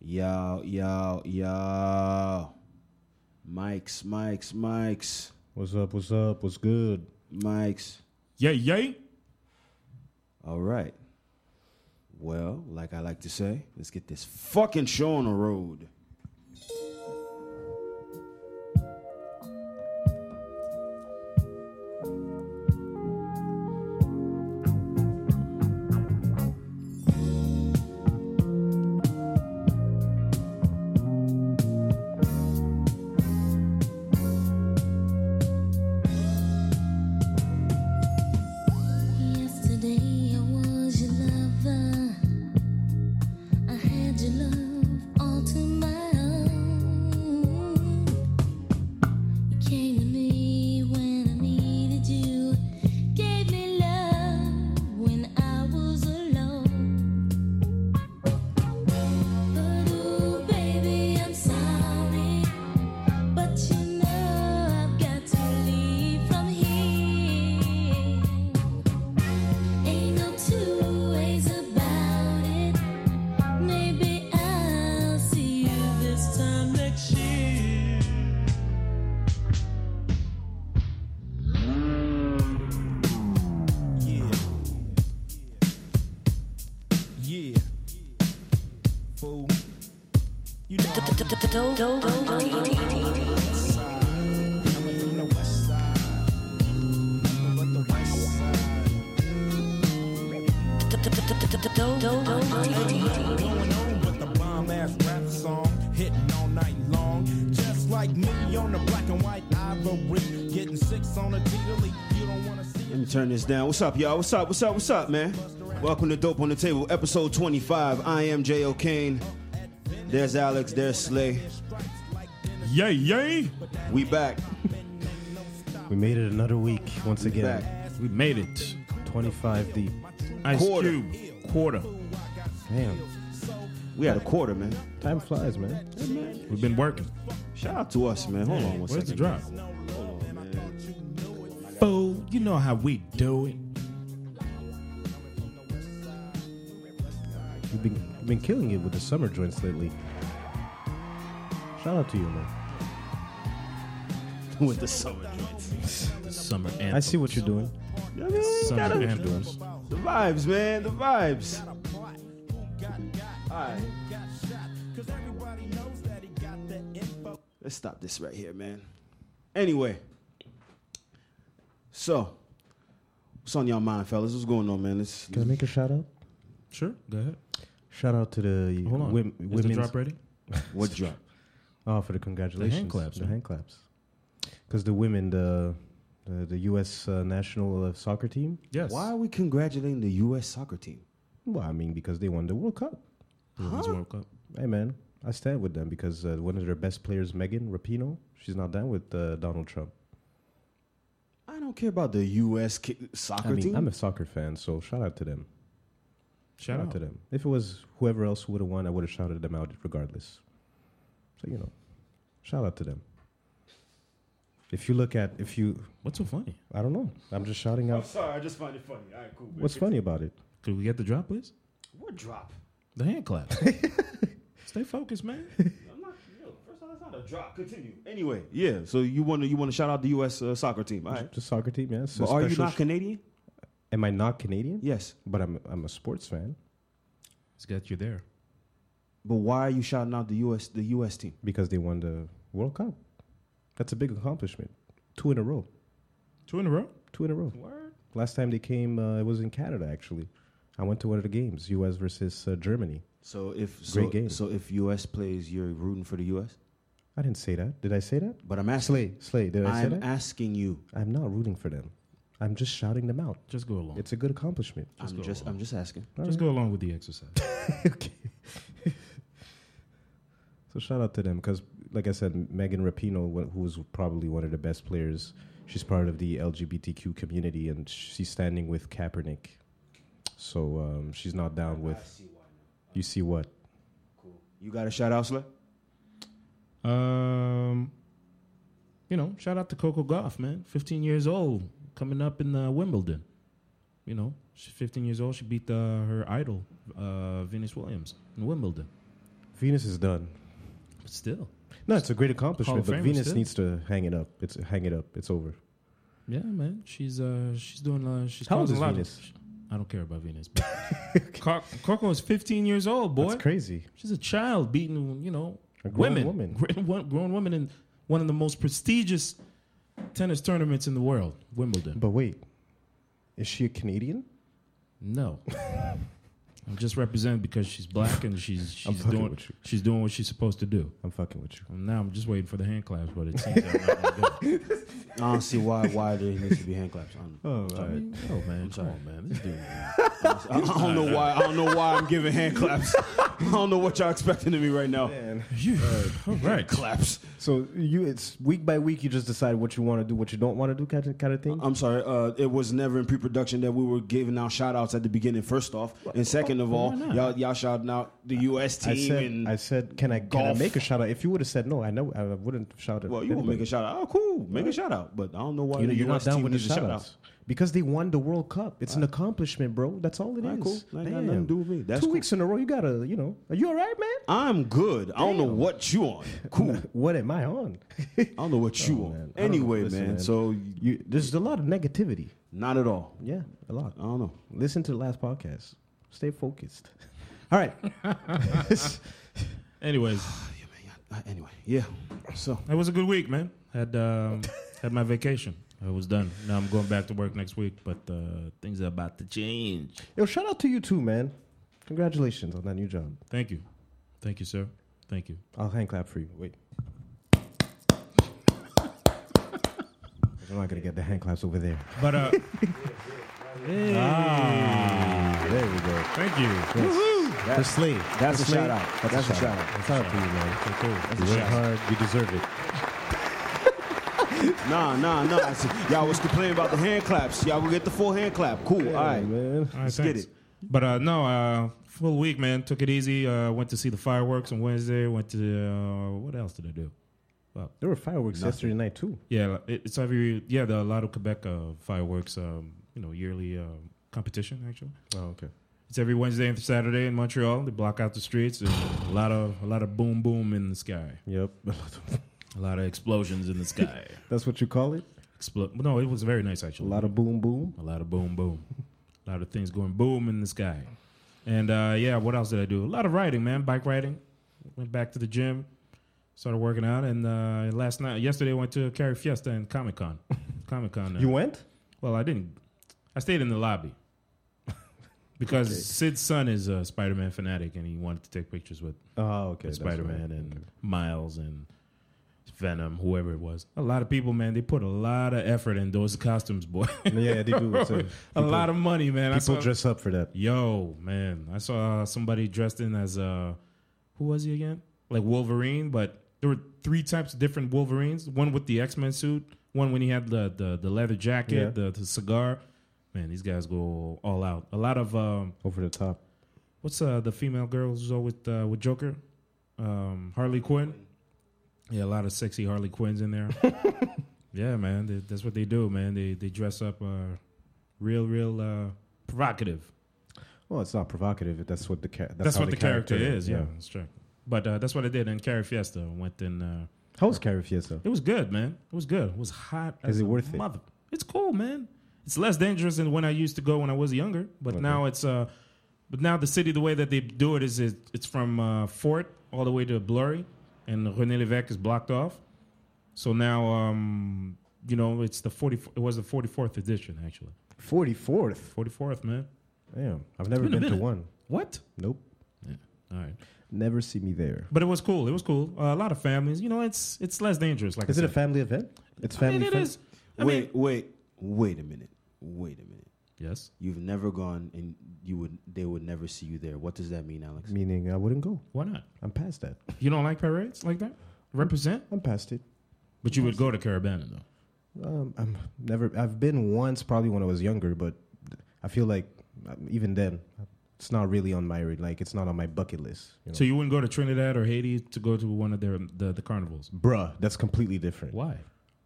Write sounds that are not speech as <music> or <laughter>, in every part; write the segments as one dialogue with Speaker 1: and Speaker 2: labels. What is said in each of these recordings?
Speaker 1: Yo, yo, yo. Mike's, Mike's, Mike's,
Speaker 2: What's up? What's up? What's good?
Speaker 1: Mike's.
Speaker 3: Yay, yay.
Speaker 1: All right. Well, like I like to say, let's get this fucking show on the road.
Speaker 4: Yesterday I was your lover. I had your love all to my own. You came to me when I needed you. Gave me love when I was alone. But ooh, baby, I'm sorry. But you know I've got to leave from here. Ain't no two ways about it. Maybe I'll see you this time next year.
Speaker 5: Yeah. Yeah. Fool. You know I'm side. Coming from the west side. Nothing but the west side. Going on with the bomb ass rap song, hitting all night long. Just like me on the black and white ivory. Getting six on a daily. You don't wanna see
Speaker 1: Let me turn this down. What's up, y'all? What's up? What's up? What's up, man? Welcome to Dope on the Table, episode 25. I am J.O. Kane. There's Alex, there's Slay.
Speaker 3: Yay, yay.
Speaker 1: We back.
Speaker 2: We made it another week once
Speaker 1: We
Speaker 2: again.
Speaker 1: back.
Speaker 3: We made it.
Speaker 2: 25 deep.
Speaker 3: Ice
Speaker 1: Quarter.
Speaker 3: Cube. Quarter.
Speaker 2: Man,
Speaker 1: We had a quarter, man.
Speaker 2: time flies, man.
Speaker 3: We've been working.
Speaker 1: Shout out to us, man. Hold on one
Speaker 3: Where's
Speaker 1: second.
Speaker 3: the drop? Fool, you know how we do it.
Speaker 2: You've been you've been killing it with the summer joints lately. Shout out to you, man.
Speaker 1: With the summer joints.
Speaker 3: The summer anthem.
Speaker 2: I see what you're doing.
Speaker 1: You know what I mean?
Speaker 3: Summer
Speaker 1: Gotta-
Speaker 3: anthems.
Speaker 1: The vibes, man. The vibes. Alright. Let's stop this right here, man. Anyway. So, what's on y'all mind, fellas? What's going on, man? Let's,
Speaker 2: Can I make a shout out?
Speaker 3: Sure, go ahead.
Speaker 2: Shout out to the
Speaker 3: Hold on.
Speaker 2: wom-
Speaker 3: Is
Speaker 2: women's
Speaker 3: the drop ready?
Speaker 1: what drop?
Speaker 2: Oh, for the congratulations.
Speaker 3: claps,
Speaker 2: The
Speaker 3: man.
Speaker 2: hand claps. Because the women, the the, the U.S. Uh, national uh, soccer team.
Speaker 3: Yes.
Speaker 1: Why are we congratulating the U.S. soccer team?
Speaker 2: Well, I mean, because they won the World Cup.
Speaker 3: Women's World Cup.
Speaker 2: Hey, man, I stand with them because uh, one of their best players, Megan Rapino, she's not down with uh, Donald Trump.
Speaker 1: I don't care about the U.S. Ki- soccer
Speaker 2: I mean,
Speaker 1: team.
Speaker 2: I'm a soccer fan, so shout out to them.
Speaker 3: Shout out
Speaker 2: to them. If it was whoever else would have won, I would have shouted them out regardless. So you know, shout out to them. If you look at if you,
Speaker 3: What's so funny?
Speaker 2: I don't know, I'm just shouting out.
Speaker 1: sorry, I just find it funny. All right, cool.
Speaker 2: What's funny about it?
Speaker 3: Could we get the drop, please?
Speaker 1: What drop?
Speaker 3: The hand
Speaker 2: <laughs>
Speaker 3: clap. Stay focused, man.
Speaker 1: I'm not. Yo, first of all, that's not a drop. Continue. Anyway, yeah. So you want to you want to shout out the U.S. Uh, soccer team? All right.
Speaker 2: Just soccer team, yeah. So
Speaker 1: But are you
Speaker 2: special
Speaker 1: not
Speaker 2: sh-
Speaker 1: Canadian?
Speaker 2: Am I not Canadian?
Speaker 1: Yes.
Speaker 2: But I'm I'm a sports fan
Speaker 3: It's got you there.
Speaker 1: But why are you shouting out the U.S. the U.S. team?
Speaker 2: because they won the World Cup. That's a big accomplishment. Two in a row.
Speaker 3: Two in a row.
Speaker 2: Two in a row.
Speaker 3: Word.
Speaker 2: Last time they came, uh, it was in Canada actually. I went to one of the games, U.S. versus uh, Germany.
Speaker 1: So if so,
Speaker 2: Great game.
Speaker 1: so if U.S. plays, you're rooting for the U.S.
Speaker 2: I didn't say that. Did I say that?
Speaker 1: But I'm asking.
Speaker 2: Slay, Slay. Did I say
Speaker 1: I'm
Speaker 2: that?
Speaker 1: asking you.
Speaker 2: I'm not rooting for them. I'm just shouting them out.
Speaker 3: Just go along.
Speaker 2: It's a good accomplishment.
Speaker 1: I'm
Speaker 3: go
Speaker 1: just I'm just asking.
Speaker 3: Just go along with the exercise.
Speaker 2: okay. so shout out to them because, like I said, Megan Rapino, wh- who is probably one of the best players, she's part of the LGBTQ community and she's standing with Kaepernick. So um, she's not down with. You see what?
Speaker 1: You got a shout out, Slay?
Speaker 3: Um, you know, shout out to Coco Goff, man. 15 years old, coming up in uh, Wimbledon. You know, she's 15 years old. She beat uh, her idol, uh, Venus Williams, in Wimbledon.
Speaker 2: Venus is done.
Speaker 3: But still,
Speaker 2: No, it's a great accomplishment,
Speaker 3: of
Speaker 2: but
Speaker 3: Famer
Speaker 2: Venus
Speaker 3: still.
Speaker 2: needs to hang it up. It's hang it up. It's over.
Speaker 3: yeah, man. She's uh, she's doing uh, she's
Speaker 2: How old
Speaker 3: causing
Speaker 2: is
Speaker 3: a lot of-
Speaker 2: Venus?
Speaker 3: I don't care about Venus.
Speaker 2: <laughs>
Speaker 3: But Coc- Coco is 15 years old, boy.
Speaker 2: That's crazy.
Speaker 3: She's a child beating, you know,
Speaker 2: A grown
Speaker 3: women, <laughs>
Speaker 2: woman.
Speaker 3: grown, one- grown women in one of the most prestigious tennis tournaments in the world, Wimbledon.
Speaker 2: But wait, is she a Canadian?
Speaker 3: <laughs> No. I'm just representing because she's black and she's
Speaker 2: I'm
Speaker 3: she's
Speaker 2: fucking
Speaker 3: doing
Speaker 2: with you.
Speaker 3: she's doing what she's supposed to do.
Speaker 2: I'm fucking with you.
Speaker 3: And now I'm just waiting for the hand claps, but it seems I'm not <laughs> gonna get it.
Speaker 1: I don't see why why there needs to be hand claps. I <laughs> don't,
Speaker 2: Oh,
Speaker 3: I mean, no, man, come on, man. This dude,
Speaker 1: I don't- I don't <laughs> know why. I don't know why I'm giving hand claps. <laughs> I don't know what y'all expecting of me right now.
Speaker 3: you, all right.
Speaker 1: Claps.
Speaker 2: Uh, <laughs> So you, it's week by week. You just decide what you want to do, what you don't want to do, kind of, kind of thing.
Speaker 1: I'm sorry. Uh, it was never in pre-production that we were giving out shout-outs at the beginning. First off, and second of all, y'all y'all shouting out the U.S. team
Speaker 2: oh, I said,
Speaker 1: and
Speaker 2: I said, can I, can I
Speaker 1: golf.
Speaker 2: make a shout out? If you would have said no, I know I wouldn't have shouted.
Speaker 1: well,
Speaker 2: at
Speaker 1: you won't make
Speaker 2: anybody.
Speaker 1: a shout-out. Oh, cool, make a shout-out. But I don't know why
Speaker 2: You know,
Speaker 1: the
Speaker 2: you're not
Speaker 1: U.S.
Speaker 2: down
Speaker 1: team
Speaker 2: with the
Speaker 1: needs a
Speaker 2: shout
Speaker 1: shout-out.
Speaker 2: outs. Because they won the World Cup. It's an accomplishment, bro. That's all it is.
Speaker 1: Alright, cool. That ain't got
Speaker 2: Damn.
Speaker 1: nothing to do with me. That's
Speaker 2: Two
Speaker 1: cool.
Speaker 2: weeks in a row, you gotta, you know. Are you all right, man?
Speaker 1: I'm good. I don't know
Speaker 2: Damn.
Speaker 1: what you on. Cool.
Speaker 2: <laughs> What am I on?
Speaker 1: I don't know what you
Speaker 2: Oh,
Speaker 1: on.
Speaker 2: man. I don't know.
Speaker 1: Anyway,
Speaker 2: Listen,
Speaker 1: man,
Speaker 2: man.
Speaker 1: So
Speaker 2: you, there's a lot of negativity.
Speaker 1: not at all.
Speaker 2: Yeah, a lot.
Speaker 1: I don't know.
Speaker 2: Listen to the last podcast. Stay focused. <laughs> All right.
Speaker 3: Anyways,
Speaker 1: Yeah, man, yeah. Uh, Anyway, yeah. So
Speaker 3: it was a good week, man. Had <laughs> um, had my vacation. I was done. Now I'm going back to work next week, but uh, things are about to change.
Speaker 2: Yo, shout out to you too, man. Congratulations on that new job.
Speaker 3: Thank you, thank you, sir. Thank you.
Speaker 2: I'll hand clap for you. Wait. I'm not gonna get the hand claps over there.
Speaker 3: But uh, hey.
Speaker 2: There we go.
Speaker 3: thank you.
Speaker 2: That's, for Slade.
Speaker 1: that's
Speaker 2: For
Speaker 1: a
Speaker 2: Slade,
Speaker 1: shout out. That's a shout out.
Speaker 2: That's out to you, man. You work hard. You deserve it.
Speaker 1: nah, nah,
Speaker 2: <laughs>
Speaker 1: nah. I see- Y'all was complaining about the hand claps. Y'all will get the full hand clap. Cool. all right.
Speaker 2: man.
Speaker 3: All right,
Speaker 1: Let's get
Speaker 3: thanks.
Speaker 1: it.
Speaker 3: But uh, no, uh, full week, man. Took it easy. Uh, went to see the fireworks on Wednesday. Went to uh, what else did I do?
Speaker 2: There were fireworks yesterday night too.
Speaker 3: Yeah, it, it's every yeah the Lotto Quebec uh, fireworks. Um, you know, yearly um, competition actually.
Speaker 2: Oh, okay.
Speaker 3: It's every Wednesday and Saturday in Montreal. They block out the streets. There's a lot of a lot of boom boom in the sky.
Speaker 2: Yep. <laughs>
Speaker 3: A lot of explosions in the sky.
Speaker 2: that's what you call it.
Speaker 3: <laughs> Explo- no, it was very nice
Speaker 2: A
Speaker 3: actually.
Speaker 2: lot of boom, boom.
Speaker 3: A lot of boom, boom. a lot of things going boom in the sky. And uh, yeah, what else did I do? A lot of riding, man. Bike riding. Went back to the gym. Started working out. And uh, last night, yesterday, I went to Carrie Fiesta and Comic
Speaker 2: <laughs>
Speaker 3: Con. Comic Con.
Speaker 2: You went?
Speaker 3: well, I didn't. I stayed in the
Speaker 2: <laughs>
Speaker 3: lobby because Sid's son is a Spider Man fanatic and he wanted to take pictures with
Speaker 2: Oh, okay. that's
Speaker 3: Spider Man
Speaker 2: right.
Speaker 3: and Miles and Venom, whoever it was. A lot of people, man, they put a lot of effort in those costumes, boy. <laughs>
Speaker 2: Yeah, they do. It's a,
Speaker 3: a lot of money, man. I
Speaker 2: people
Speaker 3: saw-
Speaker 2: dress up for that.
Speaker 3: Yo, man, I saw somebody dressed in as uh, who was he again? Like Wolverine, but there were three types of different Wolverines. One with the X Men suit. One when he had the the, the leather
Speaker 2: Yeah.
Speaker 3: jacket, the, the cigar. Man, these guys go all out. A lot of um,
Speaker 2: Over the top.
Speaker 3: what's uh the female girl who's all with uh, with Joker, um, Harley Quinn. Yeah, a lot of sexy Harley Quinns in there. yeah, man, they, that's what they do, man. They they dress up, uh, real real uh, provocative.
Speaker 2: Well, it's not provocative. That's what the char- that's,
Speaker 3: That's,
Speaker 2: how
Speaker 3: what the character, is. Yeah,
Speaker 2: yeah.
Speaker 3: that's true. But uh, that's what I did. And Carrie Fiesta went and uh,
Speaker 2: How was Carrie Fiesta?
Speaker 3: it was good, man. It was good. It was hot.
Speaker 2: Is
Speaker 3: as
Speaker 2: it
Speaker 3: a
Speaker 2: worth it?
Speaker 3: Mother, it's cool, man. It's less dangerous than when I used to go when I was younger. But
Speaker 2: Okay.
Speaker 3: now it's uh, but now the city, the way that they do it is it, it's from uh, Fort all the way to Blurry, and Rene Levesque is blocked off. So now, um, you know, it's the forty. It was the forty fourth edition, actually.
Speaker 2: Forty fourth.
Speaker 3: Forty fourth, man.
Speaker 2: Damn, I've never
Speaker 3: been a
Speaker 2: been to
Speaker 3: minute.
Speaker 2: one.
Speaker 3: What?
Speaker 2: Nope,
Speaker 3: All right.
Speaker 2: never see me there.
Speaker 3: But it was cool. It was cool. Uh, a lot of families. You know, it's it's less dangerous. Like
Speaker 2: Is
Speaker 3: I
Speaker 2: it a
Speaker 3: said.
Speaker 2: family event? It's
Speaker 3: I
Speaker 2: family.
Speaker 3: mean, it
Speaker 2: friend-
Speaker 3: is. I mean,
Speaker 1: Wait, wait, wait a minute. Wait a minute.
Speaker 3: yes.
Speaker 1: You've never gone, and you would they would never see you there. What does that mean, Alex?
Speaker 2: Meaning, I wouldn't go.
Speaker 3: Why not?
Speaker 2: I'm past that.
Speaker 3: You don't like parades like that? Represent.
Speaker 2: I'm past it.
Speaker 3: But you would go to Carabana though.
Speaker 2: Um, I'm never. I've been once, probably when I was younger, but I feel like um, even then, it's not really on my like. It's not on my bucket list. You know?
Speaker 3: So you wouldn't go to Trinidad or Haiti to go to one of their the, the carnivals.
Speaker 2: Bruh, that's completely different.
Speaker 3: Why?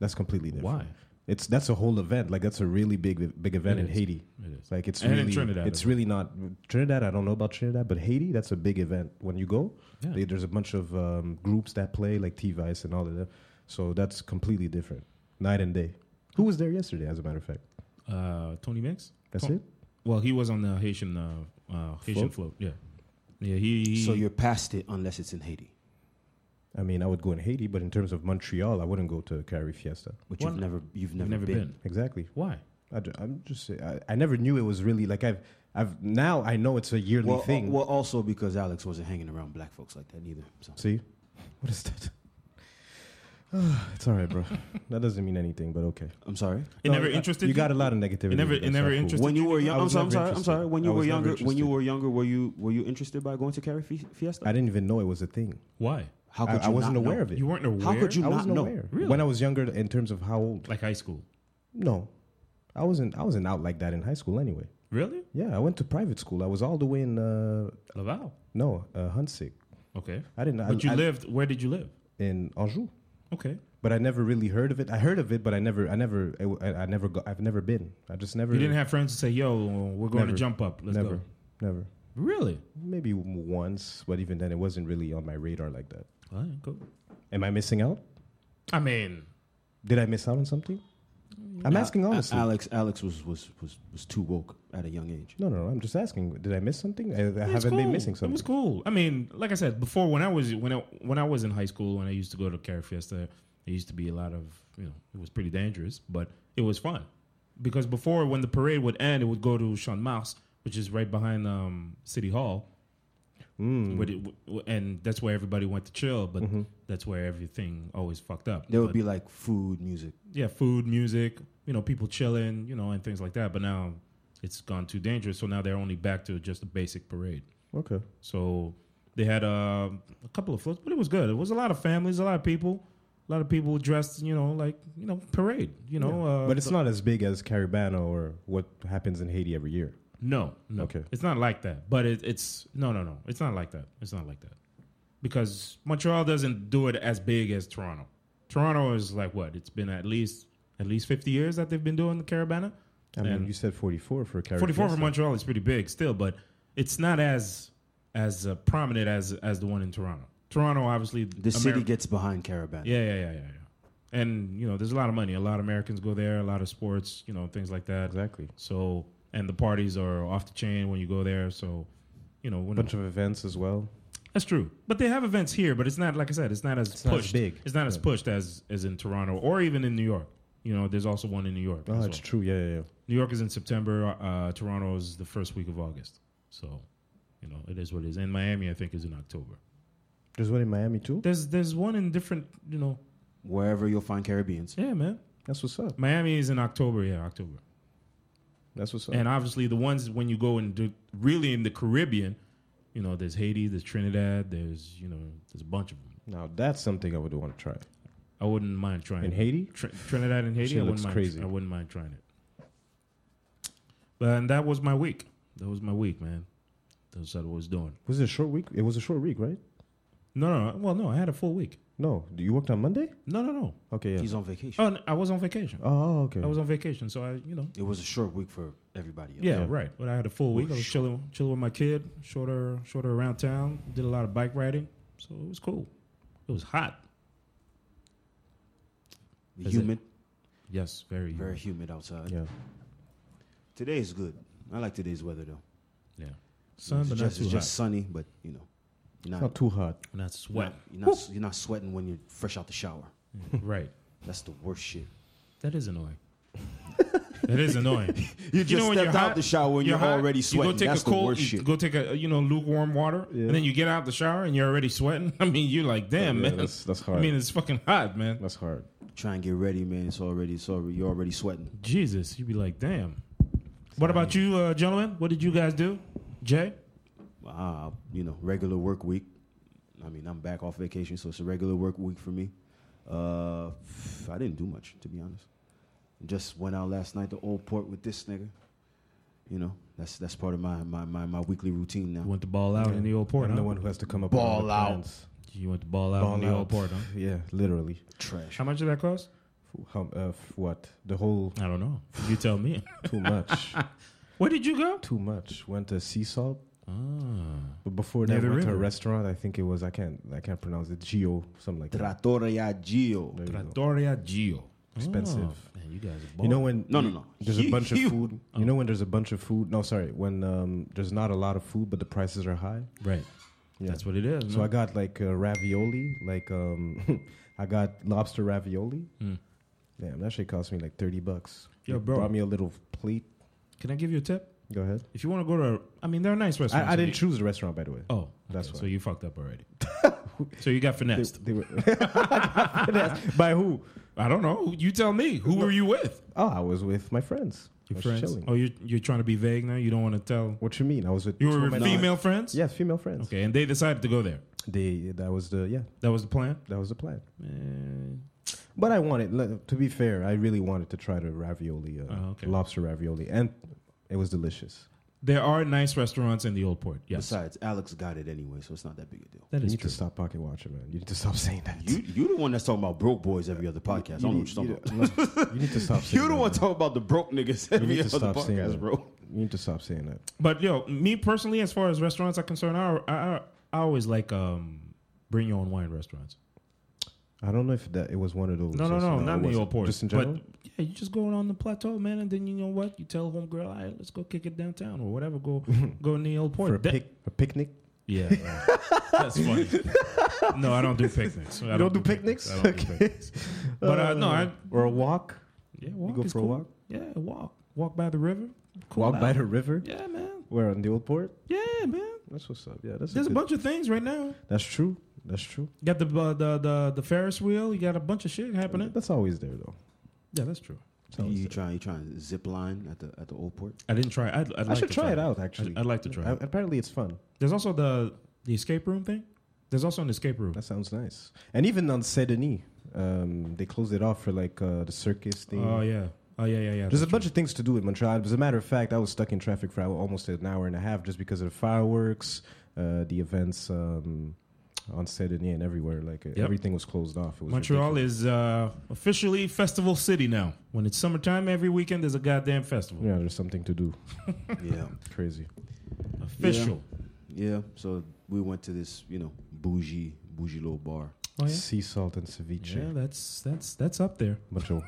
Speaker 2: That's completely different.
Speaker 3: Why?
Speaker 2: It's that's a whole event. Like that's a really big big event
Speaker 3: It
Speaker 2: in
Speaker 3: is.
Speaker 2: Haiti.
Speaker 3: It is.
Speaker 2: Like it's
Speaker 3: And in
Speaker 2: really
Speaker 3: Trinidad
Speaker 2: it's
Speaker 3: as well.
Speaker 2: really not Trinidad. I don't know about Trinidad, but Haiti that's a big event when you go.
Speaker 3: Yeah.
Speaker 2: They, there's a bunch of um, groups that play like T Vice and all of that. So that's completely different, night and day. Who was there yesterday? As a matter of fact,
Speaker 3: Uh, Tony Mix.
Speaker 2: that's
Speaker 3: Cool.
Speaker 2: it.
Speaker 3: Well, he was on the Haitian uh, uh, Haitian float. Yeah, yeah. He, he
Speaker 1: So you're past it unless it's in Haiti,
Speaker 2: I mean, I would go in Haiti, but in terms of Montreal, I wouldn't go to Carrie Fiesta.
Speaker 1: which
Speaker 3: Well,
Speaker 1: you've never you've never,
Speaker 3: never
Speaker 1: been.
Speaker 3: been.
Speaker 2: Exactly.
Speaker 3: Why?
Speaker 2: I, ju- I'm just say- I, I never knew it was really like I've I've now I know it's a yearly
Speaker 3: uh,
Speaker 1: Well,
Speaker 2: thing.
Speaker 1: al- well, also because Alex wasn't hanging around black folks like that neither. So
Speaker 2: See, what is that? <sighs> it's all right, bro. that doesn't mean anything, but okay.
Speaker 1: I'm sorry.
Speaker 3: It
Speaker 2: No,
Speaker 3: never
Speaker 2: I-
Speaker 3: interested
Speaker 2: Oh, You
Speaker 3: you.
Speaker 2: got a lot of negativity.
Speaker 3: It never-
Speaker 2: but
Speaker 3: it
Speaker 2: that's
Speaker 3: never
Speaker 2: not cool.
Speaker 3: interested-
Speaker 1: When you were
Speaker 2: I
Speaker 1: young, I'm
Speaker 2: was
Speaker 1: sorry, I'm
Speaker 2: never
Speaker 1: sorry, I'm
Speaker 2: interested.
Speaker 1: sorry. When
Speaker 2: I
Speaker 1: you were
Speaker 2: was never
Speaker 1: younger, when you
Speaker 2: interested.
Speaker 1: were younger, were you were you interested by going to Carrie Fi- Fiesta?
Speaker 2: I didn't even know it was a thing.
Speaker 3: Why?
Speaker 1: How
Speaker 2: I, I wasn't
Speaker 1: not know?
Speaker 2: aware of it.
Speaker 3: You weren't aware.
Speaker 1: How could you
Speaker 2: I
Speaker 1: not
Speaker 2: wasn't
Speaker 1: know?
Speaker 2: aware.
Speaker 3: Really?
Speaker 2: When I was younger, in terms of how old?
Speaker 3: Like high school.
Speaker 2: No, I wasn't. I wasn't out like that in high school anyway.
Speaker 3: Really?
Speaker 2: Yeah, I went to private school. I was all the way in uh,
Speaker 3: Laval.
Speaker 2: no uh, Hunsick.
Speaker 3: Okay.
Speaker 2: I didn't. I,
Speaker 3: But you
Speaker 2: I-
Speaker 3: lived. Where did you live?
Speaker 2: in Anjou.
Speaker 3: Okay.
Speaker 2: but I never really heard of it. I heard of it, but I never, I never, I, I- I never, go, I've never been. I just never.
Speaker 3: You didn't have friends to say, "Yo, we're going
Speaker 2: Never.
Speaker 3: to jump up. Let's
Speaker 2: never,
Speaker 3: go."
Speaker 2: never.
Speaker 3: Really?
Speaker 2: Maybe w- once, but even then, it wasn't really on my radar like that.
Speaker 3: All right, cool.
Speaker 2: Am I missing out?
Speaker 3: I mean,
Speaker 2: Did I miss out on something? I'm asking
Speaker 1: A-
Speaker 2: honestly.
Speaker 1: Alex, Alex was, was was was too woke at a young age.
Speaker 2: no, no, no. I'm just asking. Did I miss something? I, I
Speaker 3: It was
Speaker 2: haven't been
Speaker 3: cool.
Speaker 2: missing
Speaker 3: It
Speaker 2: something.
Speaker 3: was cool. I mean, like I said before, when I was when I when I was in high school, when I used to go to Carrie Fiesta, there used to be a lot of you know, it was pretty dangerous, but it was fun because before when the parade would end, it would go to Sean Mouse, which is right behind um, City Hall,
Speaker 2: Mm. Mm-hmm.
Speaker 3: but it, w- and that's where everybody went to chill. But that's where everything always fucked up.
Speaker 1: There would
Speaker 3: But-
Speaker 1: be like food, music.
Speaker 3: yeah, food, music, you know, people chilling, you know, and things like that. But now it's gone too dangerous, so now they're only back to just a basic parade.
Speaker 2: Okay.
Speaker 3: So they had uh, a couple of floats, but it was good. It was a lot of families, a lot of people, a lot of people dressed, you know, like you know, parade, you know.
Speaker 2: Yeah.
Speaker 3: Uh,
Speaker 2: but it's
Speaker 3: so-
Speaker 2: not as big as Caribano or what happens in Haiti every year.
Speaker 3: No, no.
Speaker 2: Okay.
Speaker 3: It's not like that. But it, it's no, no, no. It's not like that. It's not like that because Montreal doesn't do it as big as Toronto. Toronto is like what? It's been at least at least fifty years that they've been doing the Carabana.
Speaker 2: I mean,
Speaker 3: And-
Speaker 2: you said 44 for Caribano.
Speaker 3: 44 for Montreal is pretty big still, but it's not as as uh, prominent as as the one in Toronto. Toronto, obviously,
Speaker 1: The city gets behind Caravan.
Speaker 3: yeah, yeah, yeah, yeah, yeah. And you know, there's a lot of money. A lot of Americans go there. A lot of sports, you know, things like that.
Speaker 2: Exactly.
Speaker 3: So, and the parties are off the chain when you go there. So, you know,
Speaker 2: A
Speaker 3: when
Speaker 2: bunch of events as well.
Speaker 3: that's true. But they have events here, but it's not like I said, it's not as
Speaker 2: not as
Speaker 3: pushed.
Speaker 2: big.
Speaker 3: It's not as
Speaker 2: Yeah.
Speaker 3: pushed as as in Toronto or even in New York. You know, there's also one in New York.
Speaker 2: Oh,
Speaker 3: as
Speaker 2: it's
Speaker 3: well.
Speaker 2: true. Yeah, yeah, yeah.
Speaker 3: New York is in September. Uh, Toronto is the first week of August. So, you know, it is what it is. And Miami, I think, is in October.
Speaker 2: There's one in Miami too.
Speaker 3: There's there's one in different, you know.
Speaker 1: Wherever you'll find Caribbeans.
Speaker 3: Yeah, man.
Speaker 2: That's what's up.
Speaker 3: Miami is in October. Yeah, October.
Speaker 2: That's what's up.
Speaker 3: And obviously, the ones when you go and do, really in the Caribbean, you know, there's Haiti, there's Trinidad, there's you know, there's a bunch of them.
Speaker 2: Now that's something I would want to try.
Speaker 3: I wouldn't mind trying
Speaker 2: In
Speaker 3: it.
Speaker 2: Haiti,
Speaker 3: Tr- Trinidad and Haiti.
Speaker 2: Shit
Speaker 3: I wouldn't
Speaker 2: looks
Speaker 3: mind.
Speaker 2: crazy.
Speaker 3: I wouldn't mind trying it. But and that was my week. That was my week, man. That's what I was doing.
Speaker 2: was it a short week? It was a short week, right?
Speaker 3: No, no, no. Well, no, I had a full week.
Speaker 2: No, you worked on Monday.
Speaker 3: No, no, no.
Speaker 2: Okay, yeah.
Speaker 1: He's on vacation.
Speaker 3: Oh, n- I was on vacation.
Speaker 2: Oh, okay.
Speaker 3: I was on vacation, so I, you know,
Speaker 1: It was a short week for everybody. Else.
Speaker 3: yeah, right. But I had a full week. I was chilling, chilling with my kid, shorter, shorter around town. Did a lot of bike riding, so it was cool. It was hot.
Speaker 1: The
Speaker 3: That's
Speaker 1: humid,
Speaker 3: Yes, very,
Speaker 1: very
Speaker 3: very.
Speaker 1: humid outside.
Speaker 2: yeah.
Speaker 1: Today is good. I like today's weather though.
Speaker 3: Yeah, sun,
Speaker 1: it's
Speaker 3: but
Speaker 1: just,
Speaker 3: not
Speaker 1: it's
Speaker 3: too
Speaker 1: just
Speaker 3: hot.
Speaker 1: sunny, but you know, you're
Speaker 2: It's
Speaker 1: not,
Speaker 2: not too hot.
Speaker 3: Not
Speaker 1: you're
Speaker 3: sweat.
Speaker 1: not, you're not, you're not sweating when you're fresh out the shower.
Speaker 3: right.
Speaker 1: That's the worst shit.
Speaker 3: That is annoying. that is annoying.
Speaker 1: You
Speaker 3: know
Speaker 1: just
Speaker 3: when
Speaker 1: stepped
Speaker 3: you're
Speaker 1: out
Speaker 3: hot,
Speaker 1: the shower and you're,
Speaker 3: hot,
Speaker 1: already sweating.
Speaker 3: You go take
Speaker 1: That's
Speaker 3: a cold,
Speaker 1: the worst
Speaker 3: you
Speaker 1: shit.
Speaker 3: go take a you know lukewarm water, and then you get out the shower and you're already sweating. <laughs> I mean, you're like,
Speaker 1: Oh,
Speaker 3: damn,
Speaker 2: Yeah,
Speaker 3: man.
Speaker 2: that's- that's
Speaker 3: I
Speaker 2: hard.
Speaker 3: mean, it's fucking hot, man.
Speaker 2: That's hard.
Speaker 1: Try and get ready, man. It's already, it's already, you're already sweating.
Speaker 3: Jesus, you'd be like, damn. What about you, uh, gentlemen? What did you guys do? Jay,
Speaker 1: uh, you know, regular work week. I mean, I'm back off vacation, so it's a regular work week for me. Uh, I didn't do much, to be honest. Just went out last night to Old Port with this nigga. You know, that's that's part of my my, my, my weekly routine now.
Speaker 3: went to ball out in the old port.
Speaker 2: I'm
Speaker 3: huh?
Speaker 2: the one who has to come up
Speaker 1: Ball
Speaker 2: with
Speaker 1: out.
Speaker 2: all the plans.
Speaker 3: You went to ball out in the
Speaker 2: Ball
Speaker 3: old port. Huh?
Speaker 2: Yeah, literally.
Speaker 1: Trash.
Speaker 3: How much did that cost?
Speaker 2: F- How, uh, f- what? The whole
Speaker 3: I don't know. You tell
Speaker 2: <laughs>
Speaker 3: me. <laughs>
Speaker 2: too much.
Speaker 3: Where did you go?
Speaker 2: too much. Went to Sea Salt.
Speaker 3: Ah.
Speaker 2: But before
Speaker 3: Near
Speaker 2: that,
Speaker 3: the
Speaker 2: went to a
Speaker 3: river.
Speaker 2: restaurant. I think it was I can't I can't pronounce it. Gio something like that.
Speaker 1: Trattoria Gio.
Speaker 2: There you go.
Speaker 3: Trattoria Gio.
Speaker 2: Expensive.
Speaker 3: Oh, man, you guys are
Speaker 2: You know
Speaker 3: balling.
Speaker 2: when
Speaker 1: No, no, no.
Speaker 2: There's a bunch of
Speaker 1: You-
Speaker 2: food. You know when there's a bunch of food. No, sorry. When um, there's not a lot of food, but the prices are high.
Speaker 3: Right.
Speaker 2: Yeah.
Speaker 3: That's what it is.
Speaker 2: So
Speaker 3: no?
Speaker 2: I got like uh, ravioli, like um, <laughs> I got lobster ravioli.
Speaker 3: Hmm.
Speaker 2: Damn, that shit cost me like thirty bucks.
Speaker 3: Yo,
Speaker 2: They
Speaker 3: bro.
Speaker 2: brought me a little plate.
Speaker 3: Can I give you a tip?
Speaker 2: Go ahead.
Speaker 3: If you want to go to, a, I mean, they're nice restaurants.
Speaker 2: I, I
Speaker 3: if
Speaker 2: didn't
Speaker 3: you-
Speaker 2: choose the restaurant, by the way.
Speaker 3: Oh,
Speaker 2: That's
Speaker 3: that's
Speaker 2: why.
Speaker 3: so you fucked up
Speaker 2: <laughs>
Speaker 3: already. so you got
Speaker 2: They-
Speaker 3: finessed.
Speaker 2: they were- <laughs> by who?
Speaker 3: I don't know. You tell me. Who were you with?
Speaker 2: Oh, I was with my friends. I was chilling.
Speaker 3: Oh, you're you're trying to be vague now. You don't want to tell.
Speaker 2: What you mean? I was with
Speaker 3: You
Speaker 2: two
Speaker 3: were
Speaker 2: of
Speaker 3: with
Speaker 2: my
Speaker 3: female friends.
Speaker 2: Yes, female friends.
Speaker 3: Okay, and they decided to go there.
Speaker 2: They that was the yeah
Speaker 3: That was the plan.
Speaker 2: that was the plan.
Speaker 3: Man.
Speaker 2: But I wanted le- to be fair. I really wanted to try the ravioli, uh,
Speaker 3: Oh, okay.
Speaker 2: lobster ravioli, and it was delicious.
Speaker 3: There are nice restaurants in the old port. Yes,
Speaker 1: Besides, Alex got it anyway, so it's not that big a deal.
Speaker 3: that
Speaker 2: you
Speaker 3: is
Speaker 2: need
Speaker 3: true.
Speaker 2: to stop pocket watching, man. You need to stop saying that.
Speaker 1: You you the one that's talking about broke boys every other podcast. I don't know what you're talking about.
Speaker 2: about. <laughs> You need
Speaker 3: <laughs>
Speaker 2: to stop.
Speaker 1: <laughs>
Speaker 2: Saying
Speaker 1: You the
Speaker 2: that,
Speaker 1: one
Speaker 2: man.
Speaker 1: talking about the broke niggas
Speaker 2: You
Speaker 1: every
Speaker 2: need to
Speaker 1: other
Speaker 2: stop saying
Speaker 1: podcast,
Speaker 2: that.
Speaker 1: bro.
Speaker 2: You need to stop saying that.
Speaker 3: But yo, me personally, as far as restaurants are concerned, I I, I- I always like um bring your own wine restaurants.
Speaker 2: I don't know if that it was one of those.
Speaker 3: No, no,
Speaker 2: Yes,
Speaker 3: no,
Speaker 2: it
Speaker 3: not in the
Speaker 2: wasn't.
Speaker 3: old port.
Speaker 2: Just in general.
Speaker 3: But yeah, you just go on the plateau, man, and then you know what? You tell homegirl, all right, let's go kick it downtown or whatever. Go go in the old port.
Speaker 2: for a,
Speaker 3: That-
Speaker 2: pic- a picnic.
Speaker 3: Yeah, right. that's funny. No, I don't do picnics. I
Speaker 2: You don't do picnics?
Speaker 3: I don't do picnics. But uh, no, I
Speaker 2: or a walk.
Speaker 3: yeah, walk
Speaker 2: go
Speaker 3: is
Speaker 2: for a
Speaker 3: cool.
Speaker 2: walk?
Speaker 3: Yeah, walk, walk by the river. Cool
Speaker 2: walk
Speaker 3: out.
Speaker 2: by the river.
Speaker 3: Yeah, man.
Speaker 2: Where on the old port?
Speaker 3: Yeah, man.
Speaker 2: That's what's up. Yeah, that's
Speaker 3: There's a
Speaker 2: good-
Speaker 3: bunch of things right now.
Speaker 2: That's true. That's true.
Speaker 3: You got the uh, the the the Ferris wheel. You got a bunch of shit happening.
Speaker 2: That's always there though.
Speaker 3: Yeah, that's true.
Speaker 2: That's always
Speaker 1: you
Speaker 2: there.
Speaker 1: trying you trying to zip line at the at the old
Speaker 2: <laughs>
Speaker 1: port?
Speaker 3: I didn't try. it. I'd, I'd
Speaker 2: I
Speaker 3: like
Speaker 2: should
Speaker 3: to
Speaker 2: try it out. Actually,
Speaker 3: I'd, I'd like to try.
Speaker 2: I-
Speaker 3: it.
Speaker 2: apparently, it's fun.
Speaker 3: There's also the the escape room thing. There's also an escape room.
Speaker 2: That sounds nice. And even on Saint Denis, um, they closed it off for like uh, the circus thing.
Speaker 3: Oh yeah. Oh yeah, yeah, yeah.
Speaker 2: There's a
Speaker 3: that's
Speaker 2: bunch of things to do in Montreal. As a matter of fact, I was stuck in traffic for almost an hour and a half just because of the fireworks, uh, the events um, on Saint Denis and everywhere. Like uh,
Speaker 3: Yep.
Speaker 2: everything was closed off. It was
Speaker 3: Montreal
Speaker 2: ridiculous.
Speaker 3: is uh, officially festival city now. When it's summertime, every weekend there's a goddamn festival.
Speaker 2: yeah, there's something to do.
Speaker 1: yeah.
Speaker 2: <laughs> Crazy.
Speaker 3: Official.
Speaker 1: Yeah. So we went to this, you know, bougie, bougie little bar.
Speaker 3: Oh yeah.
Speaker 2: Sea salt and ceviche.
Speaker 3: Yeah, that's that's that's up there.
Speaker 2: Bunch of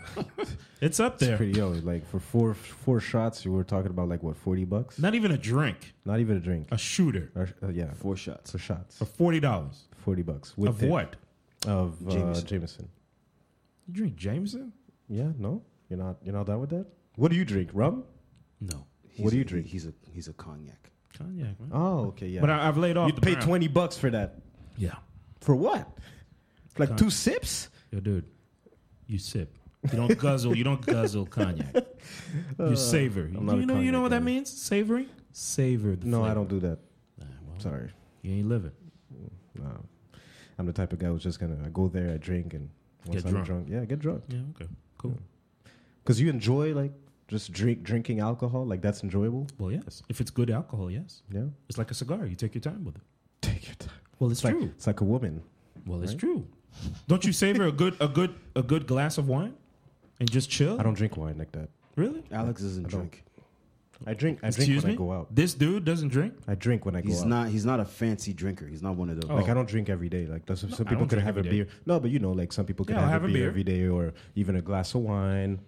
Speaker 3: It's up <laughs>
Speaker 2: it's
Speaker 3: there.
Speaker 2: pretty yo. Like for four four shots, you were talking about like what forty bucks?
Speaker 3: Not even a drink,
Speaker 2: Not even a drink.
Speaker 3: a shooter
Speaker 2: Or, uh, yeah,
Speaker 1: Four shots.
Speaker 2: for shots,
Speaker 3: for forty dollars.
Speaker 2: forty bucks. With
Speaker 3: Of
Speaker 2: tip.
Speaker 3: what?
Speaker 2: Of uh,
Speaker 1: Jameson.
Speaker 2: Jameson.
Speaker 3: You drink Jameson?
Speaker 2: Yeah, no, you're not. You're not down with that. What do you drink? Rum?
Speaker 3: No,
Speaker 1: He's
Speaker 2: What do
Speaker 1: a-
Speaker 2: you drink?
Speaker 1: He's a he's a cognac.
Speaker 3: cognac. Man.
Speaker 2: Oh, okay, yeah.
Speaker 3: But I, I've laid off.
Speaker 2: You'd
Speaker 3: the
Speaker 2: pay
Speaker 3: brown.
Speaker 2: twenty bucks for that.
Speaker 3: Yeah,
Speaker 2: For what? Like
Speaker 3: Con-
Speaker 2: two sips?
Speaker 3: yo, dude, you sip. You
Speaker 2: <laughs>
Speaker 3: don't guzzle. You don't guzzle cognac. You savor.
Speaker 2: Uh, I'm not a
Speaker 3: You know. You know
Speaker 2: cognac
Speaker 3: what that
Speaker 2: guy.
Speaker 3: means? Savory. Savor. The
Speaker 2: No, I
Speaker 3: flavor.
Speaker 2: don't do that.
Speaker 3: Nah, well,
Speaker 2: Sorry,
Speaker 3: You ain't living.
Speaker 2: no. I'm the type of guy who's just gonna I go there, I drink, and once
Speaker 3: Get
Speaker 2: I'm
Speaker 3: drunk.
Speaker 2: drunk. yeah, get drunk.
Speaker 3: Yeah. Okay. Cool.
Speaker 2: Because you enjoy like just drink drinking alcohol, like that's enjoyable.
Speaker 3: Well, yes. If it's good alcohol, yes.
Speaker 2: Yeah,
Speaker 3: It's like a cigar. You take your time with it.
Speaker 2: take your time.
Speaker 3: Well, it's,
Speaker 2: It's like
Speaker 3: true.
Speaker 2: it's like a woman.
Speaker 3: Well, it's
Speaker 2: Right?
Speaker 3: true. Don't you savor a good a good a good glass of wine and just chill?
Speaker 2: I don't drink wine like that.
Speaker 3: really.
Speaker 1: Alex doesn't
Speaker 2: I don't-
Speaker 1: drink.
Speaker 2: I drink. I drink
Speaker 3: Excuse
Speaker 2: when
Speaker 3: me.
Speaker 2: I go out.
Speaker 3: This dude doesn't drink.
Speaker 2: I drink when I go
Speaker 1: He's
Speaker 2: out.
Speaker 1: not he's not a fancy drinker. He's not one of those.
Speaker 3: Oh.
Speaker 2: Like I don't drink every day. Like that's, some
Speaker 3: I
Speaker 2: people
Speaker 3: don't
Speaker 2: could
Speaker 3: drink
Speaker 2: have a
Speaker 3: every day.
Speaker 2: beer. No, but you know, like some people could
Speaker 3: Yeah, I'll
Speaker 2: have,
Speaker 3: have
Speaker 2: a
Speaker 3: a
Speaker 2: beer,
Speaker 3: beer.
Speaker 2: every day, or even a glass of wine.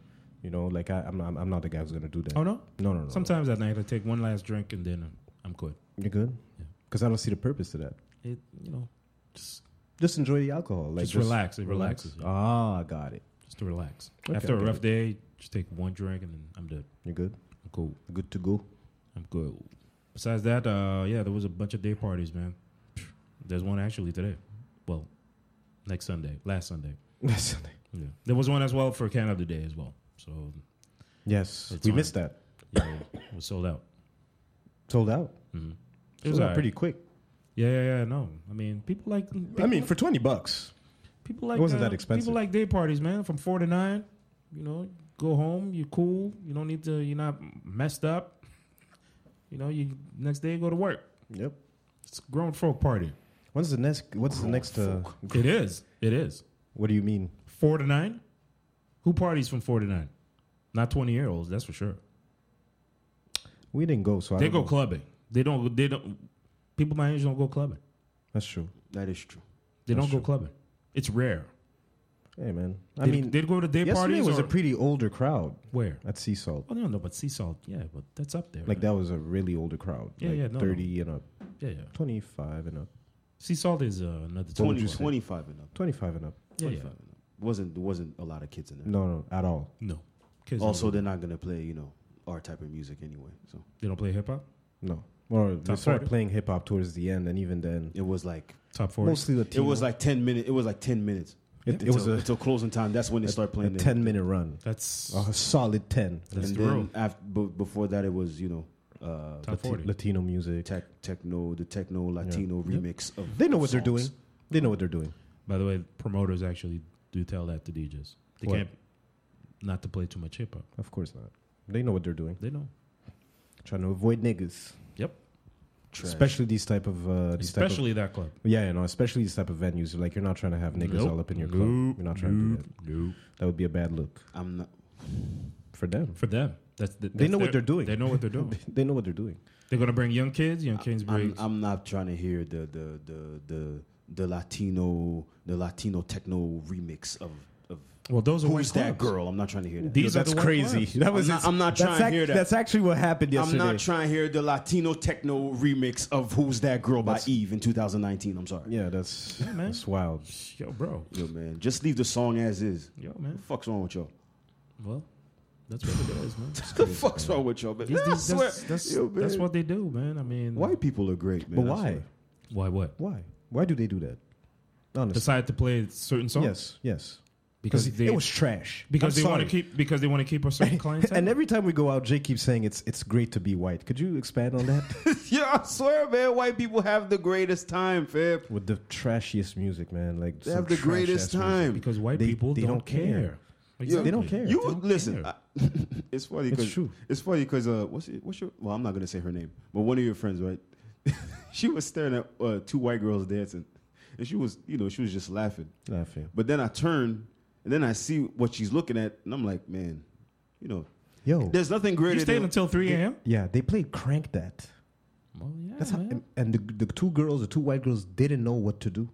Speaker 2: You know, like I, I'm, I'm, I'm not the guy who's gonna do that.
Speaker 3: Oh no.
Speaker 2: no, no, no, no.
Speaker 3: Sometimes at night I take one last drink and then I'm, I'm good.
Speaker 2: you're good.
Speaker 3: Yeah.
Speaker 2: Because I don't see the purpose to that.
Speaker 3: It you know just
Speaker 2: Just enjoy the alcohol. Like
Speaker 3: Just relax. It relaxes you.
Speaker 2: Ah, got it.
Speaker 3: just to relax
Speaker 2: Okay,
Speaker 3: after a
Speaker 2: okay.
Speaker 3: rough day. Just take one drink and then I'm good.
Speaker 2: You're good.
Speaker 3: I'm cool.
Speaker 2: Good to go. <laughs>
Speaker 3: I'm good. Besides that, uh, yeah, there was a bunch of day parties, man. There's one actually today. Well, next Sunday, last Sunday.
Speaker 2: That's something.
Speaker 3: Yeah. There was one as well for Canada Day as well. So
Speaker 2: Yes,
Speaker 3: It's
Speaker 2: we
Speaker 3: on.
Speaker 2: missed that.
Speaker 3: yeah, it was sold out.
Speaker 2: Sold out.
Speaker 3: Mhm. It
Speaker 2: Sold
Speaker 3: was
Speaker 2: out
Speaker 3: alright.
Speaker 2: pretty quick.
Speaker 3: Yeah, yeah, yeah. No, I mean people like. People,
Speaker 2: I mean, for twenty bucks.
Speaker 3: people like.
Speaker 2: wasn't
Speaker 3: uh,
Speaker 2: that expensive.
Speaker 3: People like day parties, man. From four to nine, you know, go home. You're cool. You don't need to. You're not messed up. You know, you next day go to work.
Speaker 2: Yep.
Speaker 3: It's a grown folk party.
Speaker 2: What's the next? What's the next? Uh,
Speaker 3: It is. It is
Speaker 2: what do you mean?
Speaker 3: four to nine. Who parties from 49? Not 20 year olds, that's for sure.
Speaker 2: We didn't go, so I
Speaker 3: They
Speaker 2: don't
Speaker 3: go
Speaker 2: know.
Speaker 3: clubbing. They don't they don't people my age don't go clubbing.
Speaker 2: That's true.
Speaker 1: That is true.
Speaker 3: They
Speaker 2: That's
Speaker 3: don't go
Speaker 2: true.
Speaker 3: clubbing. It's rare.
Speaker 2: Hey man, I
Speaker 3: They,
Speaker 2: mean,
Speaker 3: they'd go to day
Speaker 2: yesterday
Speaker 3: parties
Speaker 2: was
Speaker 3: or
Speaker 2: a pretty older crowd
Speaker 3: where?
Speaker 2: at Sea Salt.
Speaker 3: Well, they don't know, but sea salt, yeah, but that's up there.
Speaker 2: Like that was a really older crowd.
Speaker 3: Yeah,
Speaker 2: like
Speaker 3: yeah, no, no.
Speaker 2: thirty and up,
Speaker 3: yeah, yeah.
Speaker 2: twenty-five and up,
Speaker 3: Sea salt is uh, another
Speaker 1: 20,
Speaker 3: 20.
Speaker 1: 25 and up.
Speaker 2: twenty-five and up.
Speaker 3: Yeah, yeah.
Speaker 1: 25 and up. Wasn't there wasn't a lot of kids in there.
Speaker 2: No, no, at all.
Speaker 3: No. uh, Kids
Speaker 1: Also,
Speaker 3: don't,
Speaker 1: they're not gonna play you know our type of music anyway. So
Speaker 3: they don't play hip hop.
Speaker 2: No. Or they
Speaker 3: Top
Speaker 2: started
Speaker 3: 40?
Speaker 2: playing hip hop towards the end, and even then,
Speaker 1: it was like
Speaker 3: Top 40.
Speaker 2: mostly the
Speaker 1: it was like 10 minutes. It was like 10 minutes.
Speaker 2: it, it was
Speaker 1: until,
Speaker 2: a,
Speaker 1: until closing time. That's when they
Speaker 2: a,
Speaker 1: start playing.
Speaker 2: a
Speaker 1: their-
Speaker 2: ten-minute run,
Speaker 3: that's
Speaker 2: a solid ten.
Speaker 3: that's
Speaker 1: and
Speaker 3: the rule.
Speaker 1: then after, b- before that, it was you know uh,
Speaker 3: Top
Speaker 2: Lati-
Speaker 3: 40.
Speaker 2: Latino music.
Speaker 1: tech, techno, the techno Latino remix. Of
Speaker 2: They know
Speaker 1: of
Speaker 2: what they're doing.
Speaker 1: songs.
Speaker 2: They know what they're doing.
Speaker 3: By the way, promoters actually do tell that to DJs. They
Speaker 2: What?
Speaker 3: can't not to play too much hip hop.
Speaker 2: Of course not. They know what they're doing.
Speaker 3: They know.
Speaker 2: Trying to avoid niggas,
Speaker 3: Yep.
Speaker 1: Trash.
Speaker 2: especially these type of uh, these type of
Speaker 3: Especially that club.
Speaker 2: Yeah, you know, especially these type of venues. Like you're not trying to have niggas
Speaker 3: Nope.
Speaker 2: all up in your club.
Speaker 3: Nope.
Speaker 2: You're not trying to do
Speaker 3: nope.
Speaker 2: that.
Speaker 3: Nope.
Speaker 2: That would be a bad look
Speaker 1: I'm not.
Speaker 2: for them. <laughs>
Speaker 3: For them, that's the,
Speaker 2: They
Speaker 3: that's
Speaker 2: know what
Speaker 3: their-
Speaker 2: they're doing.
Speaker 3: They know what they're
Speaker 2: <laughs>
Speaker 3: doing.
Speaker 2: they know what they're doing.
Speaker 3: they're gonna bring young kids. Young kids
Speaker 1: I'm,
Speaker 3: bring.
Speaker 1: I'm not trying to hear the the the the the Latino the Latino techno remix of of
Speaker 3: Well, those are white
Speaker 1: who's that
Speaker 3: clubs.
Speaker 1: girl? I'm not trying to hear that.
Speaker 3: These
Speaker 2: Yo,
Speaker 3: are the
Speaker 2: that's
Speaker 3: white
Speaker 2: crazy.
Speaker 3: clubs.
Speaker 2: That was
Speaker 1: I'm not-
Speaker 2: just-
Speaker 1: I'm not
Speaker 2: that's
Speaker 1: trying to
Speaker 2: ac-
Speaker 1: hear that.
Speaker 2: That's actually what happened
Speaker 1: I'm
Speaker 2: yesterday.
Speaker 1: not trying to hear the Latino techno remix of "Who's That Girl" by
Speaker 2: That's-
Speaker 1: Eve in 2019. I'm sorry,
Speaker 2: yeah, that's
Speaker 3: man.
Speaker 2: that's wild.
Speaker 3: Yo, bro.
Speaker 1: yo man, just leave the song as is.
Speaker 3: Yo,
Speaker 1: What
Speaker 3: man.
Speaker 1: the fuck's wrong with y'all?
Speaker 3: Well, that's what it is,
Speaker 2: <laughs>
Speaker 3: man.
Speaker 1: What the fuck's wrong with y'all, man?
Speaker 3: These-
Speaker 1: I
Speaker 3: these-
Speaker 1: swear.
Speaker 3: that's, that's,
Speaker 1: Yo,
Speaker 3: that's
Speaker 1: man.
Speaker 3: what they do, man. I mean,
Speaker 1: White people are great, man.
Speaker 2: But
Speaker 1: I
Speaker 2: why?
Speaker 1: swear.
Speaker 3: Why? What?
Speaker 2: Why? Why do they do that? Honestly.
Speaker 3: Decide to play certain songs
Speaker 2: Yes, yes.
Speaker 3: because
Speaker 2: it-
Speaker 3: they
Speaker 2: it was trash.
Speaker 3: because
Speaker 2: I'm
Speaker 3: they want to
Speaker 2: <laughs> sorry.
Speaker 3: keep because they want to keep a certain clientele.
Speaker 2: <laughs> And every time we go out, Jay keeps saying it's it's great to be white. Could you expand
Speaker 3: <laughs>
Speaker 2: on that
Speaker 1: <laughs> yeah, I swear, man. White people have the greatest time, fam.
Speaker 2: with the trashiest music, man? Like
Speaker 1: They
Speaker 2: some
Speaker 1: have the
Speaker 2: trash
Speaker 1: greatest
Speaker 2: ass music.
Speaker 1: time.
Speaker 3: because white
Speaker 2: They-
Speaker 3: people
Speaker 2: they
Speaker 3: don't,
Speaker 2: don't care.
Speaker 3: care.
Speaker 2: They don't care.
Speaker 1: You
Speaker 3: They don't
Speaker 1: listen.
Speaker 3: care.
Speaker 1: I, <laughs> it's funny.
Speaker 2: It's
Speaker 1: 'cause-
Speaker 2: true.
Speaker 1: It's funny because uh, what's your, what's your? Well, I'm not gonna say her name, but one of your friends, right? <laughs> she was staring at uh, two white girls dancing, and she was, you know, she was just laughing.
Speaker 2: Laughing.
Speaker 1: But then I turn, and then I see what she's looking at, and I'm like, man, you know,
Speaker 2: Yo,
Speaker 1: there's nothing greater.
Speaker 3: You stayed
Speaker 1: than,
Speaker 3: until three a.m.
Speaker 2: yeah, they played Crank That.
Speaker 3: Well, yeah,
Speaker 2: That's how,
Speaker 3: man.
Speaker 2: and the, the two girls, the two white girls, didn't know what to do.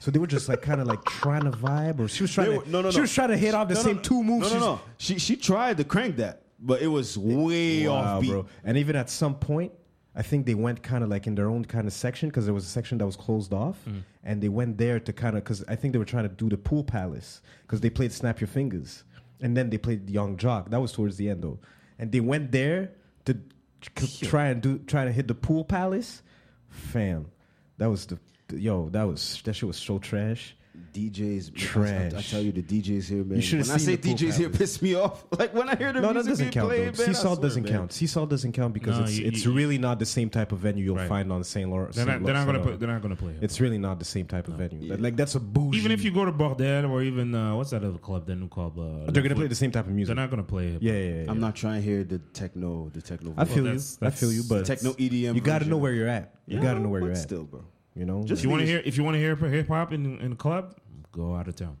Speaker 2: So they were just like kind of like trying to vibe, or she was trying
Speaker 1: They
Speaker 2: to
Speaker 1: were- no, no,
Speaker 2: she
Speaker 1: no.
Speaker 2: was trying to hit off the
Speaker 1: No, no,
Speaker 2: same
Speaker 1: no.
Speaker 2: two moves.
Speaker 1: No,
Speaker 2: she's-
Speaker 1: no, no. She she tried to crank that, but it was way
Speaker 2: Wow,
Speaker 1: off beat.
Speaker 2: bro. And even at some point, I think they went kind of like in their own kind of section because there was a section that was closed off,
Speaker 1: Mm.
Speaker 2: and they went there to kind of because I think they were trying to do the pool palace because they played Snap Your Fingers, and then they played Young Jock. That was towards the end though, and they went there to c- try and do try to hit the pool palace. Fam, that was the yo. That was that shit was so trash.
Speaker 1: DJs, I-
Speaker 2: Trash.
Speaker 1: I, I tell you, the DJs here, man.
Speaker 2: should've
Speaker 1: when I
Speaker 2: seen
Speaker 1: say
Speaker 2: the pool
Speaker 1: DJs here,
Speaker 2: palace.
Speaker 1: piss me off. <laughs> Like when I hear the
Speaker 2: No, that
Speaker 1: music
Speaker 2: doesn't
Speaker 1: being
Speaker 2: count.
Speaker 1: played,
Speaker 2: though.
Speaker 1: man, I
Speaker 2: Seesaw
Speaker 1: swear,
Speaker 2: doesn't
Speaker 1: man.
Speaker 2: count. Seesaw doesn't count because
Speaker 3: No,
Speaker 2: it's
Speaker 3: you-
Speaker 2: it's
Speaker 3: you-
Speaker 2: really not the same type of venue you'll
Speaker 3: Right.
Speaker 2: find on Saint Lawrence.
Speaker 3: They're
Speaker 2: Saint
Speaker 3: not, they're not
Speaker 2: Laurent-
Speaker 3: gonna put, they're not gonna play. It.
Speaker 2: It's really not the same type of venue. That- Like that's a bougie.
Speaker 3: Even if you go to Bordel or even uh, what's that other club? That new club. Uh,
Speaker 2: they're gonna
Speaker 3: Liquid,
Speaker 2: play the same type of
Speaker 3: They're
Speaker 2: music.
Speaker 3: not gonna play. Hip-hop.
Speaker 2: yeah, yeah, yeah.
Speaker 1: I'm not trying to hear the techno, the techno.
Speaker 2: I
Speaker 1: version.
Speaker 2: feel you.
Speaker 3: that's-
Speaker 2: I feel you,
Speaker 1: The
Speaker 2: but
Speaker 1: techno EDM.
Speaker 2: you got to
Speaker 1: version.
Speaker 2: know where you're at. You
Speaker 1: Yeah,
Speaker 2: got to know where
Speaker 1: but
Speaker 2: you're at.
Speaker 1: Still, bro.
Speaker 2: You know.
Speaker 1: Just-
Speaker 3: If you want to hear, if you want to hear hip hop in in a club, go out of town.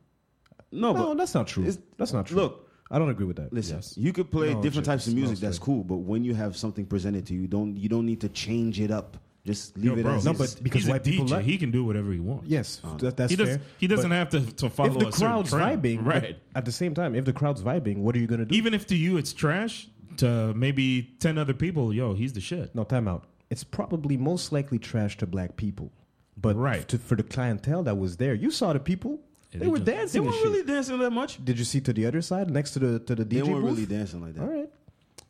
Speaker 1: No,
Speaker 2: no,
Speaker 1: but
Speaker 2: that's not true.
Speaker 1: It's-
Speaker 2: That's not true.
Speaker 1: look.
Speaker 2: I don't agree with that.
Speaker 1: listen, you could play
Speaker 2: No,
Speaker 1: different
Speaker 2: shit,
Speaker 1: types of
Speaker 2: it's
Speaker 1: music.
Speaker 2: not
Speaker 1: That's
Speaker 2: fair.
Speaker 1: cool, but when you have something presented to you, don't you don't need to change it up. Just leave
Speaker 3: Yo,
Speaker 1: it
Speaker 3: bro,
Speaker 1: as
Speaker 2: No,
Speaker 1: is.
Speaker 2: but because
Speaker 3: he's a
Speaker 2: white people
Speaker 3: DJ,
Speaker 2: like-
Speaker 3: he can do whatever he wants.
Speaker 2: Yes, that, that's
Speaker 3: he does.
Speaker 2: fair.
Speaker 3: He doesn't
Speaker 2: but
Speaker 3: have to to follow
Speaker 2: If the
Speaker 3: a certain
Speaker 2: crowd's
Speaker 3: trend.
Speaker 2: vibing,
Speaker 3: right?
Speaker 2: right? At the same time, if the crowd's vibing, what are you gonna do?
Speaker 3: Even if to you it's trash, to maybe ten other people, yo, he's the shit.
Speaker 2: No, time out. It's probably most likely trash to black people. But
Speaker 3: Right.
Speaker 2: to, for the clientele that was there, you saw the people.
Speaker 3: Yeah,
Speaker 2: they
Speaker 3: they
Speaker 2: were
Speaker 3: just-
Speaker 1: they
Speaker 2: dancing. and
Speaker 1: weren't
Speaker 2: shit.
Speaker 1: really dancing that much.
Speaker 2: Did you see to the other side next to the to the DJ
Speaker 1: They weren't
Speaker 2: booth?
Speaker 1: really dancing like that.
Speaker 2: All right.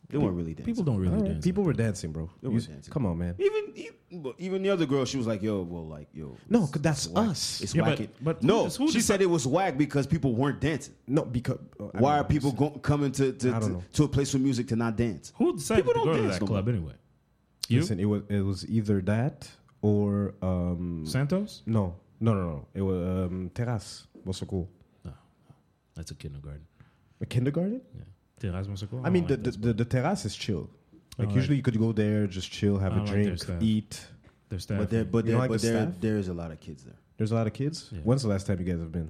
Speaker 1: They weren't really dancing.
Speaker 3: People don't really
Speaker 2: All right.
Speaker 3: dance.
Speaker 2: People were dancing, bro.
Speaker 1: They were
Speaker 2: You s-
Speaker 1: dancing.
Speaker 2: Come on, man.
Speaker 1: Even e- but even the other girl, she was like, "Yo, well, like, yo,
Speaker 2: No,
Speaker 1: it's-
Speaker 2: 'cause that's
Speaker 1: it's whack.
Speaker 2: us.
Speaker 1: It's
Speaker 3: Yeah,
Speaker 1: whack.
Speaker 3: but-
Speaker 1: it-
Speaker 3: but who
Speaker 1: no,
Speaker 3: does- who
Speaker 1: she
Speaker 3: does-
Speaker 1: said it was whack because people weren't dancing.
Speaker 2: No, because uh,
Speaker 1: Why are people go- coming to to,
Speaker 2: I don't
Speaker 1: to,
Speaker 2: know.
Speaker 1: to a place with music to not dance?
Speaker 3: Who decided
Speaker 1: People
Speaker 3: to
Speaker 1: don't
Speaker 3: go to
Speaker 1: dance
Speaker 3: that
Speaker 1: no
Speaker 3: club
Speaker 1: more.
Speaker 3: anyway? You,
Speaker 2: Listen, it was it was either that or um
Speaker 3: Santos?
Speaker 2: no no no no it was um terrace was so cool
Speaker 3: No, that's a kindergarten.
Speaker 2: a kindergarten.
Speaker 3: Yeah, Terrace Monseco?
Speaker 2: I mean
Speaker 3: don't Oh,
Speaker 2: the,
Speaker 3: like
Speaker 2: the,
Speaker 3: this-
Speaker 2: the the terrace is chill. Like
Speaker 3: Alright.
Speaker 2: usually you could go there, just chill, have
Speaker 3: I
Speaker 2: a
Speaker 3: like their
Speaker 2: drink,
Speaker 3: staff.
Speaker 2: eat.
Speaker 3: their staff.
Speaker 1: But there, but there,
Speaker 2: You don't like
Speaker 1: but
Speaker 2: the
Speaker 1: there,
Speaker 2: staff?
Speaker 1: there is a lot of kids there.
Speaker 2: There's a lot of kids.
Speaker 3: Yeah.
Speaker 2: When's the last time you guys have been?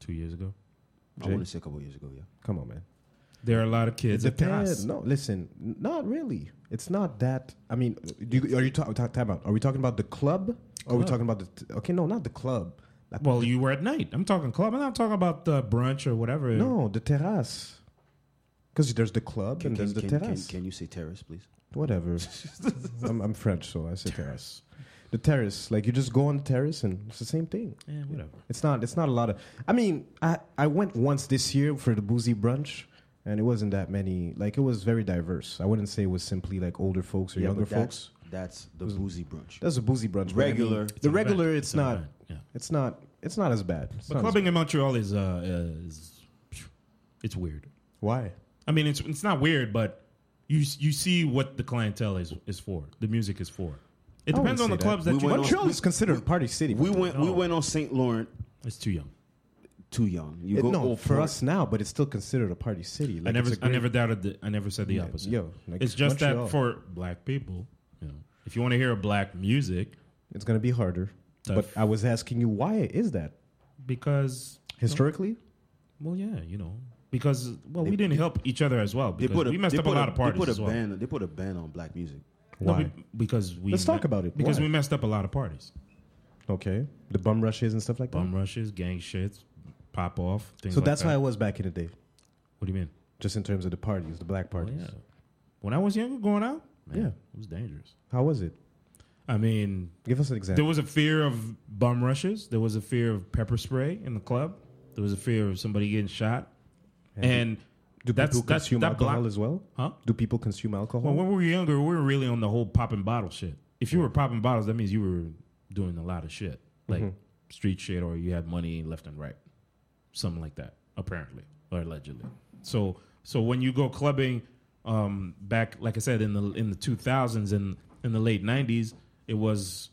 Speaker 3: two years ago.
Speaker 1: I
Speaker 2: Jay?
Speaker 1: want to say a couple years ago, yeah.
Speaker 2: Come on, man.
Speaker 3: There are a lot of kids.
Speaker 2: It
Speaker 3: Across.
Speaker 2: depends. No, listen, n- not really. It's not that. I mean, do you, are you talking? time out. Are we talking about the club? Or are we
Speaker 3: Club.
Speaker 2: talking about the? T- okay, no, not the club. Like,
Speaker 3: Well, you were at night. I'm talking club. I'm not talking about the brunch or whatever.
Speaker 2: no, the terrace. Because there's the club
Speaker 1: Can,
Speaker 2: and
Speaker 1: can,
Speaker 2: there's
Speaker 1: can,
Speaker 2: the
Speaker 1: can, can,
Speaker 2: terrace.
Speaker 1: you say terrace, please? <laughs>
Speaker 2: Whatever. I'm, I'm French, so I say terrace. The terrace, like you just go on the terrace and it's the same thing.
Speaker 3: Yeah, whatever.
Speaker 2: It's not. It's not a lot of. I mean, I I went once this year for the boozy brunch, and it wasn't that many. Like it was very diverse. I wouldn't say it was simply like older folks or
Speaker 1: yeah,
Speaker 2: younger
Speaker 1: but that's,
Speaker 2: folks.
Speaker 1: that's the boozy brunch.
Speaker 2: That's a boozy brunch. but I mean,
Speaker 1: Regular.
Speaker 2: the regular, it's,
Speaker 3: an
Speaker 2: not.
Speaker 3: event, yeah.
Speaker 2: It's not. It's not as bad. It's
Speaker 3: But
Speaker 2: not as-
Speaker 3: clubbing in Montreal is uh is it's weird.
Speaker 2: why?
Speaker 3: I mean, it's it's not weird, but you you see what the clientele is is for. The music is for. It
Speaker 2: I
Speaker 3: depends
Speaker 2: wouldn't
Speaker 3: on the
Speaker 2: say that.
Speaker 3: clubs
Speaker 1: We
Speaker 3: that you.
Speaker 1: went
Speaker 3: go to.
Speaker 2: Montreal is considered a party city.
Speaker 1: We went we went on St. Laurent
Speaker 3: It's too young.
Speaker 1: too young. You
Speaker 2: It-
Speaker 1: go oh,
Speaker 2: no,
Speaker 1: Old
Speaker 2: for
Speaker 1: Port-
Speaker 2: us now, but it's still considered a party city. Like
Speaker 3: I never
Speaker 2: it's a
Speaker 3: I
Speaker 2: great-
Speaker 3: never doubted the I never said the opposite.
Speaker 2: yo, like,
Speaker 3: it's just
Speaker 2: Montreal.
Speaker 3: that for black people, you know, if you want to hear black music,
Speaker 2: It's gonna be harder.
Speaker 3: Tough.
Speaker 2: But I was asking you why is that
Speaker 3: because
Speaker 2: historically?
Speaker 3: well, yeah, you know, because well, we didn't help each other as well.
Speaker 1: They
Speaker 3: Because
Speaker 1: put a,
Speaker 3: we messed
Speaker 1: they
Speaker 3: up a
Speaker 1: put
Speaker 3: lot of parties
Speaker 1: They put a
Speaker 3: as well.
Speaker 1: ban. They put a ban on black music.
Speaker 3: No,
Speaker 2: Why?
Speaker 3: we- because we
Speaker 2: Let's talk about it.
Speaker 3: Because
Speaker 2: Why?
Speaker 3: we messed up a lot of parties,
Speaker 2: okay, the bum rushes and stuff like that.
Speaker 3: bum rushes, gang shits, pop off. Things
Speaker 2: so
Speaker 3: like uh,
Speaker 2: that's
Speaker 3: that.
Speaker 2: how it was back in the day,
Speaker 3: What do you mean?
Speaker 2: just in terms of the parties, the black
Speaker 3: Well,
Speaker 2: parties.
Speaker 3: Oh, yeah. When I was younger, going out, man,
Speaker 2: Yeah.
Speaker 3: it was dangerous.
Speaker 2: How was it?
Speaker 3: I mean,
Speaker 2: Give us an example.
Speaker 3: there was a fear of bum rushes. There was a fear of pepper spray in the club. There was a fear of somebody getting shot. And
Speaker 2: Do
Speaker 3: that's,
Speaker 2: people
Speaker 3: that's
Speaker 2: consume
Speaker 3: that
Speaker 2: alcohol
Speaker 3: block-
Speaker 2: as well?
Speaker 3: Huh?
Speaker 2: Do people consume alcohol?
Speaker 3: Well, when we were younger, we were really on the whole popping bottle shit. If you were popping bottles, that means you were doing a lot of shit, like street shit, or you had money left and right, something like that, apparently or allegedly. So, so when you go clubbing, um, back like I said in the in the two thousands and in the late nineties, it was,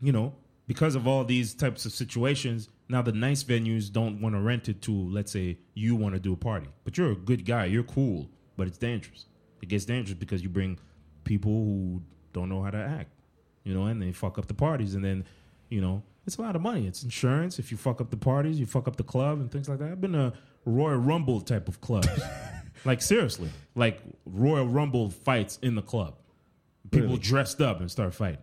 Speaker 3: you know, because of all these types of situations. Now the nice venues don't want to rent it to, let's say, you want to do a party, but you're a good guy, you're cool, but it's dangerous it gets dangerous because you bring people who don't know how to act, you know, and they fuck up the parties, and then, you know, it's a lot of money. It's insurance. If you fuck up the parties, you fuck up the club and things like that. I've been a Royal Rumble type of club, <laughs> like seriously, like Royal Rumble fights in the club. People
Speaker 2: Really?
Speaker 3: dressed up and start fighting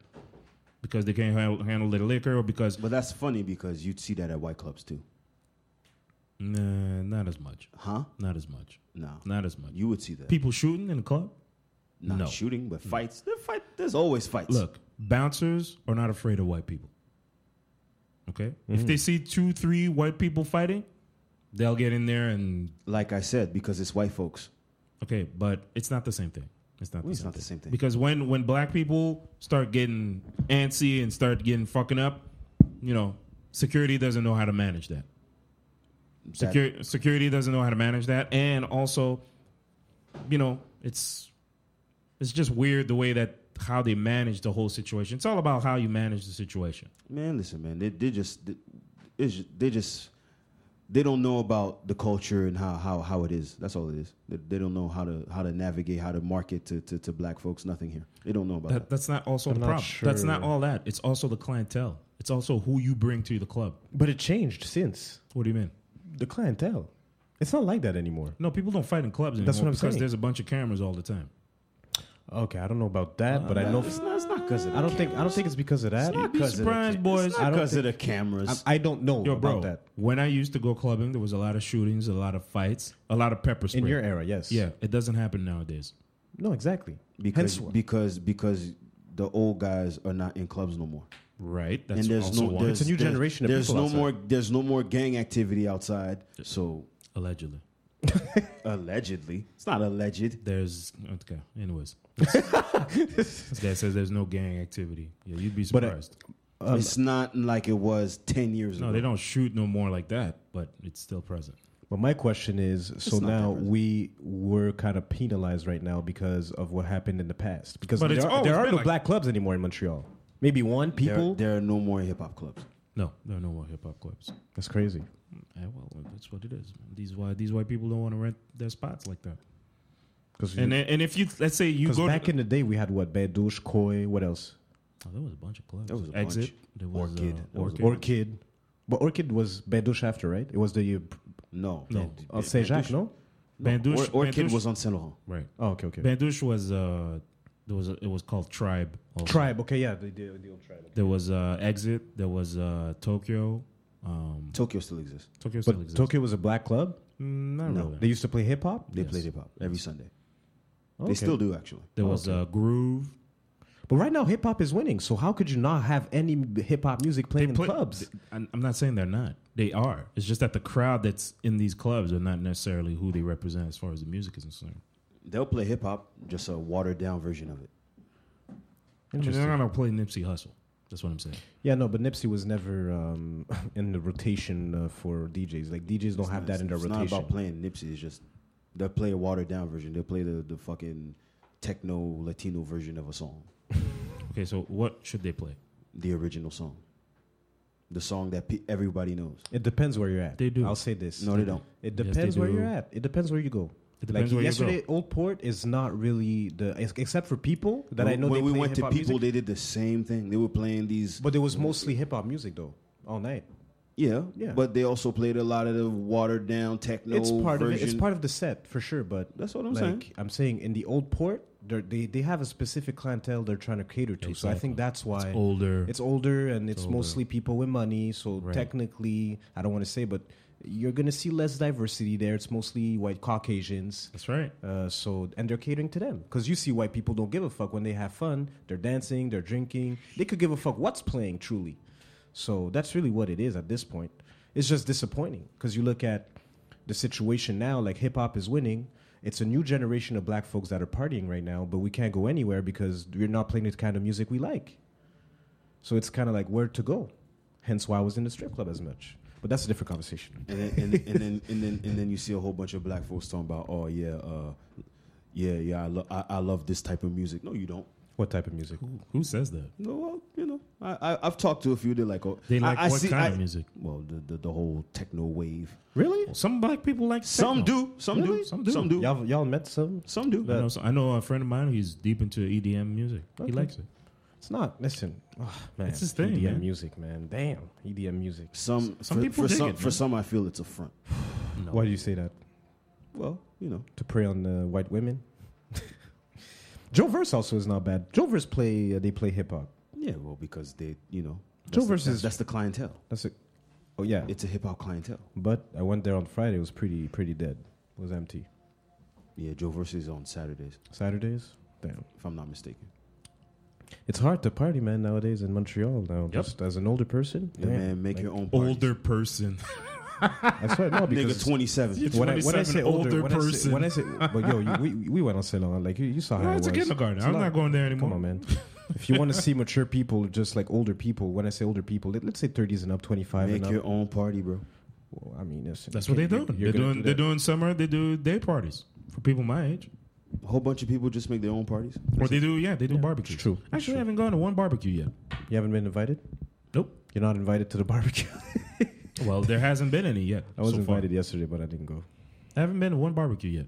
Speaker 3: because they can't ha- handle their liquor or because
Speaker 1: But that's funny because you'd see that at white clubs too,
Speaker 3: nah, not as much,
Speaker 1: huh?
Speaker 3: not as much,
Speaker 1: No,
Speaker 3: not as much.
Speaker 1: you would see that.
Speaker 3: People shooting in the club.
Speaker 1: Not
Speaker 3: no.
Speaker 1: shooting, but fights. There fight. There's always fights.
Speaker 3: Look, bouncers are not afraid of white people. Okay? If they see two, three white people fighting, they'll get in there and
Speaker 1: like I said, because it's white folks.
Speaker 3: okay, but it's not the same thing. It's not, the,
Speaker 1: It's
Speaker 3: same
Speaker 1: not
Speaker 3: thing.
Speaker 1: the same thing.
Speaker 3: Because when when black people start getting antsy and start getting fucking up, you know, security doesn't know how to manage that.
Speaker 1: That-
Speaker 3: Secur- security doesn't know how to manage that, and also, you know, it's it's just weird the way that how they manage the whole situation. It's all about how you manage the situation.
Speaker 1: Man, listen, man. They they just they, it's ju- they just they don't know about the culture and how how, how it is. That's all it is. They, they don't know how to how to navigate, how to market to, to, to black folks. Nothing here. They don't know about that.
Speaker 3: That, that's not also the
Speaker 2: not
Speaker 3: problem. That's not
Speaker 2: sure.
Speaker 3: all that. It's also the clientele. It's also who you bring to the club.
Speaker 2: but it changed since
Speaker 3: What do you mean?
Speaker 2: the clientele. It's not like that anymore.
Speaker 3: No, people don't fight in clubs anymore.
Speaker 2: That's what I'm
Speaker 3: because
Speaker 2: saying.
Speaker 3: There's a bunch of cameras all the time.
Speaker 2: Okay, I don't know about that,
Speaker 3: Uh,
Speaker 2: but I know.
Speaker 1: It's not. It's not because of. The
Speaker 2: I don't think. I don't think it's because of that.
Speaker 3: You'd be surprised, boys.
Speaker 2: I don't
Speaker 1: because of the cameras.
Speaker 2: I, I don't know
Speaker 3: Yo,
Speaker 2: about
Speaker 3: bro.
Speaker 2: that.
Speaker 3: When I used to go clubbing, there was a lot of shootings, a lot of fights, a lot of pepper spray.
Speaker 2: In your era, yes.
Speaker 3: yeah, it doesn't happen nowadays.
Speaker 2: No, exactly.
Speaker 1: because
Speaker 2: Hence-
Speaker 1: because because the old guys are not in clubs no more.
Speaker 3: Right. That's
Speaker 1: and there's
Speaker 3: also
Speaker 1: no
Speaker 3: one.
Speaker 1: there's,
Speaker 2: It's a new
Speaker 1: there's-
Speaker 2: generation of
Speaker 1: there's
Speaker 2: people
Speaker 1: no
Speaker 2: outside.
Speaker 1: more there's no more gang activity outside. So
Speaker 3: allegedly.
Speaker 1: allegedly, it's not alleged.
Speaker 3: There's okay.
Speaker 2: <laughs>
Speaker 3: Anyways, this guy says there's no gang activity. Yeah, you'd be
Speaker 2: But, uh,
Speaker 3: surprised.
Speaker 1: it's not like it was ten years
Speaker 3: no,
Speaker 1: ago.
Speaker 3: they don't shoot no more like that, but it's still present.
Speaker 2: But my question is, so
Speaker 1: not that
Speaker 2: now
Speaker 1: relevant.
Speaker 2: we were kind of penalized right now because of what happened in the past. Because
Speaker 3: But
Speaker 2: there
Speaker 3: it's
Speaker 2: are,
Speaker 3: always
Speaker 2: there are
Speaker 3: been
Speaker 2: no
Speaker 3: like-
Speaker 2: black clubs anymore in Montreal. Maybe one
Speaker 1: There-
Speaker 2: people.
Speaker 1: There, are no more hip hop clubs.
Speaker 3: No, there are no more hip hop clubs.
Speaker 2: That's crazy.
Speaker 3: Yeah, well, that's what it is. man. These why these white people don't want to rent their spots like that.
Speaker 2: Because
Speaker 3: And and if you let's say you go
Speaker 2: back
Speaker 3: to,
Speaker 2: in the day we had what Bedouche, Koi, what else?
Speaker 3: oh, there was a bunch of clubs.
Speaker 1: There was a
Speaker 3: Exit.
Speaker 1: bunch.
Speaker 3: There was,
Speaker 1: Orchid.
Speaker 3: uh,
Speaker 1: There was a
Speaker 3: Orchid.
Speaker 2: Orchid. But Orchid was Bedouche after, right? It was the uh,
Speaker 1: No.
Speaker 3: No.
Speaker 1: Band-
Speaker 2: On Saint Jacques,
Speaker 1: Bandouche-
Speaker 2: no?
Speaker 3: Bandouche-
Speaker 1: Or, or Kid
Speaker 3: Bandouche-
Speaker 1: was on Saint Laurent.
Speaker 3: Right.
Speaker 2: Oh, okay, okay.
Speaker 3: Bandouche was uh, there was a, it was called Tribe. also.
Speaker 2: Tribe, okay, yeah, the, the, the old tribe.
Speaker 3: There was uh, Exit. There was uh, Tokyo. Um,
Speaker 1: Tokyo still exists.
Speaker 3: Tokyo still
Speaker 2: But
Speaker 3: exists.
Speaker 2: Tokyo was a black club.
Speaker 3: Mm, not
Speaker 1: No.
Speaker 3: really.
Speaker 2: They used to play hip hop.
Speaker 1: They
Speaker 3: Yes.
Speaker 1: played hip hop every Sunday.
Speaker 2: Okay.
Speaker 1: They still do actually.
Speaker 3: There was uh, Groove.
Speaker 2: But right now, hip hop is winning. So how could you not have any hip hop music playing
Speaker 3: play-
Speaker 2: in clubs?
Speaker 3: I'm I'm not saying they're not. They are. It's just that the crowd that's in these clubs are not necessarily who they represent as far as the music is concerned.
Speaker 1: They'll play hip hop, just a watered down version of it.
Speaker 3: I mean, they're not gonna play Nipsey Hussle. That's what I'm saying.
Speaker 2: Yeah, no, but Nipsey was never um, <laughs> in the rotation uh, for DJs. Like DJs don't have that in their
Speaker 1: it's
Speaker 2: rotation.
Speaker 1: It's not about playing Nipsey. It's just they'll play a watered down version. They'll play the, the fucking techno Latino version of a song,
Speaker 3: Okay, so what should they play?
Speaker 1: the original song, the song that pe- everybody knows.
Speaker 2: It depends where you're at.
Speaker 3: They do.
Speaker 2: I'll say this.
Speaker 1: No, they don't.
Speaker 2: It
Speaker 3: Yes, they
Speaker 2: depends where
Speaker 3: do.
Speaker 2: you're at. It depends where you go.
Speaker 3: It depends
Speaker 2: like
Speaker 3: where you
Speaker 2: yesterday,
Speaker 3: go.
Speaker 2: Old Port is not really the ex- except for people that I know.
Speaker 1: when
Speaker 2: they
Speaker 1: we
Speaker 2: play
Speaker 1: went to
Speaker 2: hip-hop
Speaker 1: people,
Speaker 2: music,
Speaker 1: they did the same thing. They were playing these,
Speaker 2: but it was mostly hip hop music though, all night.
Speaker 1: yeah,
Speaker 2: Yeah.
Speaker 1: But they also played a lot of the watered down techno.
Speaker 2: it's part of it. It's
Speaker 1: version.
Speaker 2: part of the set for sure. But
Speaker 1: That's what I'm
Speaker 2: like,
Speaker 1: saying.
Speaker 2: I'm saying in the Old Port, they're- they they have a specific clientele they're trying to cater to. So I
Speaker 3: Exactly.
Speaker 2: think that's why
Speaker 3: It's older.
Speaker 2: It's older and it's, mostly people with money. So technically, I don't want to say, but you're gonna see less diversity there. It's mostly white Caucasians.
Speaker 3: That's right.
Speaker 2: Uh, so and they're catering to them because you see white people don't give a fuck when they have fun. They're dancing, they're drinking. They could give a fuck what's playing truly. So that's really what it is at this point. It's just disappointing because you look at the situation now. Like hip hop is winning. It's a new generation of black folks that are partying right now, but we can't go anywhere because we're not playing the kind of music we like. So it's kind of like where to go. Hence why I was in the strip club as much. But that's a different conversation.
Speaker 1: and then and, and then and then and then you see a whole bunch of black folks talking about, oh yeah, uh, yeah, yeah, I, lo- I, I love this type of music. No, you don't.
Speaker 2: What type of music?
Speaker 3: Who, who says that?
Speaker 1: No, well, you know, I, I I've talked to a few. They're like, oh,
Speaker 3: They like
Speaker 1: I, I
Speaker 3: what kind of music?
Speaker 1: Well, the, the the whole techno wave.
Speaker 2: Really?
Speaker 3: Some black people like
Speaker 1: Some
Speaker 3: techno.
Speaker 1: do, some
Speaker 3: Really?
Speaker 1: do,
Speaker 3: Some do.
Speaker 1: some do,
Speaker 2: Y'all, y'all met some?
Speaker 1: some do.
Speaker 3: I know, I know a friend of mine who's deep into EDM music. He likes it.
Speaker 2: It's not. Listen, oh, man,
Speaker 3: It's his thing,
Speaker 2: EDM
Speaker 3: man.
Speaker 2: music, man. Damn, EDM music.
Speaker 1: Some
Speaker 3: Some
Speaker 1: for,
Speaker 3: people
Speaker 1: for
Speaker 3: dig
Speaker 1: some
Speaker 3: it,
Speaker 1: for
Speaker 3: man.
Speaker 1: some I feel it's a front.
Speaker 3: No.
Speaker 2: Why do you say that?
Speaker 1: Well, you know,
Speaker 2: To prey on uh, white women. <laughs> Joe Verse also is not bad. Joe Verse play. Uh, they play hip hop.
Speaker 1: yeah, well, because they, you know, that's
Speaker 2: Joe
Speaker 1: the-
Speaker 2: versus-
Speaker 1: that's the clientele.
Speaker 2: That's it. Oh yeah.
Speaker 1: It's a hip hop clientele.
Speaker 2: but I went there on Friday. It was pretty pretty dead. It was empty.
Speaker 1: Yeah, Joe versus on Saturdays,
Speaker 2: Saturdays. Damn.
Speaker 1: if I'm not mistaken.
Speaker 2: It's hard to party, man, nowadays in Montreal. Now, just as an older person,
Speaker 1: Yeah,
Speaker 2: damn.
Speaker 1: man, make
Speaker 2: Like,
Speaker 1: your own parties.
Speaker 3: Older person.
Speaker 2: That's right. No,
Speaker 1: nigga,
Speaker 2: because
Speaker 1: twenty seven.
Speaker 2: when I, when I
Speaker 3: 27
Speaker 2: say older,
Speaker 3: older
Speaker 2: when
Speaker 3: person.
Speaker 2: I say, when I say, but yo, you, we we went on salon. Like you,
Speaker 3: <laughs>
Speaker 2: you saw
Speaker 3: <laughs>
Speaker 2: how
Speaker 3: No,
Speaker 2: it
Speaker 3: it's a
Speaker 2: was.
Speaker 3: kindergarten.
Speaker 2: It's
Speaker 3: I'm
Speaker 2: lot-
Speaker 3: not going there anymore.
Speaker 2: Come on, man. if you want to see mature people, just like older people. When I say older people, let, us say 30s and up, 25
Speaker 1: Make
Speaker 2: and
Speaker 1: your
Speaker 2: up.
Speaker 1: own party, bro.
Speaker 2: Well, I mean, listen,
Speaker 3: That's
Speaker 2: you
Speaker 3: what they're
Speaker 2: can't-
Speaker 3: doing.
Speaker 2: you're
Speaker 3: They're
Speaker 2: gonna
Speaker 3: doing.
Speaker 2: do
Speaker 3: they're
Speaker 2: that.
Speaker 3: doing summer. They do day parties for people my age,
Speaker 1: A whole bunch of people just make their own parties.
Speaker 3: or they do. Yeah, they do barbecues.
Speaker 2: it's true.
Speaker 3: Actually, I haven't gone to one barbecue yet.
Speaker 2: You haven't been invited.
Speaker 3: Nope.
Speaker 2: You're not invited to the <laughs> barbecue.
Speaker 3: Well, there hasn't been any yet.
Speaker 2: I was
Speaker 3: so
Speaker 2: invited yesterday, but I didn't go.
Speaker 3: Far. I haven't been to one barbecue yet.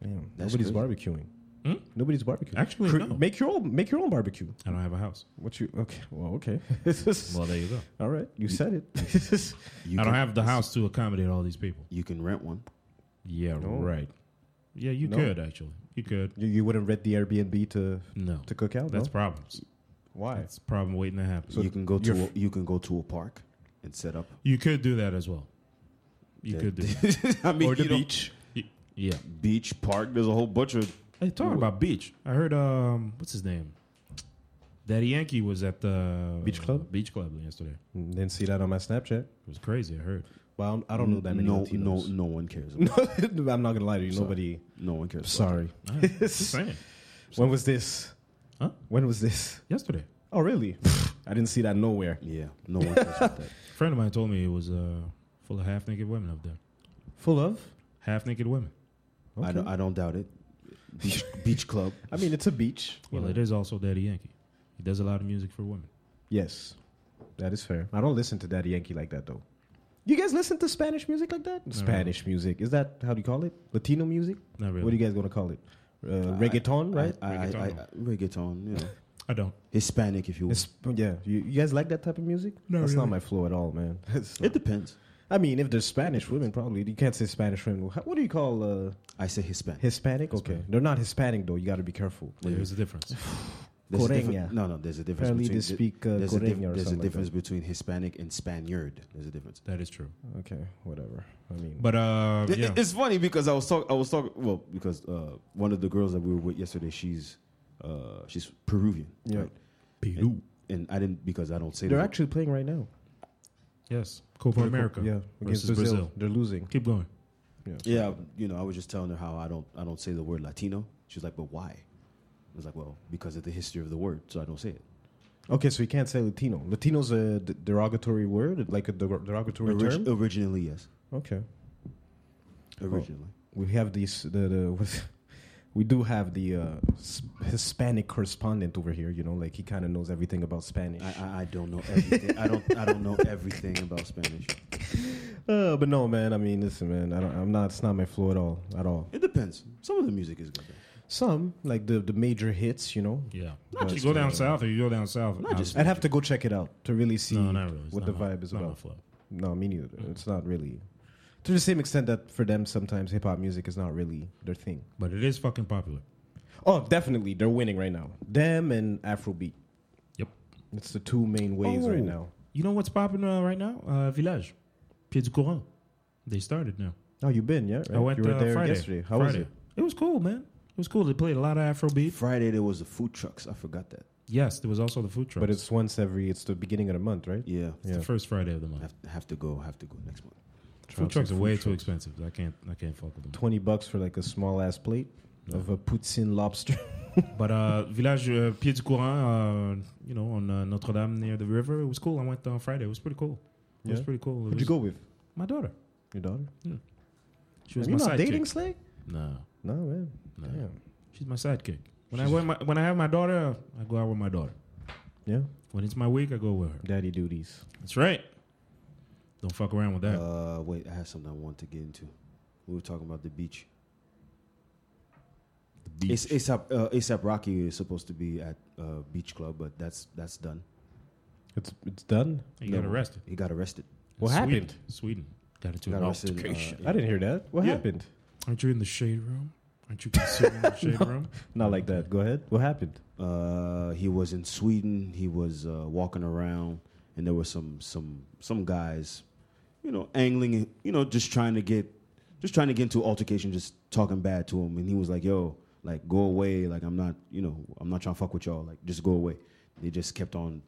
Speaker 2: Damn,
Speaker 1: That's
Speaker 2: nobody's
Speaker 1: crazy.
Speaker 2: barbecuing.
Speaker 3: Hmm?
Speaker 2: Nobody's barbecuing.
Speaker 3: Actually,
Speaker 2: Cre-
Speaker 3: no.
Speaker 2: make your own. Make your own barbecue.
Speaker 3: I don't have a house.
Speaker 2: What you? Okay. Well, okay. <laughs> This is-
Speaker 3: Well, there you go.
Speaker 2: all right. You said it. <laughs>
Speaker 1: You
Speaker 3: I don't
Speaker 1: can-
Speaker 3: have the house to accommodate all these people.
Speaker 1: You can rent one.
Speaker 3: Yeah,
Speaker 2: No.
Speaker 3: right. Yeah, you
Speaker 2: No.
Speaker 3: could actually. You could.
Speaker 2: you, you wouldn't rent the Airbnb to
Speaker 3: No,
Speaker 2: to cook out.
Speaker 3: that's
Speaker 2: no?
Speaker 3: problems.
Speaker 2: why.
Speaker 3: That's a problem waiting to happen.
Speaker 2: So
Speaker 1: you can go
Speaker 2: you're
Speaker 1: to a,
Speaker 2: f-
Speaker 1: you can go to a park and set
Speaker 2: <laughs>
Speaker 1: up.
Speaker 3: you could do that as well. You
Speaker 1: Yeah.
Speaker 3: could do. That.
Speaker 1: I mean,
Speaker 3: or the
Speaker 1: you don't-
Speaker 3: beach. Y- Yeah.
Speaker 1: beach park. There's a whole bunch of
Speaker 3: Hey, talking about beach. I heard um, what's his name? Daddy Yankee was at the
Speaker 2: Beach club?
Speaker 3: Beach club yesterday.
Speaker 2: Didn't see that on my Snapchat.
Speaker 3: It was crazy. I heard.
Speaker 2: Well, I'm- I don't know that many
Speaker 1: no, no,
Speaker 2: Latinos.
Speaker 1: no one cares.
Speaker 2: <laughs>
Speaker 1: About
Speaker 2: No, I'm not gonna lie to you. Nobody.
Speaker 1: no one cares. about
Speaker 2: Sorry.
Speaker 3: All right. Just saying.
Speaker 2: When was this?
Speaker 3: Huh?
Speaker 2: When was this?
Speaker 3: Yesterday,
Speaker 2: Oh, really? <laughs> I didn't see that nowhere.
Speaker 1: that. Yeah, no one cares about
Speaker 2: <laughs>
Speaker 1: that.
Speaker 3: a friend of mine told me it was uh, full of half naked women up there.
Speaker 2: Full of?
Speaker 3: Half naked women.
Speaker 1: I, don't, I don't doubt it. Beach, beach club.
Speaker 2: I mean, it's a beach. you
Speaker 3: Well,
Speaker 2: know.
Speaker 3: it is also Daddy Yankee. He does a lot of music for women.
Speaker 2: Yes, that is fair. I don't listen to Daddy Yankee like that though. You guys listen to Spanish music like that? Spanish music is that how do you call it? Latino music?
Speaker 3: Not really.
Speaker 2: What are you guys gonna call it? Uh, reggaeton, <laughs> right?
Speaker 1: I, I, I, I, reggaeton. You know,
Speaker 3: I don't.
Speaker 1: Hispanic, if you will.
Speaker 2: It's- yeah, you, you guys like that type of music?
Speaker 3: Not
Speaker 2: That's not
Speaker 3: really.
Speaker 2: my flow at all, man. <laughs> It's
Speaker 1: it depends.
Speaker 2: I mean, if there's Spanish women, probably you can't say Spanish women. How- What do you call uh,
Speaker 1: I say Hispanic.
Speaker 2: Hispanic? Okay, they're not Hispanic though. You got to be careful.
Speaker 3: There's a difference.
Speaker 1: There's a
Speaker 2: Coreña.
Speaker 1: different- No, no, there's a difference
Speaker 2: Apparently
Speaker 1: between
Speaker 2: they speak, uh,
Speaker 1: there's a,
Speaker 2: Coreña
Speaker 1: diff-
Speaker 2: or
Speaker 1: there's a
Speaker 2: something like
Speaker 1: difference
Speaker 2: that.
Speaker 1: between Hispanic and Spaniard. There's a difference.
Speaker 3: That is true.
Speaker 2: Okay, whatever. I mean,
Speaker 3: But
Speaker 2: Oh,
Speaker 3: uh,
Speaker 1: It-
Speaker 3: yeah.
Speaker 1: It's funny because I was talking. I was talking. Well, because uh, one of the girls that we were with yesterday, she's uh, she's Peruvian.
Speaker 2: Yeah.
Speaker 1: And, and I didn't because I don't say
Speaker 2: they're
Speaker 1: the-
Speaker 2: actually playing right now.
Speaker 3: yes, Copa America.
Speaker 2: Yeah, against
Speaker 3: versus
Speaker 2: Brazil.
Speaker 3: Brazil.
Speaker 2: They're losing.
Speaker 3: Keep going.
Speaker 1: Yeah, you know, I was just telling her how I don't I don't say the word Latino. She was like, "But why?" I was like, "Well, because of the history of the word, so I don't say it."
Speaker 2: Okay, so you can't say Latino. Latino's a d- derogatory word, like a derog- derogatory
Speaker 1: Orig-
Speaker 2: term.
Speaker 1: Originally, yes.
Speaker 2: Okay, Oh.
Speaker 1: Originally,
Speaker 2: we have these. The, the <laughs> we do have the uh, s- Hispanic correspondent over here. You know, like he kind of knows everything about Spanish.
Speaker 1: I, I I
Speaker 2: <laughs>
Speaker 1: don't know everything. I don't I don't know everything about Spanish.
Speaker 2: Uh, but no, man. I mean, listen, man. I don't, I'm not. It's not my flow at all. At all.
Speaker 1: It depends. Some of the music is good. though.
Speaker 2: Some like the the major hits. You know,
Speaker 3: Yeah. you go down south or you go down south.
Speaker 1: Not just-
Speaker 2: I'd have to go check it out to really see
Speaker 3: No, not really. It's
Speaker 2: what the
Speaker 3: not my-
Speaker 2: vibe is
Speaker 3: not Mm. my
Speaker 2: about.
Speaker 3: flow.
Speaker 2: No, me neither. It's not really. To the same extent that for them, sometimes hip hop music is not really their thing.
Speaker 3: But it is fucking popular.
Speaker 2: Oh, definitely, they're winning right now. Them and Afrobeat.
Speaker 3: Yep.
Speaker 2: It's the two main ways right
Speaker 3: Oh.
Speaker 2: now.
Speaker 3: You know what's popping uh, right now? Uh, Village. Pied du Courant. They started now.
Speaker 2: Oh, you've been, yeah? Right?
Speaker 3: I went
Speaker 2: you were
Speaker 3: uh,
Speaker 2: there
Speaker 3: Friday.
Speaker 2: yesterday. How
Speaker 3: Friday.
Speaker 2: was it?
Speaker 3: It was cool, man. It was cool. They played a lot of Afrobeat.
Speaker 1: Friday there was the food trucks. I forgot that.
Speaker 3: Yes, there was also the food truck.
Speaker 2: But it's once every. It's the beginning of the month, right?
Speaker 1: Yeah,
Speaker 3: the first Friday of the month.
Speaker 1: have, have to go. Have to go next month.
Speaker 3: Food trucks are way too expensive. I can't. I can't fuck with them.
Speaker 2: Twenty bucks for like a small ass plate of a poutine lobster.
Speaker 3: But uh, Village uh, Pied du Courant, uh, you know, on uh, Notre Dame near the river, it was cool. I went on Friday. It was pretty cool. It was
Speaker 2: Yeah?
Speaker 3: pretty cool. It
Speaker 2: <laughs> Who'd
Speaker 3: was
Speaker 2: you go with?
Speaker 3: My daughter.
Speaker 2: Your daughter?
Speaker 3: She was
Speaker 2: You're
Speaker 3: my
Speaker 2: not
Speaker 3: sidekick.
Speaker 2: dating Slay?
Speaker 3: No,
Speaker 2: No, man.
Speaker 3: no.
Speaker 2: Damn.
Speaker 3: She's my sidekick. When I when, my, when I have my daughter, I go out with my daughter.
Speaker 2: Yeah.
Speaker 3: When it's my week, I go with her.
Speaker 2: Daddy duties.
Speaker 3: That's right. Don't fuck around with that.
Speaker 1: Uh, wait, I had something I wanted to get into. We were talking about the beach.
Speaker 3: beach.
Speaker 1: It's ASAP uh, ASAP Rocky is supposed to be at uh, Beach Club, but that's that's done.
Speaker 2: It's it's done.
Speaker 3: you got
Speaker 1: No,
Speaker 3: arrested.
Speaker 1: He got arrested.
Speaker 2: What
Speaker 3: Sweden.
Speaker 2: happened?
Speaker 3: Sweden got into
Speaker 1: Got
Speaker 3: an
Speaker 1: arrested, uh,
Speaker 3: altercation.
Speaker 2: I didn't hear that. What
Speaker 1: Yeah.
Speaker 2: happened?
Speaker 3: Aren't you in the shade room? Aren't you considering the shade room?
Speaker 2: Not like that. Go ahead. What happened?
Speaker 1: Uh, he was in Sweden. He was uh, walking around, and there were some some some guys, you know, angling. You know, just trying to get, just trying to get into altercation, just talking bad to him. And he was like, "Yo, like go away. Like I'm not, you know, I'm not trying to fuck with y'all. Like just go away." They just kept on,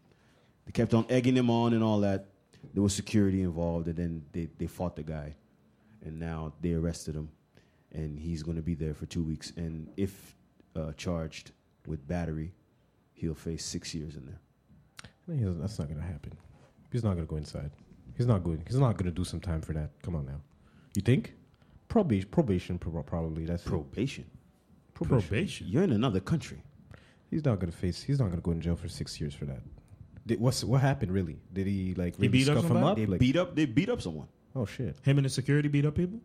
Speaker 1: they kept on egging him on and all that. There was security involved, and then they they fought the guy, and now they arrested him, and he's going to be there for two weeks. And if uh, charged with battery, he'll face six years in there.
Speaker 2: He doesn't- That's not gonna happen. He's not gonna go inside. He's not good. He's not gonna do some time for that. Come on now. You think? Probation. Probation. prob- Probably. That's it.
Speaker 1: Probation.
Speaker 3: Probation.
Speaker 1: You're in another country.
Speaker 2: He's not gonna face. He's not gonna go in jail for six years for that. Did, what's what happened really? Did he like really
Speaker 3: beat up
Speaker 2: scuff him
Speaker 3: somebody?
Speaker 2: up?
Speaker 1: They
Speaker 2: Like,
Speaker 1: beat up. They beat up someone.
Speaker 2: oh shit!
Speaker 3: Him and the security beat up people.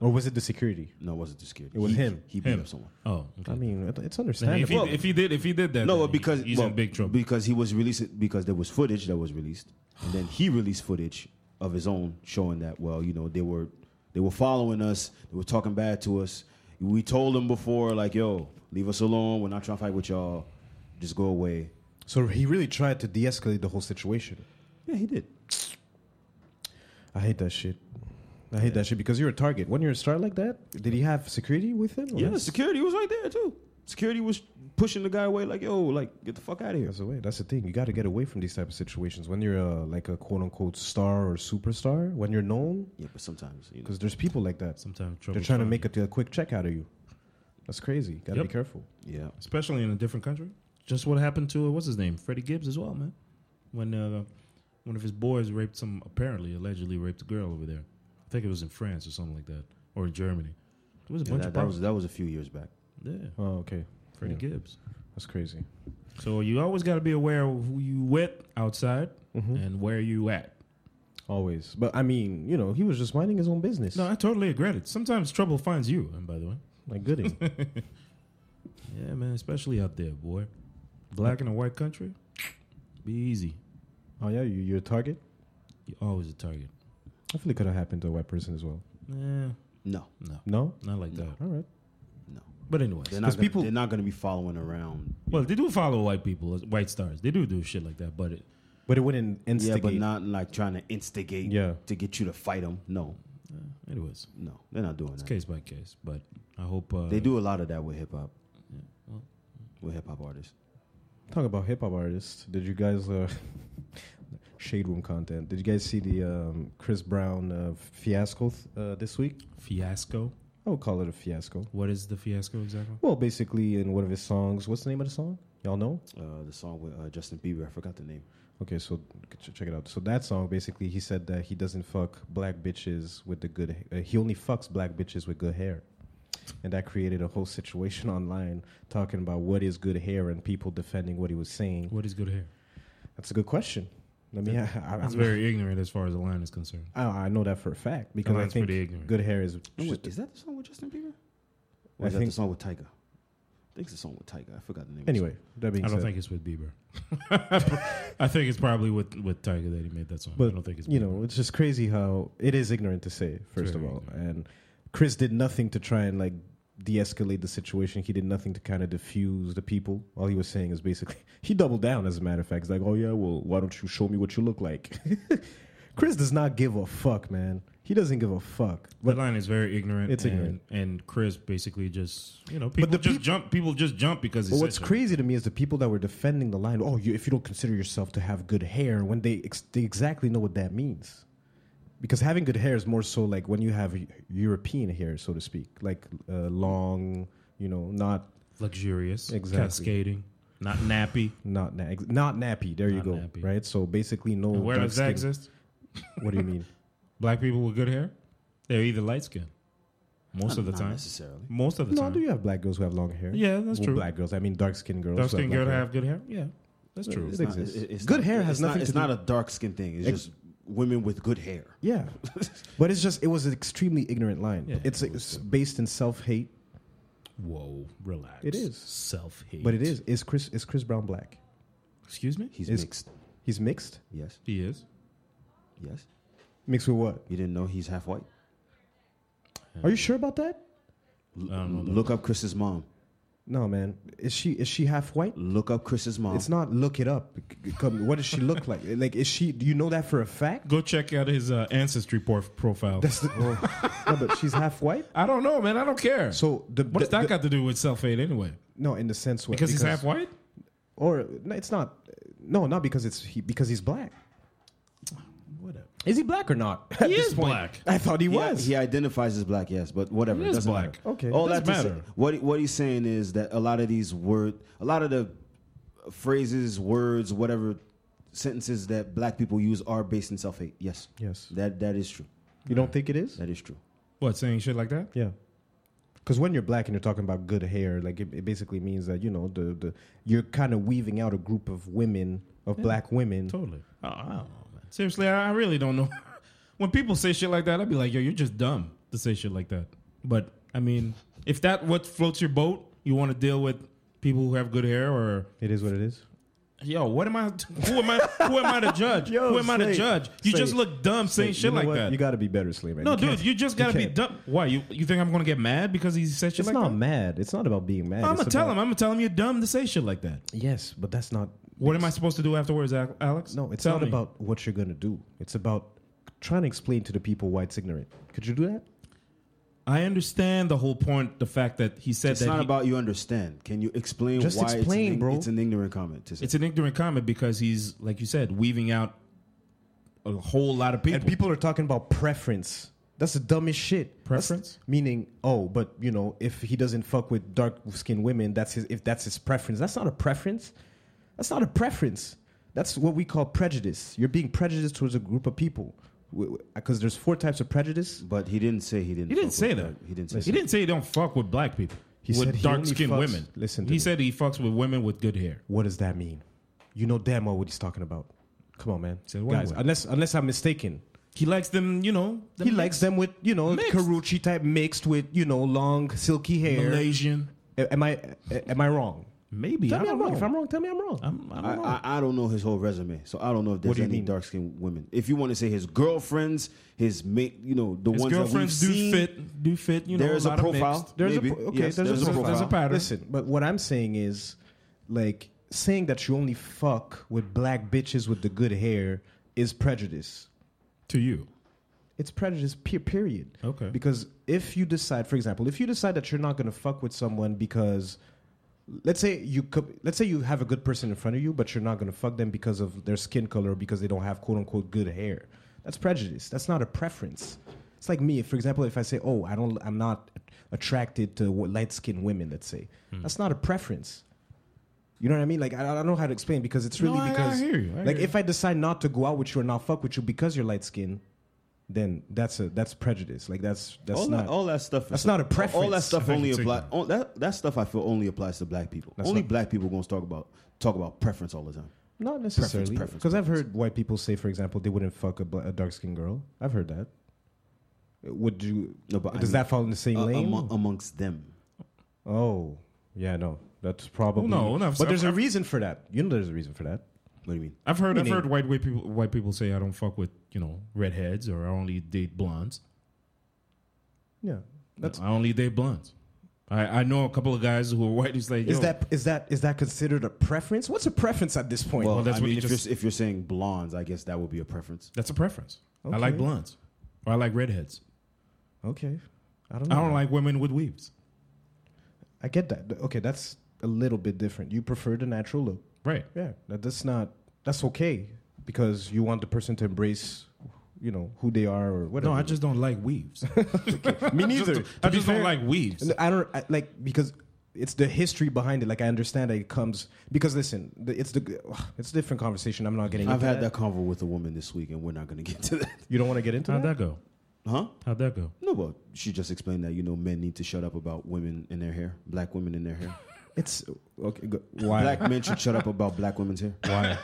Speaker 2: Or was it the security?
Speaker 1: No, it wasn't the security.
Speaker 2: It was
Speaker 1: he,
Speaker 2: him.
Speaker 1: He beat
Speaker 3: Him.
Speaker 1: up someone.
Speaker 3: Oh, okay.
Speaker 2: I mean, it- it's
Speaker 3: Then if,
Speaker 2: understandable.
Speaker 3: he, if he did, if he did that,
Speaker 1: No,
Speaker 3: then
Speaker 1: well,
Speaker 3: he-
Speaker 1: because
Speaker 3: he's
Speaker 1: well,
Speaker 3: in big trouble.
Speaker 1: Because he was releasing because there was footage that was released, and then he released footage of his own showing that well, you know, they were they were following us. They were talking bad to us. We told them before, like, yo, leave us alone. We're not trying to fight with y'all. Just go away.
Speaker 2: so he really tried to de-escalate the whole situation.
Speaker 1: Yeah, he did.
Speaker 2: I hate that shit. I hate that shit because you're a target. When you're a star like that, did he have security with him? Or
Speaker 1: Yeah,
Speaker 2: that's-
Speaker 1: security was right there too. Security was pushing the guy away, like, yo, like, get the fuck out of here.
Speaker 2: That's the way. That's the thing. You got to get away from these type of situations. When you're uh, like a quote unquote star or superstar, when you're known,
Speaker 1: Yeah, but sometimes, you know,
Speaker 2: because there's people like that.
Speaker 3: sometimes trouble.
Speaker 2: They're trying to make a, a quick check out of you. That's crazy. Got to
Speaker 3: Yep.
Speaker 2: be careful.
Speaker 1: yeah,
Speaker 3: especially in a different country. Just what happened to uh, what's his name, Freddie Gibbs, as well, man. When uh, one of his boys raped some, apparently, allegedly raped a girl over there. I think it was in France or something like that, or in Germany. It was a
Speaker 1: Yeah,
Speaker 3: bunch
Speaker 1: that,
Speaker 3: of
Speaker 1: that
Speaker 3: problems.
Speaker 1: was that was a few years back.
Speaker 3: yeah,
Speaker 2: Oh, okay.
Speaker 3: Freddie
Speaker 2: Yeah.
Speaker 3: Gibbs.
Speaker 2: That's crazy.
Speaker 3: So you always got to be aware of who you with outside
Speaker 1: Mm-hmm.
Speaker 3: and where you at.
Speaker 2: Always. But I mean, you know, he was just minding his own business.
Speaker 3: No, I totally agree. It. Sometimes trouble finds you. And by the way,
Speaker 2: Like Gooding.
Speaker 3: <laughs> yeah, man, especially out there, boy. Black in a white country, be easy.
Speaker 2: oh yeah, you, you're a target.
Speaker 3: You're always a target.
Speaker 2: I feel it could have happened to a white person as well.
Speaker 3: Yeah,
Speaker 1: No,
Speaker 3: no,
Speaker 2: No?
Speaker 3: not like that.
Speaker 2: All right.
Speaker 1: no.
Speaker 3: But anyways,
Speaker 1: They're not, gonna,
Speaker 2: people-
Speaker 1: they're not gonna be following around.
Speaker 3: well, they do follow white people, white stars. They do do shit like that. But it,
Speaker 2: But it wouldn't instigate.
Speaker 1: Yeah, but not like trying to instigate
Speaker 2: Yeah.
Speaker 1: to get you to fight them. No,
Speaker 3: uh, anyways,
Speaker 1: no, they're not doing that.
Speaker 3: case by case. But I hope uh,
Speaker 1: They do a lot of that with hip hop. With hip hop artists.
Speaker 2: Talk about hip hop artists. Did you guys uh, <laughs> shade room content? Did you guys see the um, Chris Brown uh, fiasco th- uh, this week?
Speaker 3: fiasco.
Speaker 2: I would call it a fiasco.
Speaker 3: What is the fiasco exactly?
Speaker 2: Well, basically, in one of his songs, what's the name of the song? Y'all know?
Speaker 1: Uh, the song with uh, Justin Bieber, I forgot the name.
Speaker 2: Okay, so ch- check it out. So that song, basically, he said that he doesn't fuck black bitches with the good. ha- Uh, he only fucks black bitches with good hair, and that created a whole situation <laughs> online talking about what is good hair and people defending what he was saying.
Speaker 3: What is good hair?
Speaker 2: That's a good question. Let me. I, <laughs> I,
Speaker 3: That's very ignorant as far as the line is concerned.
Speaker 2: I, I know that for a fact because I
Speaker 3: Oh, that's
Speaker 2: think
Speaker 3: pretty ignorant.
Speaker 2: good hair is.
Speaker 1: No, wait,
Speaker 2: just-
Speaker 1: is that the song with Justin Bieber?
Speaker 2: I
Speaker 1: Or is that
Speaker 2: think-
Speaker 1: the song with Tyga? I think it's the song with Tyga. I forgot the name. of the
Speaker 2: anyway, that being
Speaker 3: I don't
Speaker 2: said,
Speaker 3: think it's with Bieber. <laughs> I think it's probably with with Tiger that he made that song.
Speaker 2: but
Speaker 3: I don't think it's
Speaker 2: you
Speaker 3: Bieber.
Speaker 2: know it's just crazy how it is ignorant to say first of
Speaker 3: very
Speaker 2: all, and Chris did nothing to try and like de-escalate the situation. He did nothing to kind of diffuse the people. All he was saying is basically <laughs> he doubled down. As a matter of fact, he's like, "Oh yeah, well, why don't you show me what you look like?" <laughs> Chris does not give a fuck, man. He doesn't give a fuck.
Speaker 3: The line is very ignorant.
Speaker 2: It's
Speaker 3: and,
Speaker 2: ignorant.
Speaker 3: And Chris basically just you know people
Speaker 2: the
Speaker 3: just
Speaker 2: peop-
Speaker 3: jump. People just jump because he
Speaker 2: But
Speaker 3: said
Speaker 2: what's
Speaker 3: so.
Speaker 2: crazy to me is the people that were defending the line. Oh, you, if you don't consider yourself to have good hair, when they ex- they exactly know what that means, because having good hair is more so like when you have Eu- European hair, so to speak, like uh, long, you know, not
Speaker 3: luxurious,
Speaker 2: Exactly.
Speaker 3: cascading, not nappy.
Speaker 2: not na- ex- not nappy. There you
Speaker 3: Not
Speaker 2: go,
Speaker 3: nappy.
Speaker 2: right? So basically, no.
Speaker 3: And where does that
Speaker 2: dark skin.
Speaker 3: exist?
Speaker 2: What do you
Speaker 3: <laughs>
Speaker 2: mean?
Speaker 3: Black people with good hair, they're either light skinned
Speaker 1: song.
Speaker 3: most of the
Speaker 1: Not
Speaker 3: time.
Speaker 1: necessarily.
Speaker 3: Most of the
Speaker 2: no,
Speaker 3: time.
Speaker 2: do you have black girls who have long hair?
Speaker 3: Yeah, that's
Speaker 2: Well,
Speaker 3: true.
Speaker 2: Black girls. I mean, dark skinned girls. who
Speaker 3: Dark skinned
Speaker 2: black
Speaker 3: girl to
Speaker 2: hair.
Speaker 3: have good hair. Yeah, that's true.
Speaker 1: It's
Speaker 2: It
Speaker 1: not-
Speaker 2: exists.
Speaker 1: it- it's
Speaker 2: Good
Speaker 1: not-
Speaker 2: hair has
Speaker 1: it's not-
Speaker 2: nothing
Speaker 1: It's
Speaker 2: to do-
Speaker 1: not a dark skin thing. It's
Speaker 2: Ex-
Speaker 1: just women with good hair.
Speaker 3: <laughs>
Speaker 2: Yeah, but it's just it was an extremely ignorant line.
Speaker 3: Yeah.
Speaker 2: it's, it's based in self hate.
Speaker 3: Whoa, relax.
Speaker 2: It is.
Speaker 3: self hate,
Speaker 2: But it is is Chris is Chris Brown black?
Speaker 3: Excuse me.
Speaker 1: He's
Speaker 2: It's-
Speaker 1: mixed.
Speaker 2: He's mixed.
Speaker 1: Yes,
Speaker 3: He is.
Speaker 1: yes.
Speaker 2: Mixed with what?
Speaker 1: You didn't know he's half white?
Speaker 2: Are you sure about that?
Speaker 1: L-
Speaker 3: don't know
Speaker 1: look up Chris's mom.
Speaker 2: No, man. Is she is she half white?
Speaker 1: Look up Chris's mom.
Speaker 2: It's not. Look it up. C- Come, what does she look like? <laughs> Like is she? Do you know that for a fact? <laughs>
Speaker 3: Go check out his uh, ancestry porf- profile.
Speaker 2: That's the, no, but she's half white.
Speaker 3: I don't know, man. I don't care.
Speaker 2: So the
Speaker 3: what does
Speaker 2: the-
Speaker 3: that
Speaker 2: the-
Speaker 3: got to do with self hate anyway?
Speaker 2: No, in the sense where
Speaker 3: Because, he's half white.
Speaker 2: Or no, it's not. No, not because it's he, because he's black.
Speaker 3: Whatever.
Speaker 2: Is he black or not?
Speaker 3: He is black.
Speaker 2: I thought he
Speaker 1: He-
Speaker 2: was.
Speaker 1: He identifies as black, yes, but whatever.
Speaker 3: He
Speaker 1: it
Speaker 3: is
Speaker 1: doesn't
Speaker 3: black.
Speaker 1: Matter.
Speaker 2: Okay.
Speaker 1: All
Speaker 3: Doesn't
Speaker 1: that to say-
Speaker 3: matter.
Speaker 1: what he- what he's saying is that a lot of these word, a lot of the phrases, words, whatever sentences that black people use are based in self hate. Yes.
Speaker 2: Yes.
Speaker 1: That that is true.
Speaker 2: You don't think it is?
Speaker 1: That is true.
Speaker 3: What saying shit like that?
Speaker 2: Yeah. Because when you're black and you're talking about good hair, like it, it basically means that you know the, the you're kind of weaving out a group of women of black women.
Speaker 3: Totally. I,
Speaker 2: Oh,
Speaker 3: I don't know, man. Seriously, I, I really don't know. <laughs> when people say shit like that, I'd be like, yo, you're just dumb to say shit like that. But I mean, if that what floats your boat, you want to deal with people who have good hair or
Speaker 2: It is what it is.
Speaker 3: yo, what am I? Who am I? Who am I to judge?
Speaker 2: <laughs> Yo,
Speaker 3: who am I to
Speaker 2: Slate,
Speaker 3: judge? You
Speaker 2: Slate,
Speaker 3: just look dumb saying
Speaker 2: Like,
Speaker 3: shit
Speaker 2: you know
Speaker 3: like
Speaker 2: what?
Speaker 3: that.
Speaker 2: You got to be better, Slay, man.
Speaker 3: no,
Speaker 2: You
Speaker 3: dude,
Speaker 2: can't-
Speaker 3: you just gotta be
Speaker 2: can't.
Speaker 3: dumb. Why you? You think I'm gonna get mad because he said shit
Speaker 2: It's
Speaker 3: like
Speaker 2: not
Speaker 3: that?
Speaker 2: mad. It's not about being mad.
Speaker 3: I'm
Speaker 2: It's
Speaker 3: gonna tell
Speaker 2: about-
Speaker 3: him. I'm gonna tell him you're dumb to say shit like that.
Speaker 2: Yes, but that's not.
Speaker 3: What am I supposed to do afterwards, Al- Alex?
Speaker 2: No, it's
Speaker 3: Tell
Speaker 2: not
Speaker 3: me.
Speaker 2: about what you're gonna do. It's about trying to explain to the people why it's ignorant. Could you do that?
Speaker 3: I understand the whole point. The fact that he said
Speaker 1: It's
Speaker 3: that
Speaker 1: not
Speaker 3: he-
Speaker 1: about you understand. Can you explain
Speaker 2: Just
Speaker 1: why
Speaker 2: explain,
Speaker 1: it's, an,
Speaker 2: bro.
Speaker 1: it's an ignorant comment to say?
Speaker 3: It's an ignorant comment because he's, like you said, weaving out a whole lot of people.
Speaker 2: And people are talking about preference. That's the dumbest shit. That's-
Speaker 3: Preference?
Speaker 2: meaning, oh, but you know, if he doesn't fuck with dark skinned women, that's his if that's his preference. That's not a preference. That's not a preference. That's what we call prejudice. You're being prejudiced towards a group of people. Because there's four types of prejudice.
Speaker 1: but he didn't say he didn't.
Speaker 3: he didn't
Speaker 1: fuck
Speaker 3: say
Speaker 1: with
Speaker 3: that.
Speaker 1: He didn't say
Speaker 3: He
Speaker 1: that.
Speaker 3: didn't say he don't fuck with black people.
Speaker 2: He said
Speaker 3: with
Speaker 2: he
Speaker 3: dark
Speaker 2: only
Speaker 3: skinned
Speaker 2: fucks-
Speaker 3: women.
Speaker 2: listen to
Speaker 3: he
Speaker 2: me.
Speaker 3: said he fucks with women with good hair.
Speaker 2: What does that mean? You know damn well what he's talking about. Come on, man.
Speaker 3: Said one
Speaker 2: Guys,
Speaker 3: way.
Speaker 2: unless unless I'm mistaken.
Speaker 3: He likes them, you know. them
Speaker 2: he likes them with, you know,
Speaker 3: Mixed.
Speaker 2: karuchi type mixed with, you know, long silky hair.
Speaker 3: Malaysian.
Speaker 2: Am I am I wrong?
Speaker 3: Maybe
Speaker 2: Tell
Speaker 3: I
Speaker 2: me
Speaker 3: don't
Speaker 2: I'm wrong.
Speaker 3: know.
Speaker 2: If I'm wrong, tell me I'm wrong.
Speaker 3: I'm, I
Speaker 1: I,
Speaker 3: don't know.
Speaker 1: I, I don't know his whole resume, so I don't know if
Speaker 2: What
Speaker 1: there's
Speaker 2: do you
Speaker 1: any
Speaker 2: mean?
Speaker 1: dark skinned women. If you want to say his girlfriends, his mate, you know the
Speaker 3: His
Speaker 1: ones that we've
Speaker 3: girlfriends do
Speaker 1: seen,
Speaker 3: fit. Do fit. You know,
Speaker 1: there's
Speaker 3: a,
Speaker 1: a
Speaker 3: lot of
Speaker 1: profile.
Speaker 3: mixed.
Speaker 2: There's
Speaker 1: Maybe.
Speaker 2: a po- okay.
Speaker 1: Yes,
Speaker 2: there's,
Speaker 1: there's
Speaker 2: a,
Speaker 1: a
Speaker 2: there's
Speaker 1: profile.
Speaker 3: pattern.
Speaker 2: Listen, but what I'm saying is, like, saying that you only fuck with black bitches with the good hair is prejudice.
Speaker 3: to you.
Speaker 2: It's prejudice. Pe- period.
Speaker 3: Okay.
Speaker 2: Because if you decide, for example, if you decide that you're not gonna fuck with someone because let's say you could, let's say you have a good person in front of you, but you're not gonna fuck them because of their skin color or because they don't have quote unquote good hair. That's prejudice. That's not a preference. It's like me, for example, if I say, "Oh, I don't, I'm not attracted to light-skinned women," let's say,
Speaker 3: Hmm.
Speaker 2: that's not a preference. You know what I mean? Like I, I don't know how to explain because it's
Speaker 3: No,
Speaker 2: really
Speaker 3: I- I
Speaker 2: because
Speaker 3: hear you. I
Speaker 2: like
Speaker 3: hear
Speaker 2: if I decide not to go out with you or not fuck with you because you're light skinned, then that's a that's prejudice. Like that's that's
Speaker 1: all
Speaker 2: not
Speaker 1: that all that stuff. is-
Speaker 2: that's not a
Speaker 1: All that
Speaker 2: preference.
Speaker 1: stuff
Speaker 3: I
Speaker 1: only
Speaker 3: can take
Speaker 1: apply.
Speaker 3: that.
Speaker 1: all- that that stuff I feel only applies to black people.
Speaker 2: That's
Speaker 1: only
Speaker 2: not-
Speaker 1: black people gonna talk about talk about preference all the time.
Speaker 2: not necessarily
Speaker 1: preference,
Speaker 2: because I've heard white people say, for example, they wouldn't fuck a, bla a dark skinned girl. I've heard that. Would you?
Speaker 1: No, but I
Speaker 2: does
Speaker 1: mean,
Speaker 2: that fall in the same
Speaker 1: Uh,
Speaker 2: lane?
Speaker 1: among- amongst them.
Speaker 2: oh, yeah, no, that's probably
Speaker 3: no, no,
Speaker 2: But there's a
Speaker 3: I've-
Speaker 2: reason for that. You know, there's a reason for that.
Speaker 1: What do you mean?
Speaker 3: I've heard. I've
Speaker 2: Meaning-
Speaker 3: heard white white people. White people say I don't fuck with you know redheads or I only date blondes.
Speaker 2: Yeah, that's
Speaker 3: I only date blondes. I, I know a couple of guys who are white who's like,
Speaker 2: is
Speaker 3: yo,
Speaker 2: that is that is that considered a preference? What's a preference at this point?
Speaker 1: Well,
Speaker 3: that's
Speaker 1: I
Speaker 3: what
Speaker 1: mean,
Speaker 3: you
Speaker 1: if
Speaker 3: just-
Speaker 1: you're if you're saying blondes, I guess that would be a preference.
Speaker 3: that's a preference. I like
Speaker 2: Okay.
Speaker 3: blondes, or I like redheads.
Speaker 2: okay, I don't.
Speaker 3: I
Speaker 2: know.
Speaker 3: don't like women with weaves.
Speaker 2: I get that. Th- Okay, that's a little bit different. You prefer the natural look.
Speaker 3: Right.
Speaker 2: Yeah, that, that's not that's okay because you want the person to embrace, you know, who they are or whatever.
Speaker 3: No, I just don't like
Speaker 2: <laughs>
Speaker 3: weaves.
Speaker 2: me neither.
Speaker 3: I just don't like weaves.
Speaker 2: And I don't I, like because it's the history behind it. Like I understand that it comes because listen, the- it's the it's a different conversation. I'm not getting.
Speaker 1: I've
Speaker 2: into
Speaker 1: had that convo with a woman this week, and we're not gonna <laughs> get to that.
Speaker 2: You don't want to get into
Speaker 3: How'd
Speaker 2: that.
Speaker 3: that go?
Speaker 1: Huh?
Speaker 3: How'd that go?
Speaker 1: No, but she just explained that you know men need to shut up about women in their hair, black women in their hair.
Speaker 2: It's okay. Go, why?
Speaker 1: Black men should shut up about black women's hair.
Speaker 2: Why?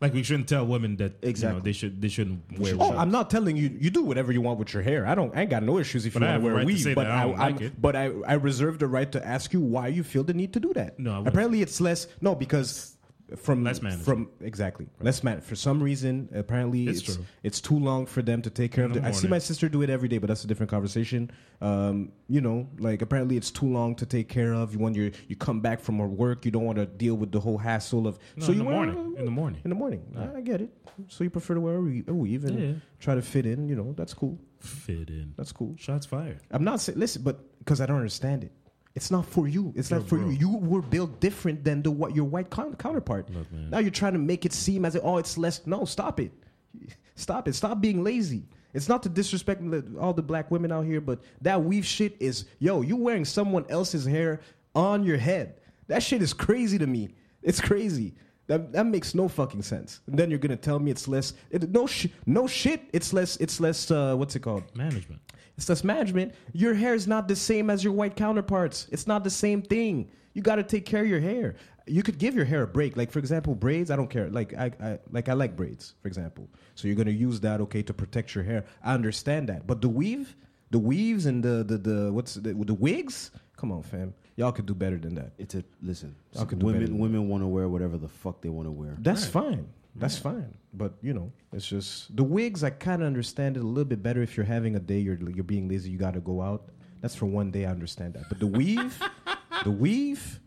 Speaker 3: Like we shouldn't tell women that exactly.
Speaker 1: Exactly.
Speaker 3: they should they shouldn't wear.
Speaker 2: Oh,
Speaker 3: weaves.
Speaker 2: I'm not telling you. You do whatever you want with your hair. I don't. I ain't got no issues if
Speaker 3: But
Speaker 2: you
Speaker 3: I
Speaker 2: want
Speaker 3: have a
Speaker 2: to wear
Speaker 3: right to
Speaker 2: weave.
Speaker 3: say
Speaker 2: but
Speaker 3: that I don't
Speaker 2: I'm-
Speaker 3: like it.
Speaker 2: But I, I reserve the right to ask you why you feel the need to do that.
Speaker 3: No, I wouldn't.
Speaker 2: apparently it's less. No, because from
Speaker 3: Less management.
Speaker 2: From exactly less man. For some reason, apparently
Speaker 3: It's
Speaker 2: it's
Speaker 3: true.
Speaker 2: it's too long for them to take care of.
Speaker 3: the
Speaker 2: The, I see
Speaker 3: morning.
Speaker 2: my sister do it every day, but that's a different conversation. Um, you know, like apparently it's too long to take care of. When you you come back from her work, you don't want to deal with the whole hassle of.
Speaker 3: No,
Speaker 2: so
Speaker 3: in
Speaker 2: you
Speaker 3: the
Speaker 2: wear-
Speaker 3: morning. In the morning.
Speaker 2: <laughs> in the morning. I get it. So you prefer to wear a wee- a weave and
Speaker 3: Yeah.
Speaker 2: try to fit in. You know, that's cool.
Speaker 3: Fit in.
Speaker 2: That's cool.
Speaker 3: Shots fired.
Speaker 2: I'm not saying listen, but because I don't understand it, it's not for you. It's not
Speaker 3: Look,
Speaker 2: for
Speaker 3: bro.
Speaker 2: you. You were built different than the what your white coun counterpart.
Speaker 3: Look, man.
Speaker 2: Now you're trying to make it seem as if, oh, it's less. No, stop it. <laughs> Stop it. Stop being lazy. It's not to disrespect li- all the black women out here, but that weave shit is yo. You wearing someone else's hair on your head. That shit is crazy to me. It's crazy. That, that makes no fucking sense. And then you're gonna tell me it's less. It, no sh- no shit. It's less. It's less. Uh, what's it called?
Speaker 3: Management.
Speaker 2: It's less management. Your hair is not the same as your white counterparts. It's not the same thing. You got to take care of your hair. You could give your hair a break. Like for example, braids. I don't care. Like I, I like I like braids. For example, so you're gonna use that okay to protect your hair. I understand that. But the weave, the weaves and the the, the what's the, the wigs? Come on, fam. Y'all could do better than that.
Speaker 1: It's a listen.
Speaker 2: I could do better
Speaker 1: women
Speaker 2: than
Speaker 1: women want to wear whatever the fuck they want to wear.
Speaker 2: That's fine. That's fine. But you know, it's just the wigs. I kind of understand it a little bit better if you're having a day you're you're being lazy. You got to go out. That's for one day. I understand that. But
Speaker 1: <laughs>
Speaker 2: the weave, the weave.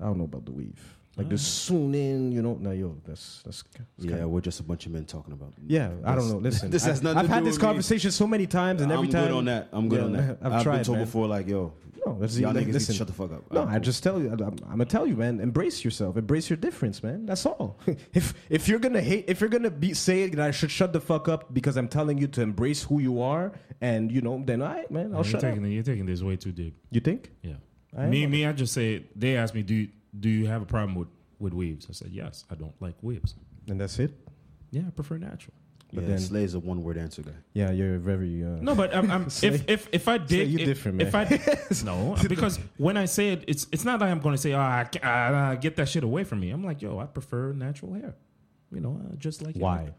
Speaker 2: I don't know about the weave. Like the sewn in, you know. No, yo, that's that's. that's
Speaker 1: Ah. yeah,
Speaker 2: kinda-
Speaker 1: we're just a bunch of men talking about.
Speaker 2: yeah. I don't
Speaker 1: That's-
Speaker 2: know.
Speaker 1: <laughs>
Speaker 2: Listen,
Speaker 1: this has
Speaker 2: I,
Speaker 1: nothing
Speaker 2: I've
Speaker 1: to
Speaker 2: had
Speaker 1: do
Speaker 2: this
Speaker 1: with me.
Speaker 2: conversation so many times, and every
Speaker 1: I'm
Speaker 2: time
Speaker 1: good on that. I'm good
Speaker 2: Yeah, <laughs>
Speaker 1: on that.
Speaker 2: I've,
Speaker 1: I've
Speaker 2: tried,
Speaker 1: been told
Speaker 2: man.
Speaker 1: before, like, yo,
Speaker 2: No, that's
Speaker 1: y'all
Speaker 2: like,
Speaker 1: niggas need to
Speaker 2: listen.
Speaker 1: shut the fuck up.
Speaker 2: No,
Speaker 1: Alright,
Speaker 2: I
Speaker 1: cool.
Speaker 2: just tell you, I'm, I'm gonna tell you, man. Embrace yourself. Embrace your difference, man. That's all. <laughs> if if you're gonna hate, if you're gonna be saying that I should shut the fuck up because I'm telling you to embrace who you are, and you know, then I, man, I'll
Speaker 3: you're
Speaker 2: Oh, shut up.
Speaker 3: taking you're taking this way too deep.
Speaker 2: You think?
Speaker 3: Yeah.
Speaker 2: I
Speaker 3: me,
Speaker 2: am.
Speaker 3: me, I just say they asked me, do you, do you have a problem with, with weaves? I said, yes, I don't like weaves.
Speaker 2: And that's it.
Speaker 3: Yeah, I prefer natural.
Speaker 1: yeah,
Speaker 2: but then-
Speaker 1: Slay's a one word answer guy.
Speaker 2: Yeah, you're very. Uh,
Speaker 3: No, but I'm, I'm,
Speaker 2: <laughs> Slay.
Speaker 3: if, if if I did,
Speaker 2: you
Speaker 3: if,
Speaker 2: different,
Speaker 3: If I
Speaker 2: <laughs>
Speaker 3: no, because when I say it, it's it's not that I'm going to say, oh, I, ca- uh, get that shit away from me. I'm like, yo, I prefer natural hair. You know, I just like it.
Speaker 2: Why?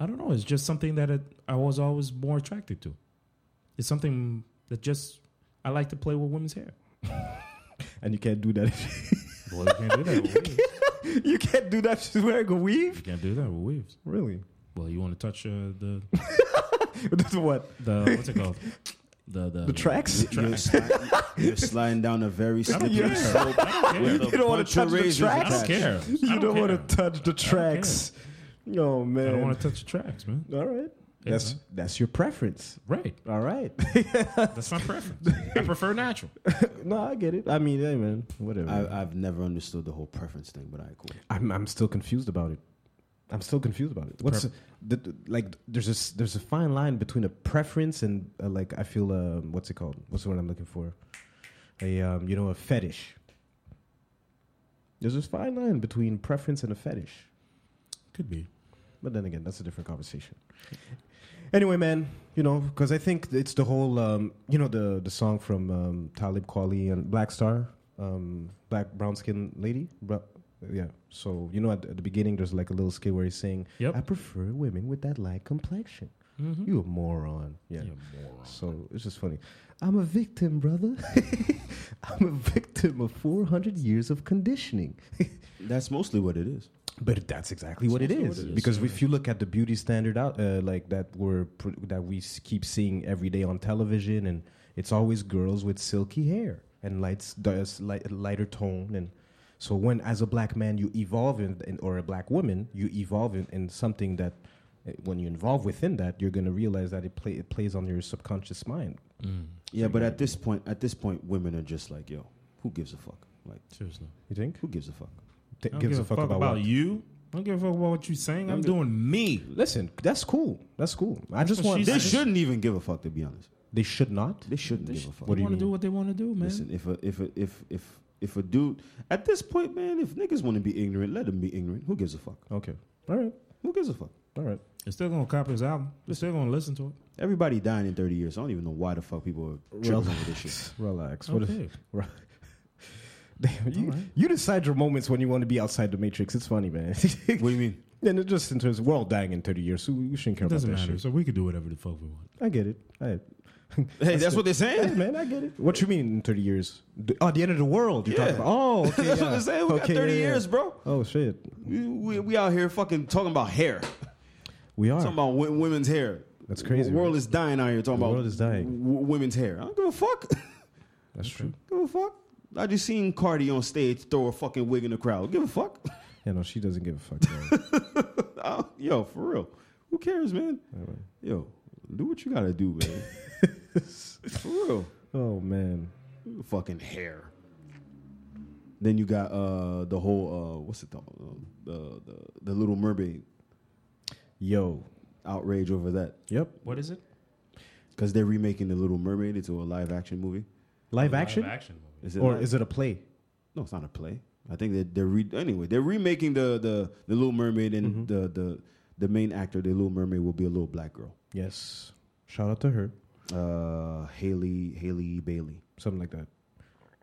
Speaker 3: I don't know. It's just something that it, I was always more attracted to. It's something that just I like to play with women's hair.
Speaker 2: And you can't do that. <laughs> If
Speaker 3: Boy, we can't do that with weaves.
Speaker 2: you can't do that. She's wearing a
Speaker 3: You
Speaker 2: weave.
Speaker 3: can't do that with weaves.
Speaker 2: Really? <laughs>
Speaker 3: Well, you want to touch uh, the
Speaker 2: what?
Speaker 3: the what's it called? The the,
Speaker 2: The tracks?
Speaker 1: You're, sli-
Speaker 2: <laughs>
Speaker 1: you're sliding down a very slippery
Speaker 2: care.
Speaker 1: slope.
Speaker 3: I
Speaker 1: with
Speaker 2: <laughs> You
Speaker 1: a
Speaker 2: don't wanna
Speaker 1: bunch of
Speaker 2: touch the
Speaker 1: razors
Speaker 3: I
Speaker 2: tracks?
Speaker 3: don't
Speaker 1: attached.
Speaker 3: care. I
Speaker 2: You don't want
Speaker 3: care.
Speaker 2: to touch the tracks. Oh man.
Speaker 3: I don't want to touch the tracks, man.
Speaker 2: All right. That's
Speaker 3: man.
Speaker 2: that's your preference.
Speaker 3: Right.
Speaker 2: All right.
Speaker 3: That's my preference. I prefer natural.
Speaker 2: no, I get it. I mean, hey man, whatever.
Speaker 1: I, I've never understood the whole preference thing, but I cool.
Speaker 2: I'm I'm still confused about it. I'm still confused about it. What's
Speaker 3: Pref-
Speaker 2: the, the- like? There's a s- there's a fine line between a preference and uh, like I feel uh, what's it called? What's the word I'm looking for? A um, you know a fetish. There's this fine line between preference and a fetish,
Speaker 3: Could be.
Speaker 2: but then again, that's a different conversation. Anyway, man, you know, because I think it's the whole um, you know the the song from um, Talib Kweli and Black Star, um, black brown skin lady. Bra- yeah. So you know at, at the beginning there's like a little skit where he's saying,
Speaker 3: Yep. Hmm.
Speaker 2: I prefer women with that light complexion. You a moron. Yeah.
Speaker 3: You moron.
Speaker 2: So it's just funny. I'm a victim, brother. <laughs> I'm a victim of 400 years of conditioning.
Speaker 1: That's mostly what it is.
Speaker 2: But that's exactly what it,
Speaker 3: also what
Speaker 2: is.
Speaker 3: it is,
Speaker 2: Because if you look at the beauty standard out uh, like that we're pr- that we s- keep seeing every day on television, and it's always girls with silky hair and lights, does light, lighter tone, and so when as a black man you evolve in, in or a black woman you evolve in, in something that uh, when you involve within that you're gonna realize that it play it plays on your subconscious mind.
Speaker 3: Mm.
Speaker 1: Yeah, but at this point, at this point, women are just like, yo, who gives a fuck? Like,
Speaker 3: Seriously.
Speaker 2: You think?
Speaker 1: who gives a fuck?
Speaker 2: Th-
Speaker 3: I don't give a, fuck, about,
Speaker 2: what?
Speaker 3: you. I don't give a fuck about what you're saying. I'm doing me.
Speaker 2: Listen, that's cool. That's cool. I just
Speaker 3: what
Speaker 2: want
Speaker 3: she
Speaker 1: They
Speaker 2: they,
Speaker 3: said.
Speaker 1: shouldn't even give a fuck, to be honest.
Speaker 2: they should not.
Speaker 1: They shouldn't give a fuck.
Speaker 2: What do
Speaker 3: they
Speaker 2: you
Speaker 3: want to do
Speaker 2: mean?
Speaker 3: what they want to do, man.
Speaker 1: Listen, if a if a if if if a dude at this point, man, if niggas want to be ignorant, let them be ignorant. Who gives a fuck?
Speaker 2: Okay. All right.
Speaker 1: Who gives a fuck?
Speaker 2: All right.
Speaker 3: They're still gonna cop his album. They're still gonna listen to it.
Speaker 1: Everybody dying in thirty years. I don't even know why the fuck people are tripping over this shit.
Speaker 2: Relax. What
Speaker 3: Okay.
Speaker 2: if, right. <laughs> Damn, you, you decide your moments when you want to be outside the matrix. It's funny, man. <laughs>
Speaker 1: What do you mean?
Speaker 2: and it just in terms, we're all dying in 30 years, so we shouldn't care
Speaker 3: It
Speaker 2: about
Speaker 3: doesn't
Speaker 2: that
Speaker 3: matter.
Speaker 2: shit.
Speaker 3: So we could do whatever the fuck we want.
Speaker 2: I get it. I,
Speaker 1: <laughs> Hey, that's what they're saying.
Speaker 2: <laughs> hey, man, I get it. What you mean in 30 years? The- oh, the end of the world. You're
Speaker 1: Yeah.
Speaker 2: talking
Speaker 1: <laughs>
Speaker 2: about. Oh, okay.
Speaker 1: That's what
Speaker 2: yeah.
Speaker 1: I'm saying. We
Speaker 2: Okay,
Speaker 1: got thirty
Speaker 2: yeah, yeah.
Speaker 1: years, bro.
Speaker 2: Oh, shit.
Speaker 1: We, we we out here fucking talking about hair.
Speaker 2: We are.
Speaker 1: Talking about wo- women's hair.
Speaker 2: That's crazy,
Speaker 1: The world
Speaker 2: right?
Speaker 1: is dying out here. Talking
Speaker 2: The
Speaker 1: about
Speaker 2: world is dying.
Speaker 1: w- women's hair. I don't give a fuck. <laughs>
Speaker 2: That's true.
Speaker 1: give a fuck. I just seen Cardi on stage throw a fucking wig in the crowd. Give a fuck. <laughs>
Speaker 2: Yeah, no, she doesn't give a fuck. man.
Speaker 1: Uh, yo, for real. Who cares, man? Yo, do what you gotta do, man. for real.
Speaker 2: oh, man.
Speaker 1: Fucking hair. Then you got uh the whole uh what's it called uh, the, the the Little Mermaid
Speaker 2: Yo.
Speaker 1: outrage over that
Speaker 2: Yep.
Speaker 3: What is it?
Speaker 1: because they're remaking the Little Mermaid into a live action movie.
Speaker 2: Live action?
Speaker 3: action movie.
Speaker 1: Is
Speaker 2: Or
Speaker 1: live?
Speaker 2: is it a play?
Speaker 1: No, it's not a play. I think that they're re- anyway. They're remaking the the the Little Mermaid and the the the main actor, the Little Mermaid, will be a little black girl,
Speaker 2: Yes. Shout out to her.
Speaker 1: uh, Haley Haley Bailey.
Speaker 2: something like that.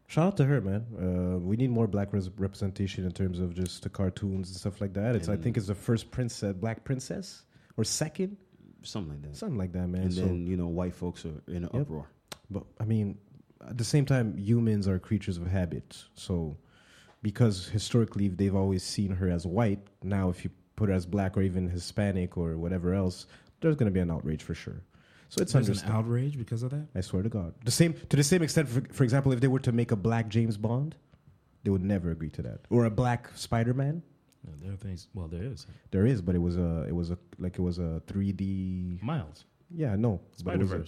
Speaker 2: Shout out to her, man. Uh, we need more black res- representation in terms of just the cartoons and stuff like that. It's I think it's the first princess, black princess, or second,
Speaker 1: something like that.
Speaker 2: something like that, man.
Speaker 1: And
Speaker 2: so,
Speaker 1: then you know, white folks are in an uproar.
Speaker 2: but I mean, at the same time, humans are creatures of habit. So, because historically they've always seen her as white, now if you put her as black or even Hispanic or whatever else, there's going to be an outrage for sure. So it's
Speaker 3: There's an
Speaker 2: understandable.
Speaker 3: outrage because of that.
Speaker 2: I swear to God. The same to the same extent. For, for example, if they were to make a black James Bond, they would never agree to that. Or a black Spider Man.
Speaker 3: No, there are things. Well, there is
Speaker 2: There is, but it was a it was a like it was a three D.
Speaker 3: Miles.
Speaker 2: Yeah, no, but it was a-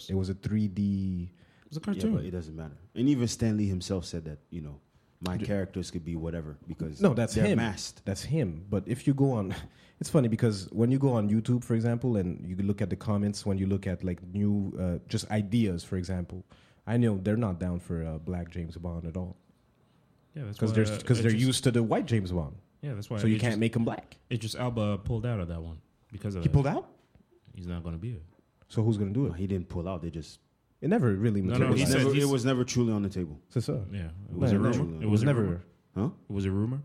Speaker 3: Spider-Verse.
Speaker 2: it was a three D.
Speaker 3: It's a
Speaker 1: Yeah, but
Speaker 3: cartoon.
Speaker 1: it doesn't matter. And even Stanley himself said that you know, my characters could be whatever because
Speaker 2: No, that's
Speaker 1: they're
Speaker 2: him.
Speaker 1: masked.
Speaker 2: That's him. But if you go on, <laughs> it's funny because when you go on YouTube, for example, and you look at the comments, when you look at like new uh, just ideas, for example, I know they're not down for uh, black James Bond at all
Speaker 3: yeah, that's
Speaker 2: because
Speaker 3: why,
Speaker 2: they're
Speaker 3: uh,
Speaker 2: because they're
Speaker 3: Idris-
Speaker 2: used to the white James Bond,
Speaker 3: Yeah, that's why.
Speaker 2: so you
Speaker 3: Idris-
Speaker 2: can't make him black.
Speaker 3: Idris Alba pulled out of that one because of
Speaker 2: He
Speaker 3: that.
Speaker 2: pulled out.
Speaker 3: He's not gonna be it.
Speaker 2: So who's gonna do
Speaker 1: No,
Speaker 2: it?
Speaker 1: he didn't pull out. They just
Speaker 2: It never really
Speaker 1: it
Speaker 3: No, no,
Speaker 1: was,
Speaker 3: Oh, he
Speaker 2: materialized.
Speaker 3: said
Speaker 1: never,
Speaker 3: he's-
Speaker 1: it was never truly on the table,
Speaker 2: So, so.
Speaker 3: Yeah, it
Speaker 1: No,
Speaker 3: was a
Speaker 1: no, no,
Speaker 3: rumor.
Speaker 1: no,
Speaker 3: It
Speaker 1: no.
Speaker 3: was a
Speaker 2: It never.
Speaker 3: rumor.
Speaker 1: huh?
Speaker 3: It was a rumor.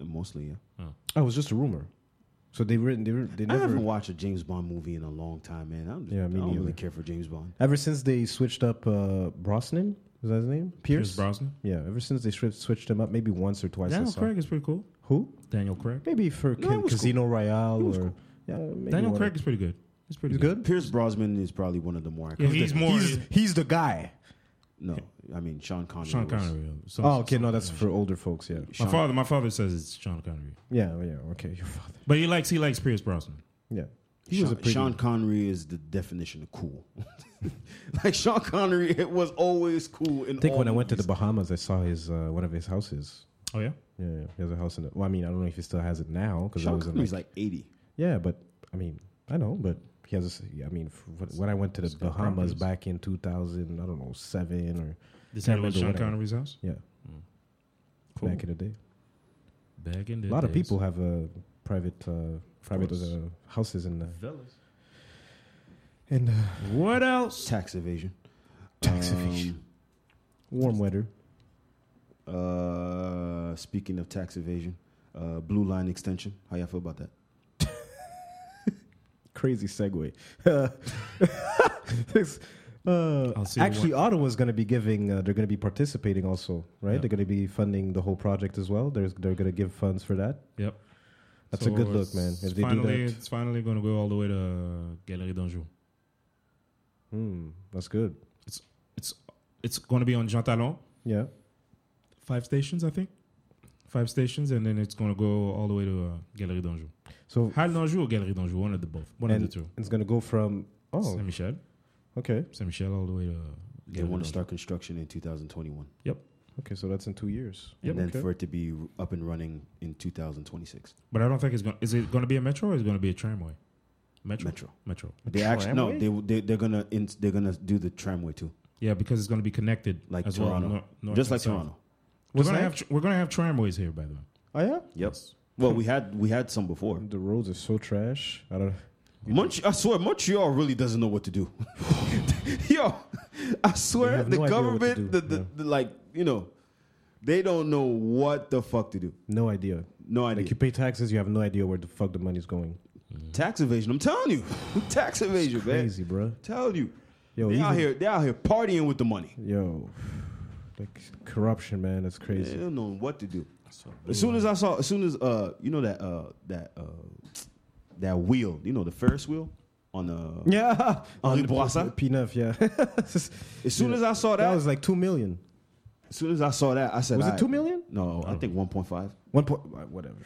Speaker 1: Mostly, yeah.
Speaker 2: Oh, it was just a rumor. So they were. They, were, they
Speaker 1: I haven't
Speaker 2: never.
Speaker 1: watched a James Bond movie in a long time, man. I'm just,
Speaker 2: Yeah,
Speaker 1: I
Speaker 2: me
Speaker 1: don't really
Speaker 2: neither.
Speaker 1: care for James Bond.
Speaker 2: Ever since they switched up uh, Brosnan Is that his name?
Speaker 3: Pierce
Speaker 2: Pierce.
Speaker 3: Brosnan.
Speaker 2: Yeah. Ever since they switched switched him up, maybe once or twice. I
Speaker 3: Daniel
Speaker 2: saw.
Speaker 3: Craig is pretty cool.
Speaker 2: Who?
Speaker 3: Daniel Craig.
Speaker 2: Maybe for
Speaker 1: No,
Speaker 2: Ca-
Speaker 1: it was
Speaker 2: Casino Royale or yeah. Maybe
Speaker 3: Daniel
Speaker 2: one
Speaker 3: Craig
Speaker 2: of-
Speaker 3: is pretty good. He's pretty
Speaker 2: He's good.
Speaker 1: Pierce Brosnan is probably one of the more.
Speaker 3: Yeah,
Speaker 1: iconic-
Speaker 3: he's more.
Speaker 2: He's he's the guy.
Speaker 1: no, I mean Sean Connery.
Speaker 3: Sean
Speaker 1: was-
Speaker 3: Connery. uh, some-
Speaker 2: Oh, okay. No,
Speaker 3: some-
Speaker 2: that's for older folks. Yeah.
Speaker 3: my
Speaker 1: Sean-
Speaker 3: father. My father says it's Sean Connery,
Speaker 2: Yeah. oh, Yeah. Okay. Your father.
Speaker 3: but he likes he likes Pierce Brosnan.
Speaker 2: Yeah. He was
Speaker 1: Sean,
Speaker 2: a pretty.
Speaker 1: Sean Connery is the definition of cool. <laughs> like Sean Connery, it was always cool. In
Speaker 2: I think
Speaker 1: all
Speaker 2: when I went to the
Speaker 1: movies.
Speaker 2: Bahamas, I saw his uh, one of his houses.
Speaker 3: Oh yeah,
Speaker 2: Yeah, yeah, he has a house in. The, well, I mean, I don't know if he still has it now because I
Speaker 1: Sean
Speaker 2: was in. Like,
Speaker 1: Connery's like eighty.
Speaker 2: yeah, but I mean, I know, but he has. A, s- yeah, I mean, f- when- when I went to the
Speaker 3: got problems.
Speaker 2: Bahamas back in two thousand, I don't know seven or
Speaker 3: this
Speaker 2: Can't
Speaker 3: was
Speaker 2: remember
Speaker 3: Sean
Speaker 2: what I-
Speaker 3: Connery's house.
Speaker 2: yeah,
Speaker 3: Hmm. Cool.
Speaker 2: back in the day.
Speaker 3: Back in the
Speaker 2: A lot of
Speaker 3: days.
Speaker 2: people have uh, private uh, private
Speaker 3: course.
Speaker 2: uh, houses in uh, in uh,
Speaker 3: What else?
Speaker 1: Tax evasion.
Speaker 2: Tax
Speaker 1: Um,
Speaker 2: evasion. warm weather.
Speaker 1: Uh, speaking of tax evasion, uh, blue line extension. How y'all feel about that?
Speaker 3: <laughs>
Speaker 2: Crazy segue. <laughs> Uh, This, uh,
Speaker 3: I'll see the
Speaker 2: actually, Ottawa's going to be giving. Uh, they're going to be participating also, right?
Speaker 3: Yeah.
Speaker 2: They're going to be funding the whole project as well. There's, they're going to give funds for that.
Speaker 3: Yep.
Speaker 2: That's a good look,
Speaker 3: it's
Speaker 2: man. If they
Speaker 3: finally,
Speaker 2: do that,
Speaker 3: it's finally going to go all the way to Galerie d'Anjou.
Speaker 2: hmm, that's good.
Speaker 3: It's it's going to be on Jean Talon,
Speaker 2: Yeah,
Speaker 3: five stations, I think, five stations, and then it's going to go all the way to uh, Galerie d'Anjou.
Speaker 2: so
Speaker 3: Halle d'Anjou or Galerie d'Anjou, one of the both, one
Speaker 2: and
Speaker 3: of the two.
Speaker 2: it's going to go from oh,
Speaker 3: Saint Michel,
Speaker 2: okay,
Speaker 3: Saint Michel, all the way to.
Speaker 1: They want to start construction in 2021,
Speaker 2: okay, so that's in two years.
Speaker 3: Yep.
Speaker 1: and then
Speaker 2: Okay.
Speaker 1: for it to be up and running in 2026.
Speaker 3: But I don't think it's going. Is it going to be a metro or is it going to be a tramway? Metro.
Speaker 1: Metro.
Speaker 3: Metro.
Speaker 1: They actually no,
Speaker 2: tramway?
Speaker 1: they, they they're gonna in, they're gonna do the tramway too,
Speaker 3: Yeah, because it's going to be connected
Speaker 1: like
Speaker 3: as
Speaker 1: Toronto,
Speaker 3: well, nor- north
Speaker 1: just
Speaker 3: and
Speaker 1: like
Speaker 3: south.
Speaker 1: Toronto.
Speaker 3: We're
Speaker 2: What's
Speaker 3: going to
Speaker 2: that?
Speaker 3: have tr- we're going to have tramways here, by the way.
Speaker 2: oh yeah,
Speaker 1: Yep. Well, we had we had some
Speaker 2: <laughs>
Speaker 1: before.
Speaker 2: the roads are so trash. I don't.
Speaker 1: Mont- I swear, Montreal really doesn't know what to
Speaker 2: <laughs>
Speaker 1: do. <laughs> Yo, I
Speaker 2: They
Speaker 1: swear,
Speaker 2: have
Speaker 1: the
Speaker 2: no idea what to do,
Speaker 1: government, the, the,
Speaker 2: yeah.
Speaker 1: the like, you know, they don't know what the fuck to do.
Speaker 2: No idea.
Speaker 1: No idea.
Speaker 2: Like you pay taxes, you have no idea where the fuck the money's going.
Speaker 1: tax evasion. I'm telling you, <laughs> tax evasion, man.
Speaker 2: Mm-hmm. Crazy, bro.
Speaker 1: Telling you,
Speaker 2: Yo,
Speaker 1: they out
Speaker 2: even-
Speaker 1: here, they out here partying with the money.
Speaker 2: Yo, like corruption, man. That's
Speaker 1: They
Speaker 2: crazy.
Speaker 1: don't know what to do. As soon as I saw, as soon as uh, you know that uh, that uh, that wheel, you know, the Ferris wheel on the.
Speaker 2: Yeah,
Speaker 1: Henri
Speaker 2: On the P-
Speaker 1: Bourassa?
Speaker 2: P9, yeah. <laughs>
Speaker 1: As soon as I saw that,
Speaker 2: that was like two million.
Speaker 1: as soon as I saw that, I said,
Speaker 2: Was it
Speaker 1: "All right."
Speaker 2: 2 million? Oh.
Speaker 1: No, I think 1.5.
Speaker 2: One point, uh, whatever.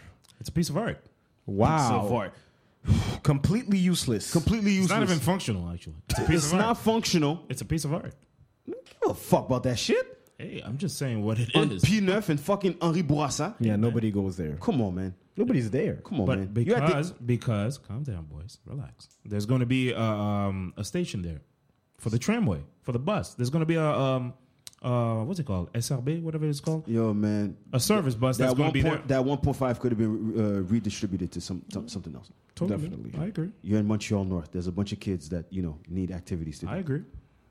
Speaker 3: It's a piece of art.
Speaker 1: So
Speaker 2: Wow,
Speaker 1: far.
Speaker 2: completely useless.
Speaker 1: completely useless.
Speaker 3: It's not even functional, actually. It's a piece
Speaker 1: It's
Speaker 3: of
Speaker 1: not
Speaker 3: art.
Speaker 1: functional.
Speaker 3: It's a piece of art.
Speaker 1: Give a fuck about that shit.
Speaker 3: Hey, I'm just saying what it
Speaker 1: On
Speaker 3: is.
Speaker 1: P9 and fucking Henri Bourassa.
Speaker 2: yeah, nobody goes there.
Speaker 1: Come on, man.
Speaker 2: Nobody's there.
Speaker 1: Come on, man.
Speaker 3: But
Speaker 1: You had to-
Speaker 3: because because calm down, boys, relax. There's going to be uh, um, a station there for the tramway, for the bus. There's going to be a um, uh, what's it called? SRB, whatever it's called,
Speaker 1: yo, man.
Speaker 3: a service bus that's
Speaker 1: That
Speaker 3: going
Speaker 1: one
Speaker 3: to be there.
Speaker 1: point, that 1.5 could have been uh, redistributed to some, some something else.
Speaker 3: Totally.
Speaker 2: definitely.
Speaker 3: I agree.
Speaker 1: You're in Montreal North. There's a bunch of kids that you know need activities to do.
Speaker 3: I agree.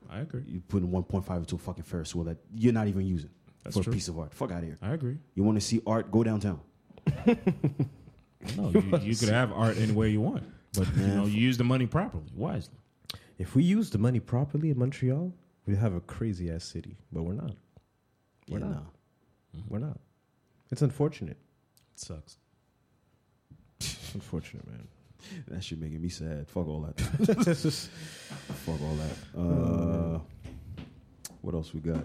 Speaker 3: I agree.
Speaker 1: You putting 1.5 into a fucking Ferris wheel that you're not even using
Speaker 3: That's
Speaker 1: for
Speaker 3: true.
Speaker 1: a piece of art. Fuck out of here.
Speaker 3: I agree.
Speaker 1: You want to see art? Go downtown.
Speaker 3: No, you, you could have art anywhere you want, but you know, you use the money properly, wisely.
Speaker 2: If we use the money properly in Montreal, we have a crazy ass city. But we're not. We're
Speaker 1: Yeah,
Speaker 2: not.
Speaker 1: nah.
Speaker 2: We're not. It's unfortunate.
Speaker 3: It sucks.
Speaker 2: It's unfortunate, man.
Speaker 1: That shit making me sad. Fuck all
Speaker 3: <laughs>
Speaker 1: that. <laughs>
Speaker 2: This is-
Speaker 1: Fuck all that. Uh, what else we got?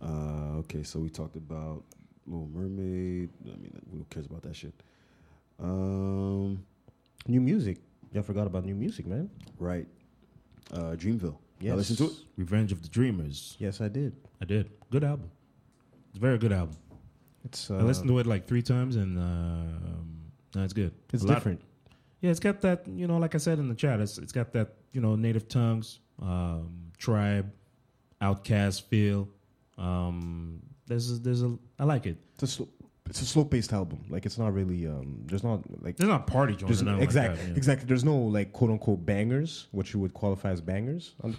Speaker 1: Uh, okay, so we talked about Little Mermaid. I mean, who cares about that shit? Um,
Speaker 2: new music. Y'all forgot about new music, man.
Speaker 1: right. Uh, Dreamville. Y'all listen to it.
Speaker 3: Revenge of the Dreamers.
Speaker 2: Yes, I did.
Speaker 3: I did. Good album. It's a very good album.
Speaker 2: It's uh,
Speaker 3: I listened to it like three times, and um, no, it's good.
Speaker 2: it's
Speaker 3: A lot-
Speaker 2: different.
Speaker 3: yeah, it's got that you know, like I said in the chat, it's it's got that you know native tongues, um, tribe, outcast feel. Um, there's a, there's a I like it.
Speaker 2: It's a slow, it's a slow paced album. Like it's not really um. There's not like
Speaker 3: There's not party joints.
Speaker 2: there's
Speaker 3: or nothing
Speaker 2: exactly
Speaker 3: Like that, yeah.
Speaker 2: exactly. There's no like quote unquote bangers, which you would qualify as bangers on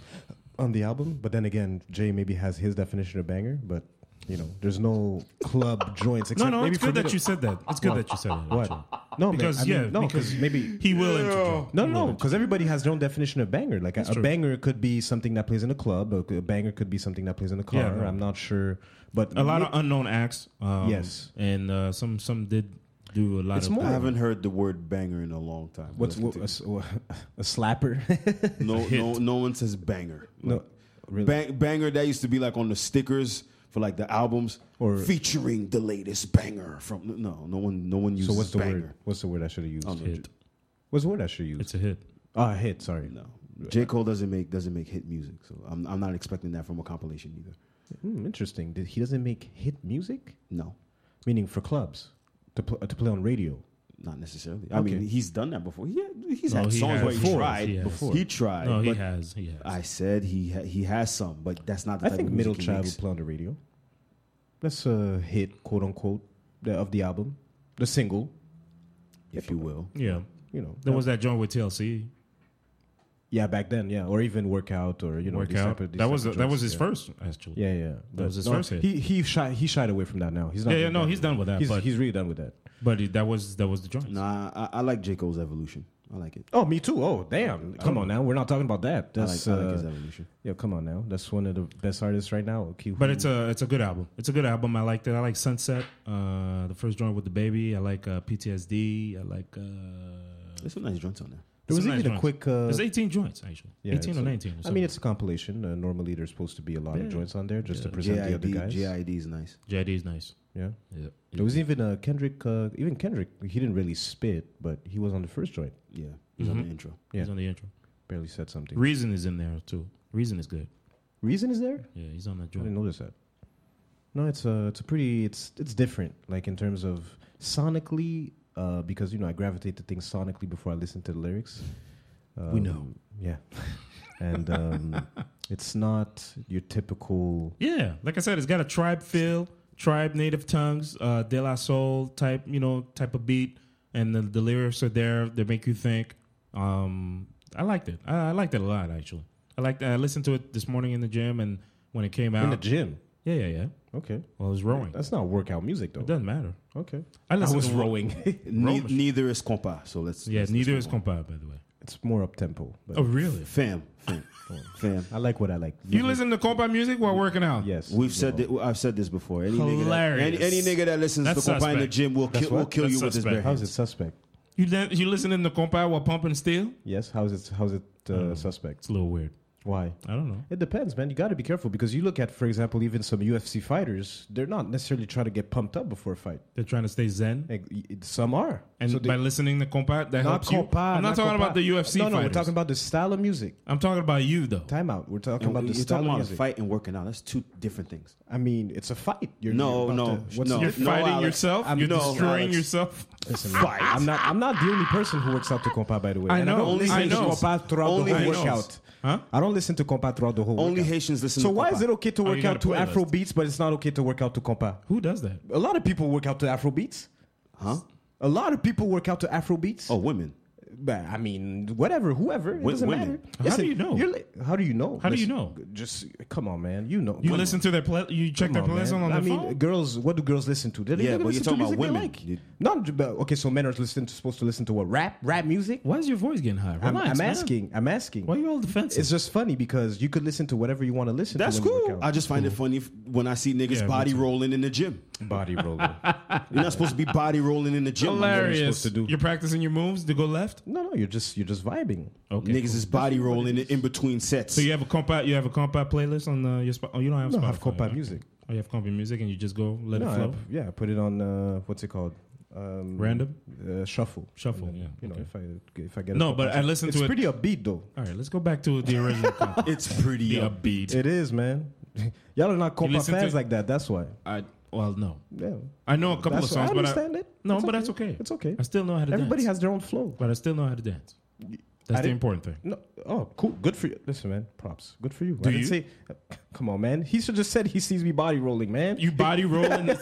Speaker 2: on the album. But then again, Jay maybe has his definition of banger, but You know, there's no club
Speaker 3: No,
Speaker 2: joints. Except
Speaker 3: no,
Speaker 2: maybe
Speaker 3: it's good
Speaker 2: for
Speaker 3: that you said that. It's good that you said it.
Speaker 2: What?
Speaker 3: actually.
Speaker 2: No,
Speaker 3: Because,
Speaker 2: man, I mean,
Speaker 3: yeah,
Speaker 2: no,
Speaker 3: because-
Speaker 2: because maybe
Speaker 3: He will introduce.
Speaker 2: No, no, because everybody has their own definition of banger. Like a, a
Speaker 3: true.
Speaker 2: banger could be something that plays in a club. A, a banger could be something that plays in a car.
Speaker 3: Yeah, no.
Speaker 2: I'm not sure, but
Speaker 3: A lot
Speaker 2: mi-
Speaker 3: of unknown acts. Um,
Speaker 2: Yes.
Speaker 3: and uh, some some did do a lot
Speaker 2: It's
Speaker 3: of.
Speaker 2: more-
Speaker 1: I haven't heard the word banger in a long time.
Speaker 2: what's what,
Speaker 1: Let's
Speaker 2: a, s- a <laughs> slapper?
Speaker 1: continue. no,
Speaker 2: <laughs>
Speaker 1: no, no one says banger.
Speaker 2: no, really.
Speaker 1: Bang, banger that used to be like on the stickers for like the albums,
Speaker 2: Or-
Speaker 1: featuring the latest banger from. No, no one, no one uses
Speaker 2: so what's the
Speaker 1: banger.
Speaker 2: word? What's the word I should have used?
Speaker 3: hit.
Speaker 2: What's the word I should use?
Speaker 3: It's a hit.
Speaker 2: Ah, hit. Sorry.
Speaker 1: No, J Cole doesn't make doesn't make hit music, so I'm I'm not expecting that from a compilation either.
Speaker 2: Hmm, interesting. Did, he doesn't make hit music,
Speaker 1: No,
Speaker 2: meaning for clubs to pl- to play on radio.
Speaker 1: not necessarily. I
Speaker 2: Okay.
Speaker 1: mean, he's done that before. Yeah, he's
Speaker 3: No,
Speaker 1: had
Speaker 3: he
Speaker 1: songs
Speaker 3: has.
Speaker 1: where he
Speaker 3: Before.
Speaker 1: tried.
Speaker 3: He has.
Speaker 1: Before he tried.
Speaker 3: No, he
Speaker 1: but
Speaker 3: has. He has.
Speaker 1: I said he ha- he has some, but that's not the
Speaker 2: I
Speaker 1: type
Speaker 2: think
Speaker 1: of music
Speaker 2: Middle
Speaker 1: he
Speaker 2: Child
Speaker 1: makes.
Speaker 2: will play on the radio. That's a hit, quote unquote, the- of the album, the single.
Speaker 1: if you will.
Speaker 3: yeah.
Speaker 2: You know,
Speaker 3: There was that joint with TLC.
Speaker 2: Yeah, back then, yeah, or even workout, or you know, these
Speaker 3: workout.
Speaker 2: type of- these
Speaker 3: that
Speaker 2: type
Speaker 3: was
Speaker 2: of
Speaker 3: that
Speaker 2: jokes,
Speaker 3: was his
Speaker 2: yeah.
Speaker 3: first actually.
Speaker 2: Yeah, yeah, But
Speaker 3: was his
Speaker 2: no,
Speaker 3: first hit.
Speaker 2: He he shied he shied away from that. Now he's not.
Speaker 3: Yeah, yeah,
Speaker 2: doing
Speaker 3: no, he's done with that,
Speaker 2: He's,
Speaker 3: but-
Speaker 2: he's really done with that.
Speaker 3: But it, that was that was the joint.
Speaker 1: Nah, I, I like J Cole's evolution. I like it.
Speaker 2: Oh, me too. Oh, damn! Come on now, we're not talking about that.
Speaker 1: I
Speaker 2: That's
Speaker 1: like, I like his
Speaker 2: uh,
Speaker 1: evolution.
Speaker 2: yeah. Come on now, that's one of the best artists right now. Okay,
Speaker 3: But it's a it's a good album. It's a good album. I like that. I like Sunset, uh, the first joint with the baby. I like uh, PTSD. I like. Uh,
Speaker 1: There's some nice joints on there.
Speaker 2: there was
Speaker 3: some nice
Speaker 2: even a
Speaker 3: joints.
Speaker 2: quick. Uh,
Speaker 3: There's 18 joints actually.
Speaker 2: yeah,
Speaker 3: 18
Speaker 2: it's
Speaker 3: or
Speaker 2: a-
Speaker 3: 19. or
Speaker 2: I mean,
Speaker 3: something.
Speaker 2: it's a compilation. Uh, normally, there's supposed to be a lot of joints on there just to present the other
Speaker 1: JID,
Speaker 2: guys.
Speaker 1: JID is nice.
Speaker 3: JD is nice.
Speaker 2: Yeah,
Speaker 3: Yeah.
Speaker 2: there was even uh, Kendrick. Uh, even Kendrick, he didn't really spit, but he was on the first joint.
Speaker 1: Yeah, he's
Speaker 2: Mm-hmm.
Speaker 1: on the intro.
Speaker 3: He's
Speaker 2: Yeah.
Speaker 3: on the intro.
Speaker 2: Barely said something.
Speaker 3: Reason is in there too. Reason is good.
Speaker 2: Reason is there?
Speaker 3: Yeah, he's on that
Speaker 2: I didn't
Speaker 3: joint.
Speaker 2: notice that. No, it's a it's a pretty it's it's different. Like in terms of sonically, uh, because you know I gravitate to things sonically before I listen to the lyrics.
Speaker 3: We know.
Speaker 2: Um,
Speaker 3: <laughs>
Speaker 2: yeah, and um, it's not your typical.
Speaker 3: Yeah, like I said, it's got a tribe feel, tribe native tongues, uh, De La Soul type, you know, type of beat, and the, the lyrics are there. They make you think. Um, I liked it. I, I liked it a lot actually. I liked. I listened to it this morning in the gym, and when it came out,
Speaker 2: In the gym,
Speaker 3: yeah, yeah, yeah.
Speaker 2: okay,
Speaker 3: Well, I was rowing.
Speaker 2: that's not workout music
Speaker 3: it
Speaker 2: though.
Speaker 3: doesn't matter.
Speaker 2: Okay,
Speaker 3: I, listened <laughs>
Speaker 2: was
Speaker 3: to-
Speaker 2: rowing.
Speaker 1: Ne-
Speaker 3: Romish.
Speaker 1: neither is compa. So let's.
Speaker 3: Yeah,
Speaker 1: let's-
Speaker 3: neither
Speaker 1: let's
Speaker 3: is
Speaker 1: move on.
Speaker 3: compa, by the way.
Speaker 2: it's more up tempo.
Speaker 3: Oh, really?
Speaker 1: Fam, fam,
Speaker 2: <laughs>
Speaker 1: fam.
Speaker 2: I like what I like.
Speaker 3: You listen to compa music while working out?
Speaker 2: Yes,
Speaker 1: We've said that. I've said this before. Any
Speaker 3: Hilarious.
Speaker 1: Nigga that, any, any nigga that listens
Speaker 3: That's
Speaker 1: to compa in the
Speaker 3: suspect.
Speaker 1: gym will kill will
Speaker 2: what?
Speaker 1: kill
Speaker 3: That's
Speaker 1: you with his bare
Speaker 3: suspect.
Speaker 2: How is
Speaker 1: hands.
Speaker 2: it suspect?
Speaker 3: You li- you listening to compa while pumping steel?
Speaker 2: Yes, how is it? How is it uh,
Speaker 3: Mm.
Speaker 2: suspect?
Speaker 3: It's a little weird.
Speaker 2: Why?
Speaker 3: I don't know.
Speaker 2: It depends, man. You got to be careful because you look at, for example, even some UFC fighters. They're not necessarily trying to get pumped up before a fight.
Speaker 3: They're trying to stay zen.
Speaker 2: Like, y- it- some are,
Speaker 3: And
Speaker 2: So they-
Speaker 3: by listening to compa, that
Speaker 2: not
Speaker 3: helps you.
Speaker 2: compa,
Speaker 3: I'm not, talking
Speaker 2: compa.
Speaker 3: about the UFC
Speaker 2: No, no,
Speaker 3: fighters.
Speaker 2: we're talking about the style of music.
Speaker 3: I'm talking about you though.
Speaker 2: Timeout. We're talking
Speaker 1: And
Speaker 2: about the
Speaker 1: You're
Speaker 2: style
Speaker 1: talking about a
Speaker 2: of music. Oh
Speaker 1: fight and working out. That's two different things.
Speaker 2: I mean, it's a fight. You're,
Speaker 1: No,
Speaker 2: you're
Speaker 1: no,
Speaker 2: about to- what's
Speaker 1: no.
Speaker 2: the
Speaker 3: You're
Speaker 2: difference?
Speaker 1: No,
Speaker 3: fighting
Speaker 1: Alex.
Speaker 3: yourself.
Speaker 2: I'm-
Speaker 3: You're
Speaker 2: no,
Speaker 3: destroying
Speaker 1: Alex.
Speaker 3: yourself.
Speaker 2: Listen, man, I'm not. I'm not the only person who works out to compa. By the way,
Speaker 3: I
Speaker 2: And
Speaker 3: know.
Speaker 2: I don't
Speaker 1: Only
Speaker 2: listen to
Speaker 1: Haitians.
Speaker 2: compa throughout
Speaker 1: Only
Speaker 2: the whole
Speaker 1: Haitians.
Speaker 2: workout.
Speaker 3: Huh?
Speaker 2: I don't listen to compa throughout the whole.
Speaker 1: Only
Speaker 2: workout.
Speaker 1: Haitians listen
Speaker 2: So
Speaker 1: to
Speaker 2: why
Speaker 1: compa.
Speaker 2: is it okay to
Speaker 3: Oh, you
Speaker 2: work
Speaker 3: got a
Speaker 2: out to
Speaker 3: playlist.
Speaker 2: Afro beats, but it's not okay to work out to compa?
Speaker 3: Who does that?
Speaker 2: A lot of people work out to Afro beats.
Speaker 1: Huh?
Speaker 2: A lot of people work out to Afro beats.
Speaker 1: Oh, women.
Speaker 2: But, I mean, whatever, whoever, it
Speaker 1: Wi-
Speaker 2: doesn't
Speaker 1: women.
Speaker 2: matter.
Speaker 3: How do you know?
Speaker 2: you're li- how do you know?
Speaker 3: How do you know?
Speaker 2: Just come on, man. You know.
Speaker 3: You
Speaker 2: Come
Speaker 3: listen
Speaker 2: on.
Speaker 3: to their play. You check
Speaker 2: Come
Speaker 3: their
Speaker 2: on,
Speaker 3: playlist
Speaker 2: man.
Speaker 3: on
Speaker 2: I
Speaker 3: their
Speaker 2: mean,
Speaker 3: phone.
Speaker 2: girls. What do girls listen to? They're,
Speaker 1: Yeah,
Speaker 2: they're
Speaker 1: but
Speaker 2: gonna
Speaker 1: you're
Speaker 2: listen to
Speaker 1: talking about
Speaker 2: music
Speaker 1: women.
Speaker 2: They
Speaker 1: You-
Speaker 2: like. Not but, okay. So men are listening to, supposed to listen to what rap, rap music.
Speaker 3: Why is your voice getting high?
Speaker 2: I'm,
Speaker 3: Relax,
Speaker 2: I'm
Speaker 3: man.
Speaker 2: asking. I'm asking.
Speaker 3: Why are you all defensive?
Speaker 2: It's just funny because you could listen to whatever you want to listen
Speaker 1: That's
Speaker 2: to. when you work
Speaker 1: cool. I
Speaker 2: out.
Speaker 1: just find it funny if, when I see niggas
Speaker 3: Yeah, me
Speaker 1: body
Speaker 3: too.
Speaker 1: rolling in the gym.
Speaker 2: body roller.
Speaker 1: You're not supposed to be body rolling in the gym. my nigga.
Speaker 3: hilarious.
Speaker 2: supposed to do?
Speaker 3: You're practicing your moves to go left.
Speaker 2: <laughs> no, no. You're just you're just vibing.
Speaker 3: Okay.
Speaker 1: Niggas is body rolling in between sets.
Speaker 3: So you have a compa. You have a compa playlist on uh, your. Sp- oh, you don't have.
Speaker 2: No,
Speaker 3: Spotify,
Speaker 2: I have compa
Speaker 3: right?
Speaker 2: music.
Speaker 3: Oh, you have compa music, and you just go let
Speaker 2: No,
Speaker 3: it
Speaker 2: I-
Speaker 3: flow.
Speaker 2: yeah. I put it on. Uh, what's it called? Um,
Speaker 3: Random?
Speaker 2: uh, shuffle.
Speaker 3: Shuffle,
Speaker 2: And then,
Speaker 3: yeah,
Speaker 2: You know,
Speaker 3: okay.
Speaker 2: if I if I get a
Speaker 3: No,
Speaker 2: couple
Speaker 3: but I
Speaker 2: of-
Speaker 3: listened
Speaker 2: it's
Speaker 3: to it-
Speaker 2: pretty upbeat though.
Speaker 3: All right, let's go back to the
Speaker 2: <laughs>
Speaker 3: original. compa.
Speaker 1: It's pretty
Speaker 3: the
Speaker 1: up.
Speaker 3: upbeat.
Speaker 2: It is, man. <laughs> Y'all are not compa
Speaker 3: listen to
Speaker 2: fans
Speaker 3: it?
Speaker 2: like that. That's why.
Speaker 3: I well, no,
Speaker 2: Yeah.
Speaker 3: I know a couple
Speaker 2: That's
Speaker 3: of
Speaker 2: why. I
Speaker 3: songs, but I,
Speaker 2: understand it.
Speaker 3: no,
Speaker 2: It's
Speaker 3: but that's okay.
Speaker 2: It's okay.
Speaker 3: I still know how to
Speaker 2: Everybody
Speaker 3: dance.
Speaker 2: has their own flow.
Speaker 3: but I still know how to dance. That's the
Speaker 2: didn't-
Speaker 3: important thing.
Speaker 2: No. Oh, cool. Good for you. Listen, man. Props. Good for you.
Speaker 3: Do
Speaker 2: I didn't
Speaker 3: you?
Speaker 2: say, come on, man. He should just said he sees me body rolling, man.
Speaker 3: You body rolling.
Speaker 2: <laughs>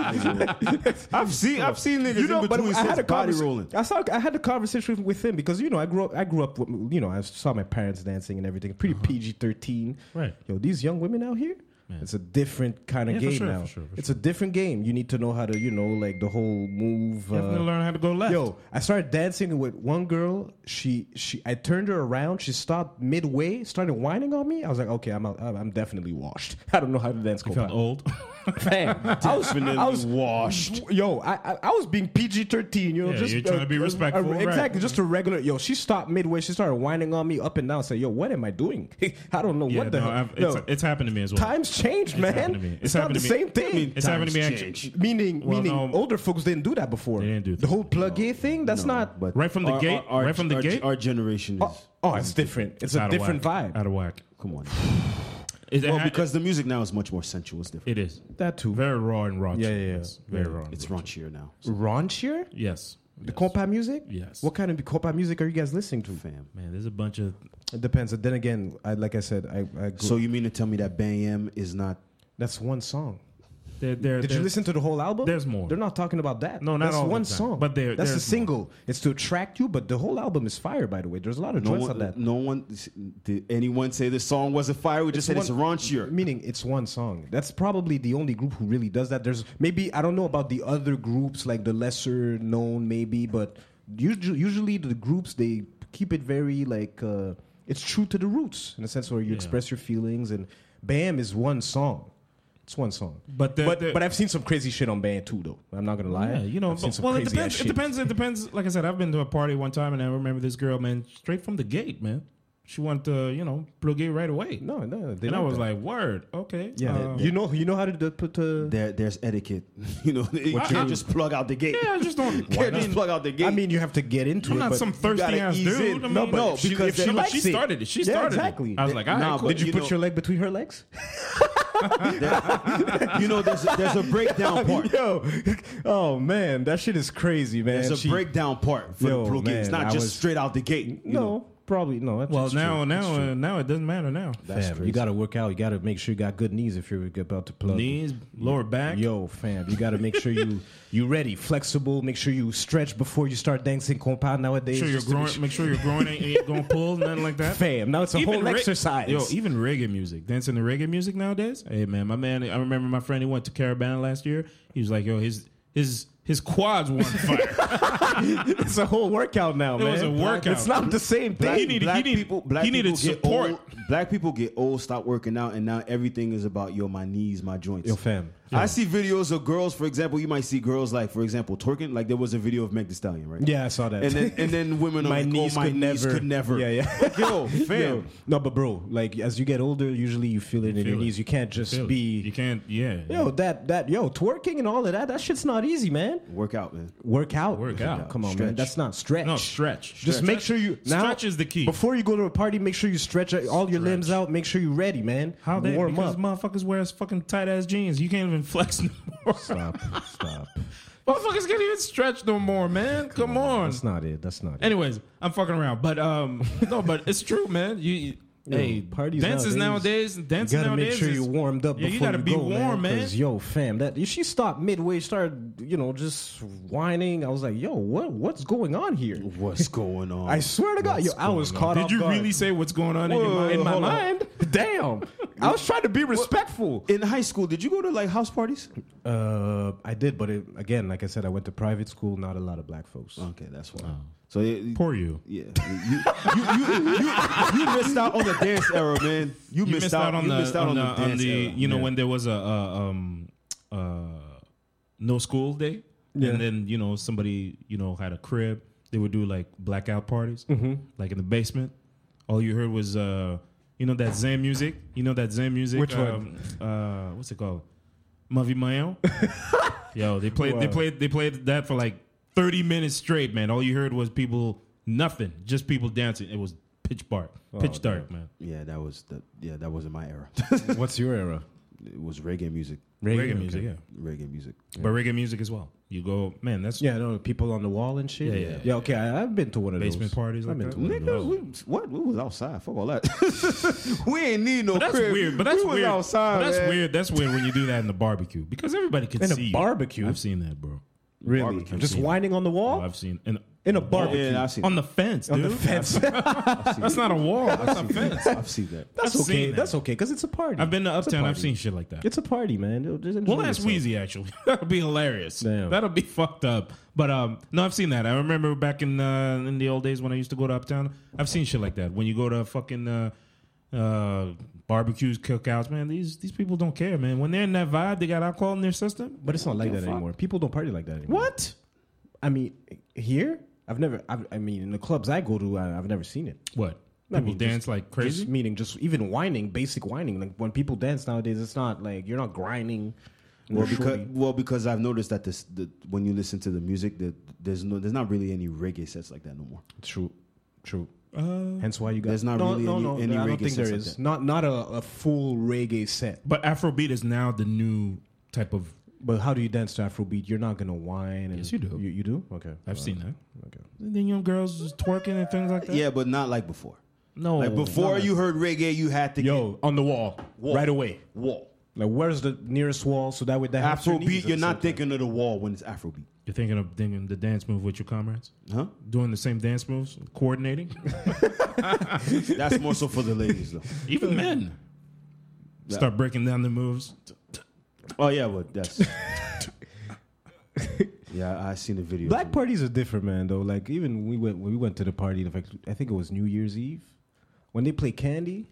Speaker 1: I've seen I've seen niggas in between
Speaker 2: I had
Speaker 1: sets
Speaker 2: a
Speaker 1: body
Speaker 2: conversa-
Speaker 1: rolling.
Speaker 2: I saw I had a conversation with him because you know I grew up, I grew up
Speaker 3: Uh-huh.
Speaker 2: with, you know I saw my parents dancing and everything. Pretty PG thirteen.
Speaker 3: Right.
Speaker 2: Yo, these young women out here,
Speaker 3: Yeah.
Speaker 2: It's a different kind of
Speaker 3: Yeah, for
Speaker 2: game
Speaker 3: sure,
Speaker 2: now.
Speaker 3: for sure, for
Speaker 2: It's a different game. You need to know how to, you know, like the whole move.
Speaker 3: You have to
Speaker 2: uh,
Speaker 3: learn how to go left.
Speaker 2: Yo, I started dancing with one girl. She she I turned her around. She stopped midway, started whining on me. I was like, okay, I'm out, I'm I'm definitely washed. <laughs> I don't know how to dance.
Speaker 3: you felt old. <laughs>
Speaker 2: Fam, I was, I was washed. Yo, I, I I was being PG thirteen. You know,
Speaker 3: Yeah,
Speaker 2: just uh,
Speaker 3: you're trying to be
Speaker 2: a- a-
Speaker 3: respectful, right.
Speaker 2: exactly. Just a regular. Yo, she stopped midway. She started whining on me up and down. Say, yo, what am I doing? <laughs> I don't know
Speaker 3: yeah,
Speaker 2: what the.
Speaker 3: no,
Speaker 2: hell.
Speaker 3: I've-
Speaker 2: Yo,
Speaker 3: it's, it's happened to me as well.
Speaker 2: times changed, man.
Speaker 3: happened to me. It's
Speaker 2: It's, not
Speaker 3: happened
Speaker 2: the
Speaker 3: to me.
Speaker 2: same thing.
Speaker 3: it's happened to me
Speaker 1: times
Speaker 3: actually.
Speaker 1: change.
Speaker 2: Meaning,
Speaker 3: Well,
Speaker 2: meaning,
Speaker 3: no.
Speaker 2: older folks didn't do that before.
Speaker 3: They didn't do
Speaker 2: the
Speaker 3: that.
Speaker 2: whole plug in thing. That's
Speaker 1: No,
Speaker 2: not.
Speaker 1: but
Speaker 3: Right from the
Speaker 1: our-
Speaker 3: gate?
Speaker 1: our-
Speaker 3: Right from the
Speaker 1: our-
Speaker 3: gate?
Speaker 1: Our generation is.
Speaker 2: oh, oh, it's different. It's, a
Speaker 3: Out of
Speaker 2: different
Speaker 3: whack.
Speaker 2: vibe.
Speaker 3: Out of whack.
Speaker 1: Come on.
Speaker 3: It,
Speaker 1: Well, because the music now is much more sensual. It's different.
Speaker 3: it is
Speaker 2: That too.
Speaker 3: very raw and raunchy.
Speaker 2: Yeah, yeah, yeah.
Speaker 3: Yes, very
Speaker 2: Yeah.
Speaker 3: raw. and
Speaker 1: It's
Speaker 3: raunchy.
Speaker 1: raunchier now. So,
Speaker 2: Raunchier.
Speaker 3: Yes.
Speaker 2: The compa music.
Speaker 3: Yes.
Speaker 2: What kind of compa music are you guys listening to?
Speaker 1: fam.
Speaker 3: Man, there's a bunch of
Speaker 2: It depends. Then again, I like I said, I, I
Speaker 1: So you mean to tell me that Bam is not?
Speaker 2: That's one song.
Speaker 3: they're, they're,
Speaker 2: Did you listen to the whole album?
Speaker 3: there's more.
Speaker 2: They're not talking about that.
Speaker 3: No, not
Speaker 2: That's
Speaker 3: all the
Speaker 2: one
Speaker 3: time,
Speaker 2: song.
Speaker 3: but there-
Speaker 2: that's a
Speaker 3: there's
Speaker 2: single. It's to attract you, but the whole album is fire. By the way, there's a lot of
Speaker 1: No
Speaker 2: joints on
Speaker 1: one,
Speaker 2: that.
Speaker 1: no one. Did anyone say this song wasn't fire? We just said it's
Speaker 2: one-
Speaker 1: raunchier.
Speaker 2: Meaning it's one song. That's probably the only group who really does that. There's maybe I don't know about the other groups like the lesser known maybe, but usually, usually the groups they keep it very like uh, it's true to the roots in a sense where you express your feelings and Bam is one song. It's one song.
Speaker 3: But the-
Speaker 2: but,
Speaker 3: the-
Speaker 2: but I've seen some crazy shit on Bam too though. I'm not gonna lie.
Speaker 3: Yeah, you know,
Speaker 2: I've seen
Speaker 3: but-
Speaker 2: some
Speaker 3: well, it
Speaker 2: crazy ass
Speaker 3: depends. It
Speaker 2: shit.
Speaker 3: depends. It depends. Like I said, I've been to a party one time, and I remember this girl, man, straight from the gate, man. She wanted to, you know, plug it right away,
Speaker 2: No, no, they
Speaker 3: and I
Speaker 2: like
Speaker 3: was
Speaker 2: that.
Speaker 3: like, "Word, okay,
Speaker 2: yeah,
Speaker 3: uh,
Speaker 2: you know, you know how to do- put uh,
Speaker 1: There, there's etiquette. <laughs> You know, you can't just plug out the gate.
Speaker 3: yeah." I just
Speaker 2: <laughs>
Speaker 3: don't.
Speaker 1: You
Speaker 3: I
Speaker 1: can't just
Speaker 3: mean,
Speaker 1: plug out the gate.
Speaker 2: I mean, you have to get into
Speaker 3: I'm
Speaker 2: it.
Speaker 3: not
Speaker 2: but
Speaker 3: some
Speaker 2: you gotta
Speaker 3: thirsty ass
Speaker 2: ease
Speaker 3: dude.
Speaker 2: in.
Speaker 3: I mean,
Speaker 2: no, but
Speaker 1: no,
Speaker 2: she-
Speaker 1: because
Speaker 2: if she
Speaker 1: that-
Speaker 2: likes
Speaker 3: she
Speaker 2: it-
Speaker 3: started it. She
Speaker 2: Yeah,
Speaker 3: started
Speaker 2: exactly.
Speaker 3: it. I was like, "All right,
Speaker 1: Nah,
Speaker 3: cool."
Speaker 1: but
Speaker 2: Did you,
Speaker 1: You
Speaker 2: put
Speaker 1: know-
Speaker 2: your leg between her legs?
Speaker 1: you know, there's a, there's a
Speaker 2: <laughs>
Speaker 1: breakdown part.
Speaker 2: Yo, oh man, that shit is crazy, man.
Speaker 1: There's a
Speaker 2: She-
Speaker 1: breakdown part for
Speaker 2: Yo,
Speaker 1: the plug It's
Speaker 2: man,
Speaker 1: not
Speaker 2: I
Speaker 1: just
Speaker 2: was-
Speaker 1: straight out the gate. you
Speaker 2: No,
Speaker 1: know.
Speaker 2: probably no. That's,
Speaker 3: well,
Speaker 2: that's
Speaker 3: now,
Speaker 2: true. That's
Speaker 3: now,
Speaker 2: true.
Speaker 3: uh, now it doesn't matter now.
Speaker 1: That's
Speaker 2: fam,
Speaker 1: crazy.
Speaker 2: you gotta work out. You gotta make sure you got good knees if you're about to plug.
Speaker 3: Knees, lower back.
Speaker 2: Yo, fam, you gotta make sure you you ready, flexible. Make sure you stretch before you start dancing compound nowadays.
Speaker 3: make sure your
Speaker 2: just to be
Speaker 3: groin,
Speaker 2: sure-
Speaker 3: make sure your groin ain't, ain't gonna pull, nothing like
Speaker 2: <laughs>
Speaker 3: that.
Speaker 2: Fam, now it's a whole
Speaker 3: reg-
Speaker 2: exercise.
Speaker 3: Yo, even reggae music, dancing to reggae music nowadays. Hey man, my man, I remember my friend. He went to Caravana last year. He was like, yo, his his his quads were on
Speaker 2: <laughs>
Speaker 3: fire.
Speaker 2: <laughs> it's a whole workout now,
Speaker 3: It
Speaker 2: man.
Speaker 3: was a workout.
Speaker 2: It's not the same thing.
Speaker 3: He needed- he needed- he needed support.
Speaker 1: Old, black people get old, stop working out, and now everything is about yo my knees, my joints.
Speaker 2: Yo, fam.
Speaker 1: I see videos of girls, for example. You might see girls like, for example, twerking. Like there was a video of Meg Thee Stallion, right?
Speaker 2: Yeah, I saw that.
Speaker 1: And then and then women are
Speaker 2: my
Speaker 1: like,
Speaker 2: knees,
Speaker 1: oh, my
Speaker 2: could,
Speaker 1: knees
Speaker 2: never.
Speaker 1: could never.
Speaker 2: Yeah, yeah.
Speaker 1: Like, yo, fam.
Speaker 2: <laughs> Yo, no, but bro, like as you get older, usually you feel it in your
Speaker 3: feel it.
Speaker 2: knees. You can't just
Speaker 3: Feel it.
Speaker 2: be.
Speaker 3: you can't, yeah.
Speaker 2: Yo, that that yo twerking and all of that. That shit's not easy, man.
Speaker 1: Work out, man.
Speaker 2: Work out.
Speaker 3: Work out.
Speaker 2: Come on, man.
Speaker 1: Stretch.
Speaker 2: That's not stretch.
Speaker 3: No, stretch.
Speaker 2: Just
Speaker 3: Stretch.
Speaker 2: make sure you now,
Speaker 3: Stretch is the key.
Speaker 2: Before you go to a party, make sure you stretch all your limbs out. Make sure you're ready, man.
Speaker 3: How they
Speaker 2: warm
Speaker 3: because
Speaker 2: up?
Speaker 3: motherfuckers wear his fucking tight ass jeans. You can't even flex no more. <laughs>
Speaker 2: Stop, stop.
Speaker 3: motherfuckers can't even stretch no more, man. Come, on.
Speaker 2: That's not it. That's not it.
Speaker 3: Anyways, I'm fucking around, but
Speaker 2: <laughs>
Speaker 3: um, no, but it's true, man. You, you hey,
Speaker 2: parties
Speaker 3: dances nowadays,
Speaker 2: nowadays, You
Speaker 3: dances
Speaker 2: gotta
Speaker 3: nowadays.
Speaker 2: make sure
Speaker 3: is-
Speaker 2: you're warmed up.
Speaker 3: Yeah,
Speaker 2: before
Speaker 3: you gotta be
Speaker 2: go,
Speaker 3: warm, man.
Speaker 2: 'cause, Yo, fam, that if she stopped midway, started you know just whining. I was like, yo, what what's going on here?
Speaker 1: <laughs> What's going on?
Speaker 2: I swear to God, yo, I was caught
Speaker 3: Did
Speaker 2: off
Speaker 3: you
Speaker 2: guard.
Speaker 3: really say what's going on in, your
Speaker 2: Whoa,
Speaker 3: mind? in my
Speaker 2: hold on.
Speaker 3: mind? <laughs>
Speaker 2: Damn, I was trying to be respectful.
Speaker 1: in high school, did you go to like house parties?
Speaker 2: Uh, I did, but it, again, like I said, I went to private school. Not a lot of black folks.
Speaker 3: Uh.
Speaker 1: Okay, that's why. Oh. So it,
Speaker 3: Poor you.
Speaker 1: Yeah, you, you, you, you, you missed out on the dance era, man. You,
Speaker 3: You
Speaker 1: missed, out,
Speaker 3: on
Speaker 1: you
Speaker 3: the
Speaker 1: missed out on,
Speaker 3: on, the,
Speaker 1: the
Speaker 3: on
Speaker 1: dance
Speaker 3: the
Speaker 1: era.
Speaker 3: you know when there was a uh, um uh no school day, and then you know somebody you know had a crib. They would do like blackout parties, like in the basement. All you heard was uh you know that Zen music. You know that Zen music.
Speaker 2: Which
Speaker 3: um, Uh, what's it called? Mavi Mayo. Yo, they played. They
Speaker 2: Wow.
Speaker 3: played. They played that for like thirty minutes straight, man. All you heard was people, nothing, just people dancing. It was pitch dark, pitch dark, man.
Speaker 1: Yeah, that was the yeah that wasn't my era.
Speaker 2: What's your era?
Speaker 1: it was reggae music,
Speaker 3: Reggae
Speaker 2: okay.
Speaker 3: music, yeah.
Speaker 1: reggae music.
Speaker 3: But reggae music as well. You go, man. That's
Speaker 2: Yeah, no, people on the wall and shit.
Speaker 3: Yeah, yeah, yeah.
Speaker 2: okay, I, I've been to one of
Speaker 3: Basement
Speaker 2: those
Speaker 3: parties
Speaker 2: I've
Speaker 3: like
Speaker 2: been
Speaker 3: that?
Speaker 2: to one of
Speaker 1: Nigga,
Speaker 2: those.
Speaker 1: we, what? We was outside. Fuck all that. <laughs> we ain't need no
Speaker 3: But that's
Speaker 1: crib.
Speaker 3: weird. But that's
Speaker 1: we was
Speaker 3: weird.
Speaker 1: outside.
Speaker 3: but that's
Speaker 1: man.
Speaker 3: weird. That's weird when you do that in the barbecue because everybody can
Speaker 2: In a
Speaker 3: see you.
Speaker 2: barbecue?
Speaker 3: I've seen that, bro.
Speaker 2: Really,
Speaker 1: Barbecue
Speaker 2: just
Speaker 3: scene.
Speaker 2: whining on the
Speaker 3: Oh,
Speaker 2: wall
Speaker 3: I've seen in
Speaker 2: in a barbecue.
Speaker 1: Yeah, I've seen
Speaker 3: on the fence, dude.
Speaker 2: on the
Speaker 3: <laughs>
Speaker 2: fence.
Speaker 3: That's not a
Speaker 1: <laughs>
Speaker 3: wall. That's a fence.
Speaker 1: I've seen that.
Speaker 2: That's
Speaker 3: I've
Speaker 2: okay.
Speaker 3: seen
Speaker 2: That's
Speaker 3: that.
Speaker 2: okay because it's a party.
Speaker 3: I've been to Uptown. I've
Speaker 1: party.
Speaker 3: seen shit like that.
Speaker 2: It's a party, man. Yo, just enjoy
Speaker 3: Well, that's
Speaker 2: yourself.
Speaker 3: Wheezy actually. <laughs> That'll be hilarious.
Speaker 2: Damn.
Speaker 3: That'll be <laughs> fucked up. But um, no, I've seen that. I remember back in uh, in the old days when I used to go to Uptown. I've seen shit like that. When you go to fucking uh, uh, barbecues, cookouts, man, these these people don't care, man. When they're in that vibe, they got alcohol in their system.
Speaker 2: But it's not like that anymore. People don't party like that anymore.
Speaker 3: What?
Speaker 2: I mean, here I've never. I've, I mean, in the clubs I go to, I, I've never seen it.
Speaker 3: What?
Speaker 2: I
Speaker 3: People
Speaker 2: mean,
Speaker 3: dance
Speaker 2: just-
Speaker 3: like crazy.
Speaker 2: Just meaning, just even whining, basic whining. Like when people dance nowadays, it's not like you're not grinding.
Speaker 1: Well,
Speaker 2: You're
Speaker 1: because
Speaker 2: shorty.
Speaker 1: well, because I've noticed that this the, when you listen to the music, that there's no there's not really any reggae sets like that no more.
Speaker 2: true, true.
Speaker 3: Uh,
Speaker 2: Hence why you got
Speaker 1: There's not really any- any
Speaker 2: I don't
Speaker 1: reggae
Speaker 2: think
Speaker 1: sets
Speaker 2: there
Speaker 1: like
Speaker 2: is.
Speaker 1: that.
Speaker 2: Not not a, a full reggae set.
Speaker 3: but Afrobeat is now the new type of.
Speaker 2: But how do you dance to Afrobeat? You're not gonna whine. And
Speaker 3: Yes, you do.
Speaker 2: You, you do. Okay,
Speaker 3: I've
Speaker 2: Wow.
Speaker 3: seen that.
Speaker 2: Okay.
Speaker 3: Then young girls just twerking and things like that.
Speaker 1: Yeah, but not like before.
Speaker 3: No.
Speaker 1: Like before you heard reggae, you had to get
Speaker 2: Yo, on the wall, right away.
Speaker 1: wall.
Speaker 2: Like, where's the nearest wall? So that way, that helps your knees
Speaker 1: Afrobeat,
Speaker 2: at
Speaker 1: you're
Speaker 2: the
Speaker 1: not
Speaker 2: same time.
Speaker 1: thinking of the wall when it's Afrobeat.
Speaker 3: You're thinking of thinking the dance move with your comrades.
Speaker 1: Huh?
Speaker 3: doing the same dance moves, <laughs> coordinating.
Speaker 1: That's more so for the ladies <laughs> though.
Speaker 3: Even men start breaking down the moves.
Speaker 1: Oh yeah, but that's <laughs> Yeah, I I seen the video.
Speaker 2: Black parties are different, man. Though, like even we went when we went to the party. In fact, I think it was New Year's Eve when they play Candy.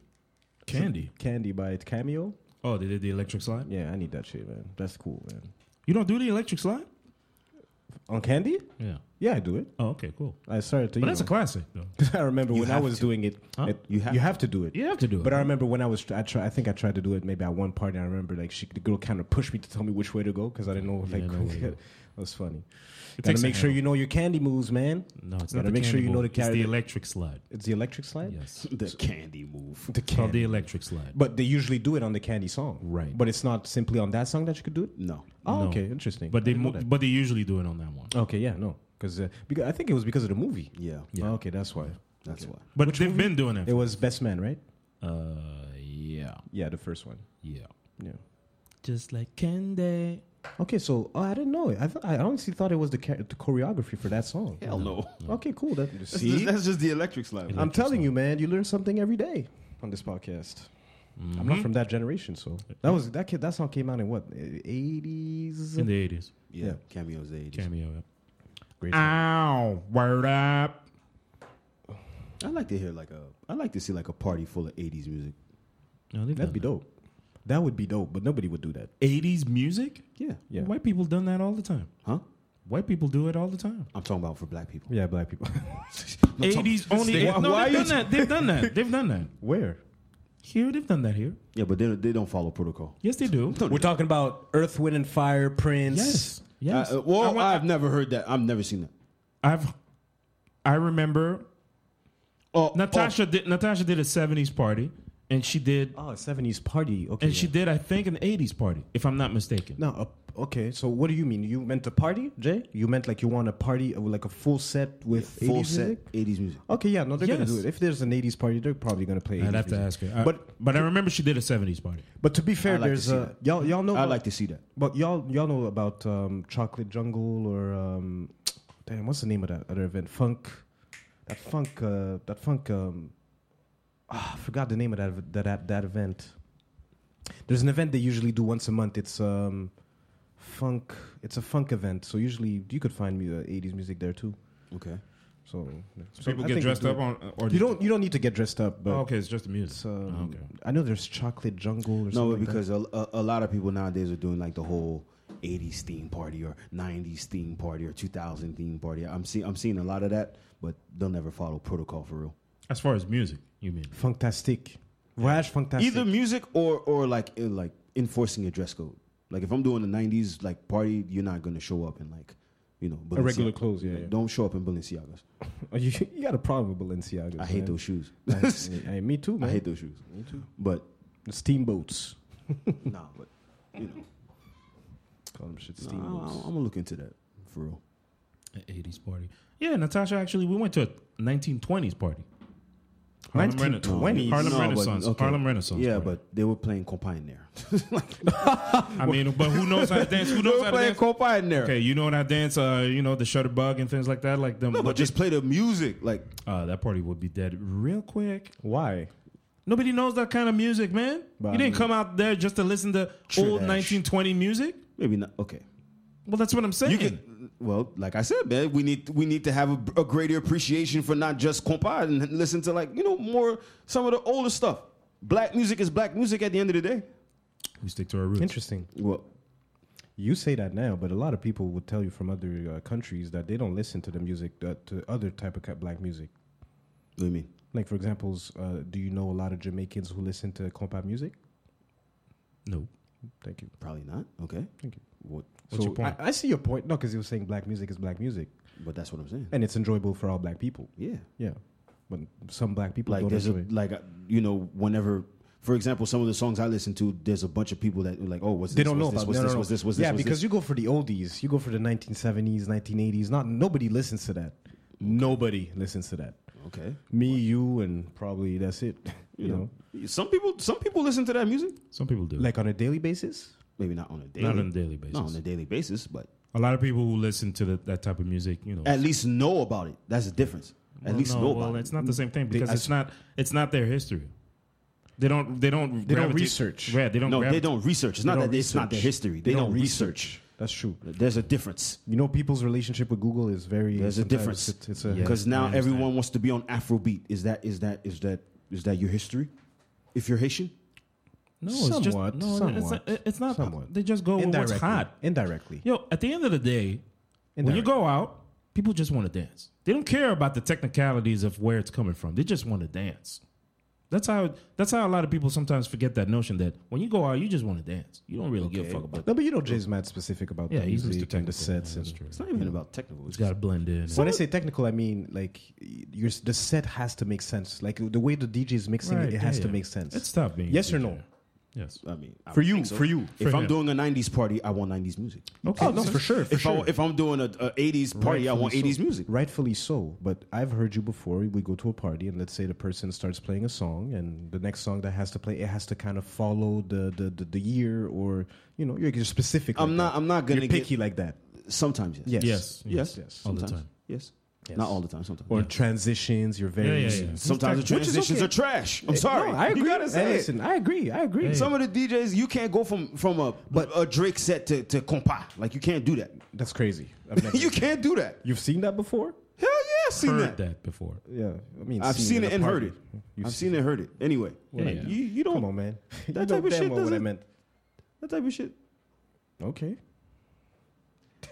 Speaker 3: Candy.
Speaker 2: Candy by Cameo.
Speaker 3: Oh, they did the electric slide.
Speaker 2: Yeah, I need that shit, man. That's cool, man.
Speaker 3: You don't do the electric slide?
Speaker 2: On Candy?
Speaker 3: Yeah.
Speaker 2: Yeah, I do it.
Speaker 3: Oh, okay, cool.
Speaker 2: I started to.
Speaker 3: But
Speaker 2: You
Speaker 3: that's a
Speaker 2: know,
Speaker 3: classic, though.
Speaker 2: <laughs> I remember when I
Speaker 1: have
Speaker 2: was
Speaker 1: to.
Speaker 2: doing it,
Speaker 3: Huh?
Speaker 2: it-
Speaker 1: You
Speaker 2: You
Speaker 1: have
Speaker 2: have, to do it.
Speaker 3: You have to do it.
Speaker 2: But I remember when I was, I try, I think I tried to do it maybe at one party. I remember like she, the girl, kind of pushed me to tell me which way to go because I didn't know. Like,
Speaker 3: Yeah,
Speaker 2: <laughs>
Speaker 3: no way.
Speaker 2: that was funny.
Speaker 3: It
Speaker 2: Gotta
Speaker 3: takes a
Speaker 2: make sure
Speaker 3: handle.
Speaker 2: you know your candy moves, man.
Speaker 3: no, it's
Speaker 2: Gotta
Speaker 3: not. The
Speaker 2: make sure you know the
Speaker 3: It's
Speaker 2: carry.
Speaker 3: the
Speaker 2: It's,
Speaker 3: electric slide.
Speaker 2: the electric slide.
Speaker 3: Yes,
Speaker 1: the candy move.
Speaker 2: <laughs> The
Speaker 3: called
Speaker 2: candy.
Speaker 3: the electric slide.
Speaker 2: But they usually do it on the candy song,
Speaker 3: Right.
Speaker 2: But it's not simply on that song that you could do it.
Speaker 1: No.
Speaker 2: Oh,
Speaker 3: No.
Speaker 2: okay, interesting.
Speaker 3: But
Speaker 2: I
Speaker 3: they
Speaker 2: didn't know
Speaker 3: mo-
Speaker 2: that.
Speaker 3: but they usually do it on that one.
Speaker 2: Okay, yeah, no, because uh, because I think it was because of the movie.
Speaker 1: Yeah.
Speaker 2: Oh, okay, that's why.
Speaker 1: That's why.
Speaker 3: But they've been doing it.
Speaker 2: It was Best Man, right?
Speaker 3: Uh, yeah,
Speaker 2: Yeah, the first one.
Speaker 3: yeah.
Speaker 2: Yeah.
Speaker 3: Just like candy.
Speaker 2: Okay, so oh, I didn't know it. I, th- I honestly thought it was the, cha- the choreography for that song.
Speaker 1: Hell no.
Speaker 2: Okay, cool. That,
Speaker 1: That's
Speaker 2: see,
Speaker 1: just, that's just the electric slide.
Speaker 2: I'm telling you, man, you learn something every day on this podcast.
Speaker 3: Mm-hmm.
Speaker 2: I'm not from that generation, so that was that kid. That song came out in what eighties?
Speaker 3: In the eighties,
Speaker 1: Yeah, cameos the 80s.
Speaker 3: cameo. yeah.
Speaker 2: Great.
Speaker 3: Ow! Word up.
Speaker 1: I like to hear like a I like to see like a party full of 80s music.
Speaker 3: No, they've
Speaker 2: That'd
Speaker 3: done
Speaker 2: be dope. That would be dope, but nobody would do that.
Speaker 3: that. 80s music?
Speaker 1: Yeah.
Speaker 2: Yeah.
Speaker 3: White people done that all the time.
Speaker 1: Huh?
Speaker 3: White people do it all the time.
Speaker 1: I'm talking about for black people.
Speaker 2: Yeah, black people.
Speaker 1: <laughs>
Speaker 2: <laughs>
Speaker 1: I'm talking-
Speaker 3: 80s only.
Speaker 1: Why-
Speaker 3: no,
Speaker 1: why
Speaker 3: they've
Speaker 1: you
Speaker 3: done that. They've done that. <laughs> They've done that.
Speaker 2: Where?
Speaker 3: Here, they've done that here.
Speaker 1: Yeah, but they, they don't follow protocol.
Speaker 3: Yes, they do.
Speaker 2: We're talking about Earth, Wind, and Fire, Prince.
Speaker 3: Yes. Yes.
Speaker 1: I- uh, well,
Speaker 3: I went-
Speaker 1: I've never heard that. I've never seen that.
Speaker 3: I've I remember
Speaker 1: Oh,
Speaker 3: Natasha did Natasha did a 70s party and she did
Speaker 2: Oh, 70s party. Okay.
Speaker 3: and she
Speaker 2: yeah.
Speaker 3: did I think an 80s party if I'm not mistaken.
Speaker 2: No, uh, okay. So what do you mean? You meant a party, Jay? You meant like you want a party, uh, like a full set with
Speaker 1: oh, full
Speaker 2: 80s
Speaker 1: set
Speaker 2: music?
Speaker 1: 80s music.
Speaker 2: Okay, yeah, no, they're gonna
Speaker 3: Yes.
Speaker 2: do it. If there's an 80s party, they're probably gonna play. 80s
Speaker 3: I'd have to
Speaker 2: music.
Speaker 3: ask her. I-
Speaker 2: But
Speaker 3: but I remember she did a 70s party.
Speaker 2: but to be fair,
Speaker 1: I'd like to
Speaker 2: there's
Speaker 1: see
Speaker 2: uh, y'all y'all know.
Speaker 1: I
Speaker 2: about-
Speaker 1: like to see that.
Speaker 2: But y'all y'all know about um, Chocolate Jungle or um, damn, what's the name of that other event? Funk, that funk, uh, that funk. Um, ah, I forgot the name of that ev- that that, that event. There's an event they usually do once a month. It's um, funk. It's a funk event. So usually you could find me uh, 80s music there too.
Speaker 1: Okay.
Speaker 2: So, so
Speaker 3: People
Speaker 2: I
Speaker 3: get
Speaker 2: think
Speaker 3: dressed
Speaker 2: you
Speaker 3: up
Speaker 2: do it.
Speaker 3: on or
Speaker 2: You don't you don't need to get dressed up, but
Speaker 3: Oh, okay, it's just the music.
Speaker 2: it's, um,
Speaker 3: Oh, okay.
Speaker 2: I know there's Chocolate Jungle or something.
Speaker 1: No,
Speaker 2: like that.
Speaker 1: because a, a, a lot of people nowadays are doing like the whole 80s theme party or 90s theme party or 2000 theme party. I'm see, I'm seeing a lot of that, but they'll never follow protocol for real.
Speaker 3: As far as music, you mean?
Speaker 2: Fantastic. Voyage Fantastic.
Speaker 1: Either music or or like eh, like enforcing a dress code. Like if I'm doing a 90s like party, you're not gonna show up in like you know
Speaker 2: A regular
Speaker 1: Balenciaga.
Speaker 2: clothes, yeah, yeah.
Speaker 1: Don't show up in Balenciagas.
Speaker 2: Oh, <laughs> you, you got a problem with Balenciaga.
Speaker 1: I hate
Speaker 2: man.
Speaker 1: those shoes. <laughs>
Speaker 2: I, I- me too, man.
Speaker 1: I hate those shoes. Me too. But
Speaker 2: the steamboats.
Speaker 1: <laughs> nah, but you know,
Speaker 2: Call them shit
Speaker 1: nah, I-
Speaker 2: steamboats.
Speaker 1: I'm gonna look into that for real.
Speaker 3: An 80s party. Yeah, Natasha, actually, we went to a 1920s party. Harlem
Speaker 2: 1920s.
Speaker 3: Renaissance. Harlem
Speaker 1: Oh, No, but-
Speaker 3: Renaissance.
Speaker 1: okay.
Speaker 3: Harlem Renaissance.
Speaker 1: Yeah,
Speaker 3: party.
Speaker 1: but they were playing
Speaker 2: <laughs>
Speaker 1: Copioneer.
Speaker 3: I mean, but who knows how to
Speaker 1: <laughs>
Speaker 3: dance? Who knows how to
Speaker 1: playing
Speaker 3: dance?
Speaker 1: Copioneer.
Speaker 3: Okay, you know how to dance. Uh, you know the Shutterbug and things like that. Like them.
Speaker 1: No, but just play the music. Like
Speaker 3: uh, that party would be dead real quick.
Speaker 2: Why?
Speaker 3: Nobody knows that kind of music, man.
Speaker 2: But
Speaker 3: you
Speaker 2: I
Speaker 3: didn't
Speaker 2: mean-
Speaker 3: come out there just to listen to old
Speaker 1: Trash.
Speaker 3: 1920 music.
Speaker 1: maybe not. Okay,
Speaker 3: Well, that's what I'm saying.
Speaker 1: you can. Well, like I said, man, we need we need to have a, a greater appreciation for not just compa and listen to like you know more some of the older stuff. Black music is black music at the end of the day.
Speaker 3: we stick to our roots.
Speaker 2: Interesting.
Speaker 1: Well,
Speaker 2: You say that now, but a lot of people would tell you from other uh, countries that they don't listen to the music that, to other type of ca- black music.
Speaker 1: what do you mean?
Speaker 2: Like for examples, uh, do you know a lot of Jamaicans who listen to compa music?
Speaker 3: No.
Speaker 2: Thank you.
Speaker 1: Probably not. Okay,
Speaker 2: Thank you.
Speaker 1: what?
Speaker 3: What's
Speaker 2: So
Speaker 3: your point?
Speaker 2: I, I see your point. No, because you were saying black music is black music,
Speaker 1: But that's what I'm saying.
Speaker 2: and it's enjoyable for all black people.
Speaker 1: Yeah.
Speaker 2: Yeah, but some black people
Speaker 1: like
Speaker 2: don't
Speaker 1: there's a,
Speaker 2: enjoy. it.
Speaker 1: like uh, you know whenever for example some of the songs i listen to there's a bunch of people that are like oh what's
Speaker 2: they
Speaker 1: this
Speaker 2: don't know
Speaker 1: what's this
Speaker 2: about
Speaker 1: what's
Speaker 2: no,
Speaker 1: this
Speaker 2: no, no.
Speaker 1: what's this what's this
Speaker 2: yeah
Speaker 1: what's
Speaker 2: because
Speaker 1: this?
Speaker 2: you go for the oldies you go for the 1970s 1980s not nobody listens to that nobody listens to that
Speaker 1: okay
Speaker 2: me you and probably that's it <laughs> you know
Speaker 1: some people some people listen to that music
Speaker 3: Some people do.
Speaker 2: like on a daily basis
Speaker 1: maybe not on a daily
Speaker 3: Not on a daily basis.
Speaker 1: not on a daily basis but
Speaker 3: a lot of people who listen to the, that type of music, you know,
Speaker 1: at least know about it that's the difference at
Speaker 3: Well,
Speaker 1: least
Speaker 3: no,
Speaker 1: know
Speaker 3: well,
Speaker 1: about it
Speaker 3: it's not the same thing because
Speaker 1: I
Speaker 3: it's
Speaker 1: s-
Speaker 3: not it's not their history. They don't they don't
Speaker 2: They don't
Speaker 3: gravitate-
Speaker 2: research.
Speaker 3: Yeah, they don't.
Speaker 1: no they
Speaker 3: gravitate-
Speaker 1: don't research it's not
Speaker 2: don't
Speaker 1: that it's not their
Speaker 2: research.
Speaker 1: history they, don't, research.
Speaker 2: that's true
Speaker 1: there's a difference
Speaker 2: you know people's relationship with google is very
Speaker 1: there's a
Speaker 2: sometimes
Speaker 1: difference
Speaker 2: it- it's a
Speaker 1: because
Speaker 3: Yeah, I
Speaker 1: now
Speaker 3: understand.
Speaker 1: everyone wants to be on afrobeat is that is that is that is that your history if you're haitian
Speaker 3: No, it's just,
Speaker 2: somewhat
Speaker 3: no, it's
Speaker 2: somewhat
Speaker 3: not. It's not
Speaker 2: somewhat.
Speaker 3: They just go with what's
Speaker 2: indirectly
Speaker 3: hot.
Speaker 2: indirectly
Speaker 3: Yo, at the end of the day, when you go out, people just want to dance. They don't care about the technicalities of where it's coming from. They just want to dance. That's how. That's how a lot of people sometimes forget that notion that when you go out, you just want to dance. You don't really give a fuck about.
Speaker 2: no but you know jay's mad specific about
Speaker 3: Yeah,
Speaker 2: the
Speaker 3: he's Mr.
Speaker 2: music and
Speaker 3: Technical.
Speaker 2: the sets
Speaker 3: Yeah,
Speaker 2: and
Speaker 3: that's true.
Speaker 1: it's not even about technical it's
Speaker 3: It's got to blend in.
Speaker 2: When I say technical, I mean like your the set has to make sense. Like the way the DJ is mixing
Speaker 3: Right,
Speaker 2: it, it
Speaker 3: yeah,
Speaker 2: has to
Speaker 3: yeah.
Speaker 2: make sense.
Speaker 3: It's tough being a
Speaker 2: yes or
Speaker 3: DJ.
Speaker 2: no Oh,
Speaker 3: yes.
Speaker 1: I mean, I
Speaker 2: for
Speaker 1: would
Speaker 2: you.
Speaker 1: think so.
Speaker 2: For you,
Speaker 1: If
Speaker 3: For
Speaker 1: I'm
Speaker 3: him.
Speaker 1: doing a '90s party, I want '90s music.
Speaker 2: Oh no, for sure. For
Speaker 1: if
Speaker 2: sure.
Speaker 1: I, if I'm doing a, a '80s party, I want
Speaker 2: Rightfully
Speaker 1: '80s
Speaker 2: so.
Speaker 1: music.
Speaker 2: Rightfully so. But I've heard you before. We go to a party, and let's say the person starts playing a song, and the next song that has to play, it has to kind of follow the the, the, the year, or you know, you're, you're specific.
Speaker 1: I'm
Speaker 2: like
Speaker 1: not-
Speaker 2: that.
Speaker 1: I'm not gonna
Speaker 2: You're picky
Speaker 1: get-
Speaker 2: like that.
Speaker 1: Sometimes yes.
Speaker 2: Yes.
Speaker 1: Yes.
Speaker 3: Yes.
Speaker 2: Yes.
Speaker 3: All the
Speaker 1: Sometimes.
Speaker 3: time.
Speaker 1: Yes.
Speaker 2: Yes.
Speaker 1: Not all the time. Sometimes.
Speaker 2: Or transitions. You're very.
Speaker 3: Yeah, yeah, yeah.
Speaker 1: sometimes the
Speaker 2: Which is
Speaker 1: transitions
Speaker 2: okay.
Speaker 1: are trash. I'm sorry.
Speaker 2: No, I agree.
Speaker 1: You gotta say
Speaker 2: Hey,
Speaker 1: it.
Speaker 2: listen, I agree. I agree.
Speaker 1: Some of the DJs, you can't go from from a but a Drake set to to compa. Like you can't do that.
Speaker 2: That's crazy.
Speaker 1: <laughs>
Speaker 2: I've never-
Speaker 1: you can't do that.
Speaker 2: You've seen that before?
Speaker 1: Hell yeah, I've seen
Speaker 3: Heard
Speaker 1: that.
Speaker 3: that before.
Speaker 2: Yeah, I mean,
Speaker 1: I've seen it and heard it. I've seen it, heard it. Anyway,
Speaker 3: Yeah.
Speaker 1: you you
Speaker 2: Come
Speaker 1: don't
Speaker 2: on, man. <laughs> you
Speaker 1: That
Speaker 2: know
Speaker 1: type of
Speaker 2: damn
Speaker 1: shit
Speaker 2: well what
Speaker 1: doesn't-
Speaker 2: I meant.
Speaker 1: that type of shit.
Speaker 2: Okay.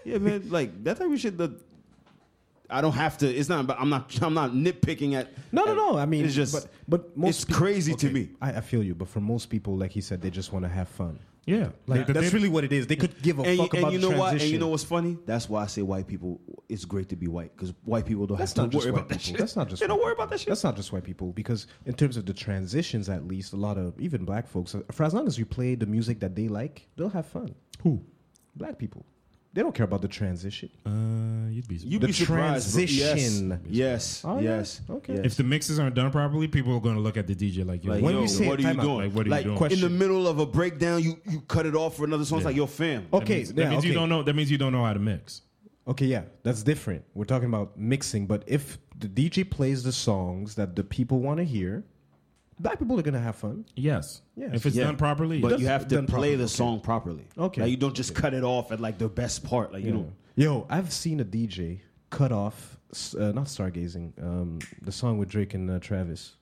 Speaker 1: Yeah, man. Like that type of shit. That I don't have to. It's not. But I'm not. I'm not nitpicking at.
Speaker 2: No, no, no. I mean,
Speaker 1: it's just.
Speaker 2: but, but most
Speaker 1: it's crazy to
Speaker 2: okay,
Speaker 1: me.
Speaker 2: I, I feel you, but for most people, like he said, they just want to have fun.
Speaker 3: Yeah.
Speaker 2: Like
Speaker 3: that
Speaker 2: that's
Speaker 3: they-
Speaker 2: really what it is. They could give a
Speaker 1: And,
Speaker 2: fuck
Speaker 1: and
Speaker 2: about
Speaker 1: you
Speaker 2: the
Speaker 1: know
Speaker 2: transition.
Speaker 1: what? And you know what's funny? That's why I say white people. It's great to be white because white people don't
Speaker 2: That's
Speaker 1: have
Speaker 2: not
Speaker 1: to
Speaker 2: just
Speaker 1: worry
Speaker 2: white
Speaker 1: about
Speaker 2: people.
Speaker 1: that shit.
Speaker 2: That's not just
Speaker 1: they don't
Speaker 2: white
Speaker 1: worry
Speaker 2: people.
Speaker 1: about that shit.
Speaker 2: That's not just white people because in terms of the transitions, at least a lot of even black folks, uh, for as long as you play the music that they like, they'll have fun.
Speaker 3: who?
Speaker 2: Black people, they don't care about the transition.
Speaker 3: Uh, you'd be.
Speaker 1: You'd
Speaker 2: the
Speaker 1: be surprised. bro.
Speaker 2: transition.
Speaker 1: Yes. Yes.
Speaker 2: Oh, yeah?
Speaker 1: yes.
Speaker 2: Okay.
Speaker 1: yes.
Speaker 3: If the mixes aren't done properly, people are going to look at the DJ like, yo,
Speaker 1: Like,
Speaker 3: what
Speaker 1: yo,
Speaker 3: are you
Speaker 2: say-
Speaker 3: saying?
Speaker 1: what are
Speaker 2: time
Speaker 1: you
Speaker 2: out.
Speaker 1: doing?
Speaker 3: Like, what are you doing?
Speaker 1: in the
Speaker 2: Question.
Speaker 1: middle of a breakdown, you you cut it off for another song. It's
Speaker 3: Yeah.
Speaker 1: like, yo, fam.
Speaker 2: Okay,
Speaker 3: That means, that
Speaker 2: yeah,
Speaker 3: means you
Speaker 2: okay.
Speaker 3: don't know. That means you don't know how to mix.
Speaker 2: Okay, yeah, that's different. We're talking about mixing, but if the DJ plays the songs that the people want to hear, black people are gonna have fun.
Speaker 3: Yes.
Speaker 2: Yes.
Speaker 3: If it's
Speaker 1: Yeah.
Speaker 3: done properly,
Speaker 1: but
Speaker 3: yes.
Speaker 1: you have to
Speaker 2: done
Speaker 1: play
Speaker 2: properly,
Speaker 1: the
Speaker 2: okay.
Speaker 1: song properly.
Speaker 2: Okay.
Speaker 1: Like, you don't just cut it off at like the best part. Like you
Speaker 2: You
Speaker 1: know.
Speaker 2: know, yo, I've seen a DJ cut off, s- uh, not stargazing, um, the song with Drake and uh, Travis,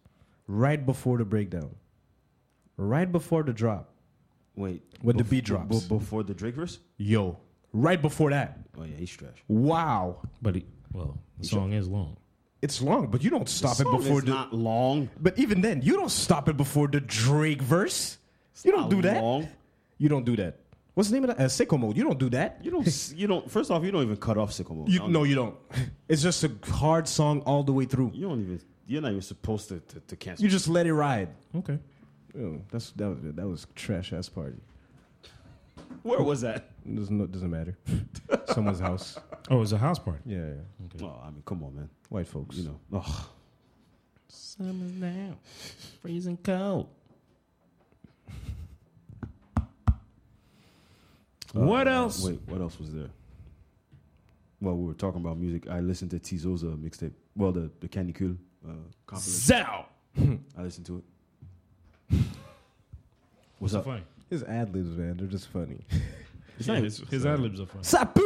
Speaker 2: right before the breakdown, right before the drop,
Speaker 1: Wait.
Speaker 2: When the
Speaker 1: bef-
Speaker 2: beat drops.
Speaker 1: b- before the Drake verse.
Speaker 2: yo, right before that.
Speaker 1: Oh yeah, he's trash.
Speaker 2: Wow,
Speaker 3: But he, well, the song is long.
Speaker 2: it's long, but you don't stop it
Speaker 1: Song
Speaker 2: before
Speaker 1: is
Speaker 2: the.
Speaker 1: not long.
Speaker 2: but even then, you don't stop it before the Drake verse. you don't
Speaker 1: not
Speaker 2: do that.
Speaker 1: long.
Speaker 2: You don't do that. What's the name of that? Uh, sicko mode. You don't do that.
Speaker 1: You don't. s- you don't. First off, you don't even cut off sickle mode. I
Speaker 2: You,
Speaker 1: don't-
Speaker 2: no, you don't. It's just a hard song all the way through.
Speaker 1: You don't even. You're not even supposed to to, to cancel.
Speaker 2: You just let it ride.
Speaker 3: Okay.
Speaker 2: Ew, that's that was that was trash ass party.
Speaker 1: Where was that?
Speaker 2: It doesn't no, it doesn't matter. Someone's house.
Speaker 3: Oh, it's a house party.
Speaker 2: Yeah, yeah.
Speaker 1: Oh, I mean, come on, man.
Speaker 2: white folks.
Speaker 1: You know, ugh.
Speaker 3: Summer's now, freezing cold. what
Speaker 1: Uh,
Speaker 3: else?
Speaker 1: Wait, what else was there? Well, we were talking about music. I listened to Tizoza mixtape. Well, the the Candy Cool uh, compilation.
Speaker 3: Zow.
Speaker 1: <laughs> I listened to it. <laughs> What's
Speaker 3: So
Speaker 1: up?
Speaker 3: funny.
Speaker 2: His ad libs, man, they're just funny.
Speaker 1: It's
Speaker 3: Yeah,
Speaker 1: not-
Speaker 3: his his ad libs are funny.
Speaker 1: Sapu.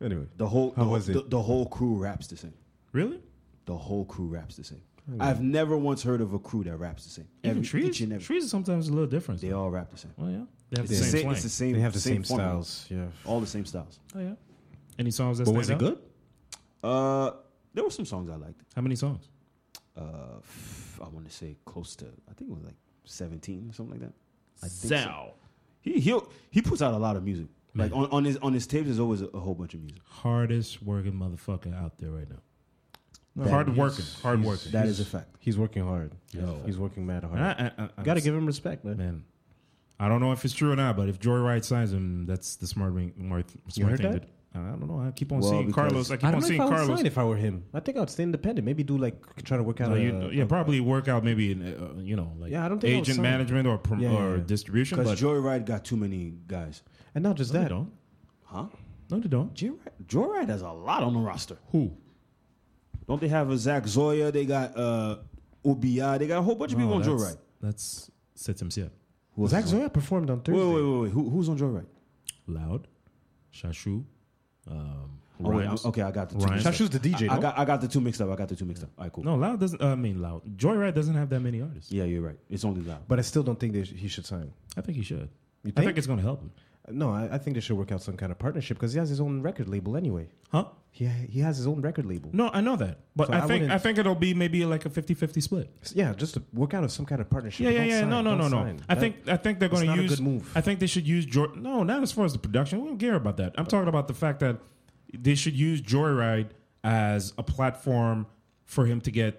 Speaker 2: anyway,
Speaker 1: The whole
Speaker 2: How
Speaker 1: the,
Speaker 2: was it?
Speaker 1: The, the whole crew raps the same.
Speaker 3: Really?
Speaker 1: The whole crew raps the same. I've never once heard of a crew that raps the same.
Speaker 3: Even trees?
Speaker 1: each and every.
Speaker 3: Trees are sometimes a little different.
Speaker 1: They all rap the same.
Speaker 3: Oh yeah, they have
Speaker 1: It's
Speaker 3: the
Speaker 1: the
Speaker 3: same,
Speaker 1: same.
Speaker 3: slang.
Speaker 1: It's the same.
Speaker 2: they have the same,
Speaker 1: formula.
Speaker 2: styles. Yeah.
Speaker 1: All the same styles.
Speaker 3: oh yeah. Any songs that
Speaker 2: But
Speaker 3: stand
Speaker 2: was it
Speaker 3: out?
Speaker 2: good?
Speaker 1: Uh, there were some songs I liked.
Speaker 3: How many songs?
Speaker 1: Uh, f- I want to say close to. I think it was like seventeen or something like that. I think so.
Speaker 3: Zow.
Speaker 1: He he he puts out a lot of music.
Speaker 3: Hmm.
Speaker 1: Like on, on his on his tapes, there's always a, a whole bunch of music.
Speaker 3: Hardest working motherfucker out there right now.
Speaker 2: No,
Speaker 3: hard
Speaker 2: he's-
Speaker 3: working, hard
Speaker 2: he's-
Speaker 3: working.
Speaker 1: That is a fact.
Speaker 2: He's working hard.
Speaker 3: Yo.
Speaker 2: He's working mad hard.
Speaker 3: And I, I, I, I-
Speaker 2: Got to give him respect, man.
Speaker 3: man. I don't know if it's true or not, but if Joy Wright signs him, that's the smart, ring, smart, smart
Speaker 2: heard
Speaker 3: thing.
Speaker 2: that?
Speaker 3: to- I don't know. I keep on
Speaker 1: Well,
Speaker 3: seeing
Speaker 1: because-
Speaker 3: Carlos. I keep
Speaker 2: I
Speaker 3: on
Speaker 2: don't know if
Speaker 3: seeing
Speaker 2: I would
Speaker 3: Carlos.
Speaker 2: sign if I were him. I think I would stay independent. Maybe do like try to work out.
Speaker 3: No,
Speaker 2: a,
Speaker 3: you, yeah,
Speaker 2: a-
Speaker 3: probably work out maybe in, uh, you know like
Speaker 2: Uh, Yeah, I don't think I would
Speaker 3: agent
Speaker 2: sign.
Speaker 3: management or prom-
Speaker 2: Yeah, yeah,
Speaker 3: or
Speaker 2: yeah.
Speaker 3: distribution. But
Speaker 1: Because Joyride got too many guys,
Speaker 2: and not just
Speaker 3: no, they
Speaker 2: that.
Speaker 3: don't.
Speaker 1: huh?
Speaker 3: No, they don't.
Speaker 1: Joyride, Joyride has a lot on the roster.
Speaker 3: Who?
Speaker 1: Don't they have a Zach Zoya? They got uh Ubia. They got a whole bunch of people on
Speaker 3: Oh, that's,
Speaker 1: Joyride.
Speaker 3: That's Sitim Sia.
Speaker 1: Who else
Speaker 2: Zach
Speaker 1: is on-
Speaker 2: Zoya performed on Thursday.
Speaker 1: Wait, wait, wait, wait. Who, who's on Joyride?
Speaker 3: Loud, Shashu. Um,
Speaker 1: Oh, wait,
Speaker 3: Rhymes.
Speaker 1: I'm- okay, I got the two.
Speaker 3: Rhymes.
Speaker 1: Mixed up.
Speaker 2: Shashu's the DJ.
Speaker 1: I, I
Speaker 2: no?
Speaker 1: got I got the two mixed up. I got the two mixed up. All right, cool.
Speaker 3: No, Loud doesn't. I mean, Loud. Joyride doesn't have that many artists.
Speaker 1: Yeah, you're right. It's only loud.
Speaker 2: but I still don't think they sh- he should sign.
Speaker 3: I think he should. I
Speaker 2: You think?
Speaker 3: think it's going to help him.
Speaker 2: No, I, I think they should work out some kind of partnership because he has his own record label anyway.
Speaker 3: Huh?
Speaker 2: He he has his own record label.
Speaker 3: No, I know that, but
Speaker 2: So
Speaker 3: I,
Speaker 2: I
Speaker 3: think
Speaker 2: wouldn't-
Speaker 3: I think it'll be maybe like a 50-50 split.
Speaker 2: Yeah, just to work out of some kind of partnership.
Speaker 3: Yeah, yeah,
Speaker 2: Don't
Speaker 3: yeah.
Speaker 2: sign,
Speaker 3: no, no, no,
Speaker 2: don't
Speaker 3: no.
Speaker 2: sign.
Speaker 3: I
Speaker 2: That-
Speaker 3: think I think they're
Speaker 2: it's
Speaker 3: going
Speaker 2: not
Speaker 3: to
Speaker 2: a
Speaker 3: use.
Speaker 2: good move.
Speaker 3: I think they should use Jordan. No, not as far as the production. We don't care about that. I'm talking about the fact that they should use Joyride as a platform for him to get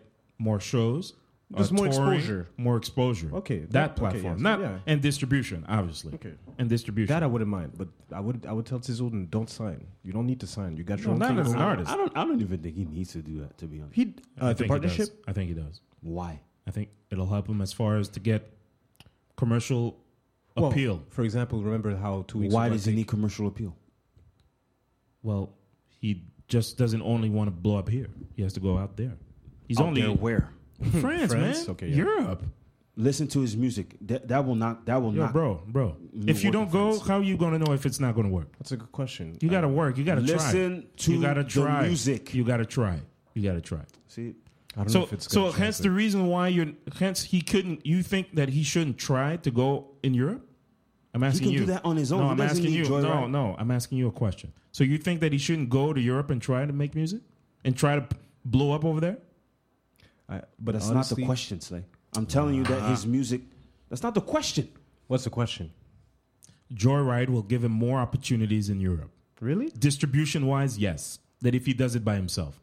Speaker 3: more shows. uh,
Speaker 2: Just more
Speaker 3: touring,
Speaker 2: exposure.
Speaker 3: more exposure.
Speaker 2: Okay,
Speaker 3: that,
Speaker 2: that- okay,
Speaker 3: platform,
Speaker 2: yes,
Speaker 3: not
Speaker 2: yeah.
Speaker 3: and distribution, obviously.
Speaker 2: Okay.
Speaker 3: and distribution.
Speaker 2: that I wouldn't mind, but I would I would tell Tizoden don't sign. You don't need to sign. You got your
Speaker 3: No,
Speaker 2: own
Speaker 3: not
Speaker 2: thing
Speaker 3: as an
Speaker 2: going on.
Speaker 3: artist.
Speaker 1: I don't I don't even think he needs to do that. To be honest,
Speaker 2: He
Speaker 3: I
Speaker 2: uh, the
Speaker 3: think he does.
Speaker 2: partnership.
Speaker 3: I think he does.
Speaker 1: why?
Speaker 3: I think it'll help him as far as to get commercial
Speaker 2: Well,
Speaker 3: appeal.
Speaker 2: For example, remember how two weeks
Speaker 1: Why
Speaker 2: ago I
Speaker 1: does he
Speaker 2: think-
Speaker 1: need commercial appeal?
Speaker 3: Well, he just doesn't only want to blow up here. He has to go out there. He's
Speaker 1: Out
Speaker 3: only
Speaker 1: there where?
Speaker 3: <laughs> France,
Speaker 2: France?
Speaker 3: man.
Speaker 2: Okay, yeah.
Speaker 3: Europe.
Speaker 1: Listen to his music. That, that will not. That will
Speaker 3: Yo,
Speaker 1: not.
Speaker 3: bro, bro.
Speaker 1: Mm,
Speaker 3: If you don't
Speaker 1: working
Speaker 3: go,
Speaker 1: France.
Speaker 3: how you gonna know if it's not gonna work?
Speaker 2: That's a good question.
Speaker 3: You gotta work. You gotta
Speaker 1: Listen
Speaker 3: try.
Speaker 1: to
Speaker 3: you gotta
Speaker 1: the
Speaker 3: try.
Speaker 1: music.
Speaker 3: You gotta try. You gotta try.
Speaker 1: See,
Speaker 2: I don't know
Speaker 3: So,
Speaker 2: if it's
Speaker 3: so
Speaker 2: gonna
Speaker 3: hence the
Speaker 2: translate.
Speaker 3: reason why you're hence he couldn't. You think that he shouldn't try to go in Europe? I'm
Speaker 1: he
Speaker 3: asking
Speaker 1: can
Speaker 3: you.
Speaker 1: do that on his own.
Speaker 3: No,
Speaker 1: He
Speaker 3: I'm
Speaker 1: doesn't
Speaker 3: asking
Speaker 1: need
Speaker 3: you.
Speaker 1: Joyride.
Speaker 3: no, no, I'm asking you a question. So you think that he shouldn't go to Europe and try to make music and try to p- blow up over there?
Speaker 2: I, but
Speaker 1: That's not
Speaker 2: honestly,
Speaker 1: the question, Slay. I'm telling you that his music. That's not the question.
Speaker 2: What's the question?
Speaker 3: Joyride will give him more opportunities in Europe.
Speaker 2: Really?
Speaker 3: Distribution wise, yes. That if he does it by himself,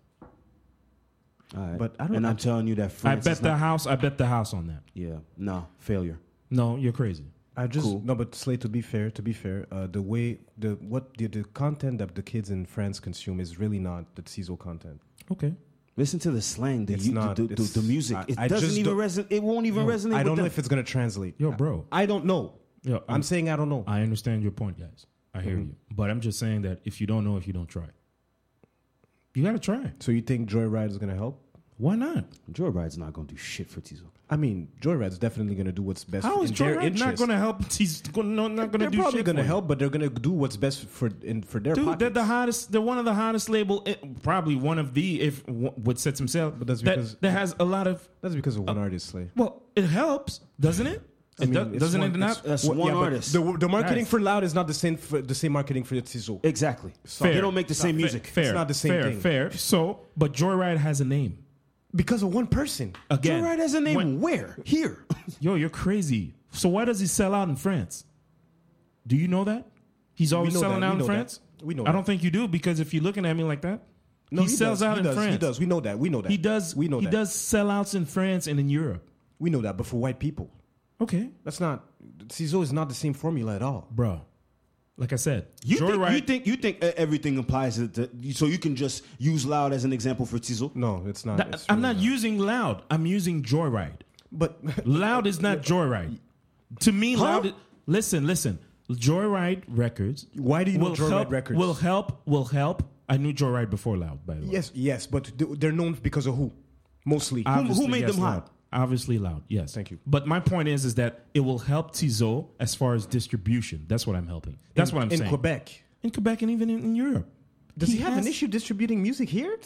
Speaker 1: All right.
Speaker 2: But I don't-
Speaker 1: And I'm telling you that
Speaker 3: I
Speaker 1: France.
Speaker 3: bet
Speaker 1: is
Speaker 3: the
Speaker 1: not-
Speaker 3: house. I bet the house on that.
Speaker 1: Yeah. Nah. Failure.
Speaker 3: No, you're crazy.
Speaker 2: I just
Speaker 1: Cool.
Speaker 2: no, but Slay. To be fair, to be fair, uh, the way the what the, the content that the kids in France consume is really not the CISO content.
Speaker 3: Okay.
Speaker 1: Listen to the slang. The
Speaker 2: It's
Speaker 1: you- the-
Speaker 2: not-
Speaker 1: the, the,
Speaker 2: it's-
Speaker 1: the music.
Speaker 2: I-
Speaker 1: it
Speaker 2: I
Speaker 1: doesn't
Speaker 2: just
Speaker 1: even
Speaker 2: don't-
Speaker 1: resonate. It won't even resonate.
Speaker 2: I
Speaker 1: with
Speaker 2: don't know
Speaker 1: them.
Speaker 2: if it's gonna translate.
Speaker 3: Yo, bro.
Speaker 2: I, I don't know.
Speaker 3: Yo,
Speaker 2: I'm, Mm-hmm.
Speaker 3: I'm-
Speaker 2: saying I don't know.
Speaker 3: I understand your point, guys. I hear you, but I'm just saying that if you don't know, if you don't try, you gotta try.
Speaker 2: so you think Joyride is gonna help?
Speaker 3: Why not?
Speaker 1: Joyride's not gonna do shit for Tizo.
Speaker 2: I mean, Joyride's definitely gonna do what's best.
Speaker 3: How is
Speaker 2: in their
Speaker 3: Joyride not
Speaker 2: interest.
Speaker 3: gonna help? <laughs> He's gonna, no, not gonna
Speaker 2: They're
Speaker 3: do
Speaker 2: probably
Speaker 3: shit
Speaker 2: gonna
Speaker 3: for you.
Speaker 2: help, but they're gonna do what's best for in for their
Speaker 3: Dude, they're
Speaker 2: pockets.
Speaker 3: the hottest. They're one of the hottest label. eh, probably one of the if w- what sets himself.
Speaker 2: But that's
Speaker 3: that-
Speaker 2: because-
Speaker 3: that, has a lot of.
Speaker 2: That's because
Speaker 3: Uh,
Speaker 2: of one artist, Slay.
Speaker 3: Well, it helps, doesn't it?
Speaker 2: I
Speaker 3: It
Speaker 2: mean,
Speaker 3: do-
Speaker 2: it's
Speaker 3: doesn't
Speaker 2: one-
Speaker 3: it not?
Speaker 1: That's
Speaker 2: Well,
Speaker 1: one
Speaker 2: yeah, but
Speaker 1: artist.
Speaker 2: The, the marketing
Speaker 3: Guys.
Speaker 2: for Loud is not the same for the same marketing for the Tizo.
Speaker 1: exactly.
Speaker 3: Fair.
Speaker 1: They don't make the same
Speaker 3: Fa-
Speaker 1: music.
Speaker 3: Fair,
Speaker 2: not the same
Speaker 3: fair,
Speaker 2: thing.
Speaker 3: Fair. So, but Joyride has a name
Speaker 2: Because of one person.
Speaker 3: again.
Speaker 1: Joyride has a name.
Speaker 3: When-
Speaker 1: Where? Here.
Speaker 3: yo, you're crazy. So why does he sell out in France? Do you know that he's always
Speaker 2: know
Speaker 3: oh, selling
Speaker 2: that, we
Speaker 3: out in
Speaker 2: know that.
Speaker 3: France?
Speaker 2: We know
Speaker 3: I don't
Speaker 2: that.
Speaker 3: think you do because if you're looking at me like that, he,
Speaker 2: does,
Speaker 3: sells out
Speaker 2: he
Speaker 3: in
Speaker 2: does,
Speaker 3: France.
Speaker 2: He does. We know that. We know that.
Speaker 3: He does.
Speaker 2: We know
Speaker 3: He
Speaker 2: that.
Speaker 3: does sellouts in France and in Europe.
Speaker 2: We know that. But for white people,
Speaker 3: Okay,
Speaker 2: that's not. Tizo is not the same formula at all.
Speaker 3: bro. Like I said,
Speaker 1: You think,
Speaker 3: Joyride.
Speaker 1: you think you think uh, everything applies to, to you- so you can just use loud as an example for Tizzle.
Speaker 2: No, it's not.
Speaker 3: Th-
Speaker 2: it's
Speaker 3: I'm
Speaker 2: really
Speaker 3: not using loud. I'm using Joyride.
Speaker 2: <laughs> But <laughs>
Speaker 3: Loud is not Joyride. To me,
Speaker 1: Huh?
Speaker 3: loud. i- listen, listen. Joyride Records.
Speaker 2: Why do you know Joyride
Speaker 3: help,
Speaker 2: Records?
Speaker 3: Will help. Will help. I knew Joyride before Loud. By the way,
Speaker 2: yes, yes, but th- they're known because of who? Mostly.
Speaker 3: Obviously,
Speaker 1: made them
Speaker 3: Loud.
Speaker 1: hot?
Speaker 3: Obviously, Loud. Yes.
Speaker 2: Thank you.
Speaker 3: But my point is, is that it will help Tizo as far as distribution. That's what I'm helping. That's what I'm
Speaker 2: in
Speaker 3: saying.
Speaker 2: Quebec.
Speaker 3: in Quebec, and even in, in Europe.
Speaker 2: Does he, have
Speaker 3: has-
Speaker 2: an issue distributing music here?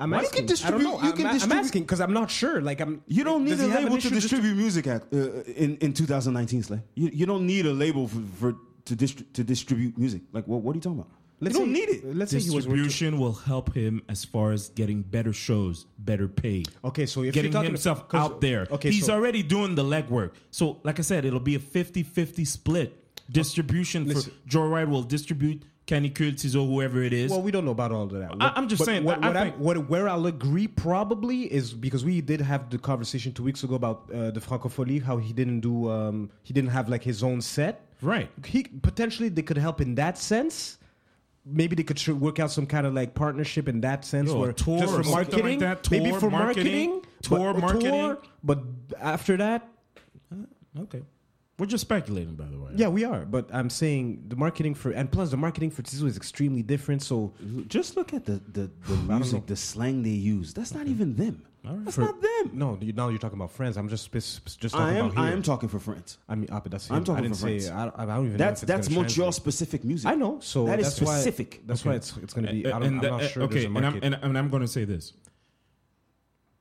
Speaker 2: I'm
Speaker 1: Why you
Speaker 2: asking.
Speaker 1: can distribute-
Speaker 2: I don't know.
Speaker 1: you
Speaker 2: I'm,
Speaker 1: can
Speaker 2: a- I'm
Speaker 1: distribute-
Speaker 2: asking because I'm not sure. Like I'm.
Speaker 1: You don't need a
Speaker 2: does he have an
Speaker 1: label to
Speaker 2: issue dist-
Speaker 1: distribute music act, uh, in in 2019, Slay. You, you don't need a label for, for to distri- to distribute music. Like what what are you talking about?
Speaker 2: Let's
Speaker 1: you don't
Speaker 2: say-
Speaker 1: need it.
Speaker 2: Let's say he was working.
Speaker 3: Distribution will help him as far as getting better shows, better paid.
Speaker 2: Okay, so if
Speaker 3: getting
Speaker 2: you're talking
Speaker 3: himself
Speaker 2: 'cause-
Speaker 3: out there.
Speaker 2: okay,
Speaker 3: he's
Speaker 2: so-
Speaker 3: already doing the legwork. So, like I said, it'll be a 50-50 split distribution for
Speaker 2: Listen.
Speaker 3: Joe Wright will distribute Kenny Curtis or whoever it is.
Speaker 2: Well, we don't know about all of that.
Speaker 3: I- I'm just
Speaker 2: But
Speaker 3: saying,
Speaker 2: What,
Speaker 3: I- I
Speaker 2: what I'm-
Speaker 3: think-
Speaker 2: what- where I'll agree probably is because we did have the conversation two weeks ago about uh, the Francophonie, how he didn't do, um, he didn't have like his own set.
Speaker 3: Right.
Speaker 2: He potentially they could help in that sense. Maybe they could tr- work out some kind of like partnership in that sense,
Speaker 3: Yo, a
Speaker 2: where
Speaker 3: tour
Speaker 2: just
Speaker 3: or
Speaker 2: for
Speaker 3: something like
Speaker 2: marketing,
Speaker 3: that,
Speaker 2: maybe
Speaker 3: tour
Speaker 2: for
Speaker 3: marketing,
Speaker 2: marketing,
Speaker 3: tour
Speaker 2: but,
Speaker 3: marketing.
Speaker 2: but after that,
Speaker 3: okay. We're just speculating, by the way.
Speaker 2: yeah, we are. But I'm saying the marketing for and plus the marketing for Tizu is extremely different. So
Speaker 1: Just look at the
Speaker 2: <sighs>
Speaker 1: the, the
Speaker 2: know.
Speaker 1: music, the slang they use. That's not even them. That's
Speaker 2: For-
Speaker 1: not them.
Speaker 2: No, you, now you're talking about friends. I'm just sp- just talking
Speaker 1: I am
Speaker 2: about here.
Speaker 1: I am talking for friends.
Speaker 2: I mean, ah, but that's
Speaker 1: I'm
Speaker 2: him. I
Speaker 1: talking
Speaker 2: didn't
Speaker 1: for
Speaker 2: say,
Speaker 1: friends.
Speaker 2: I, don't- I don't even. know if
Speaker 1: That's
Speaker 2: it's
Speaker 1: that's
Speaker 2: gonna
Speaker 1: Montreal
Speaker 2: translate.
Speaker 1: specific music.
Speaker 2: I know. So
Speaker 1: That is
Speaker 2: that's
Speaker 1: specific.
Speaker 2: Why, that's why it's it's going to be. I don't,
Speaker 3: And
Speaker 2: I'm not
Speaker 3: that-
Speaker 2: sure.
Speaker 3: okay,
Speaker 2: there's a
Speaker 3: and I'm,
Speaker 2: market.
Speaker 3: and, and I'm going to say this.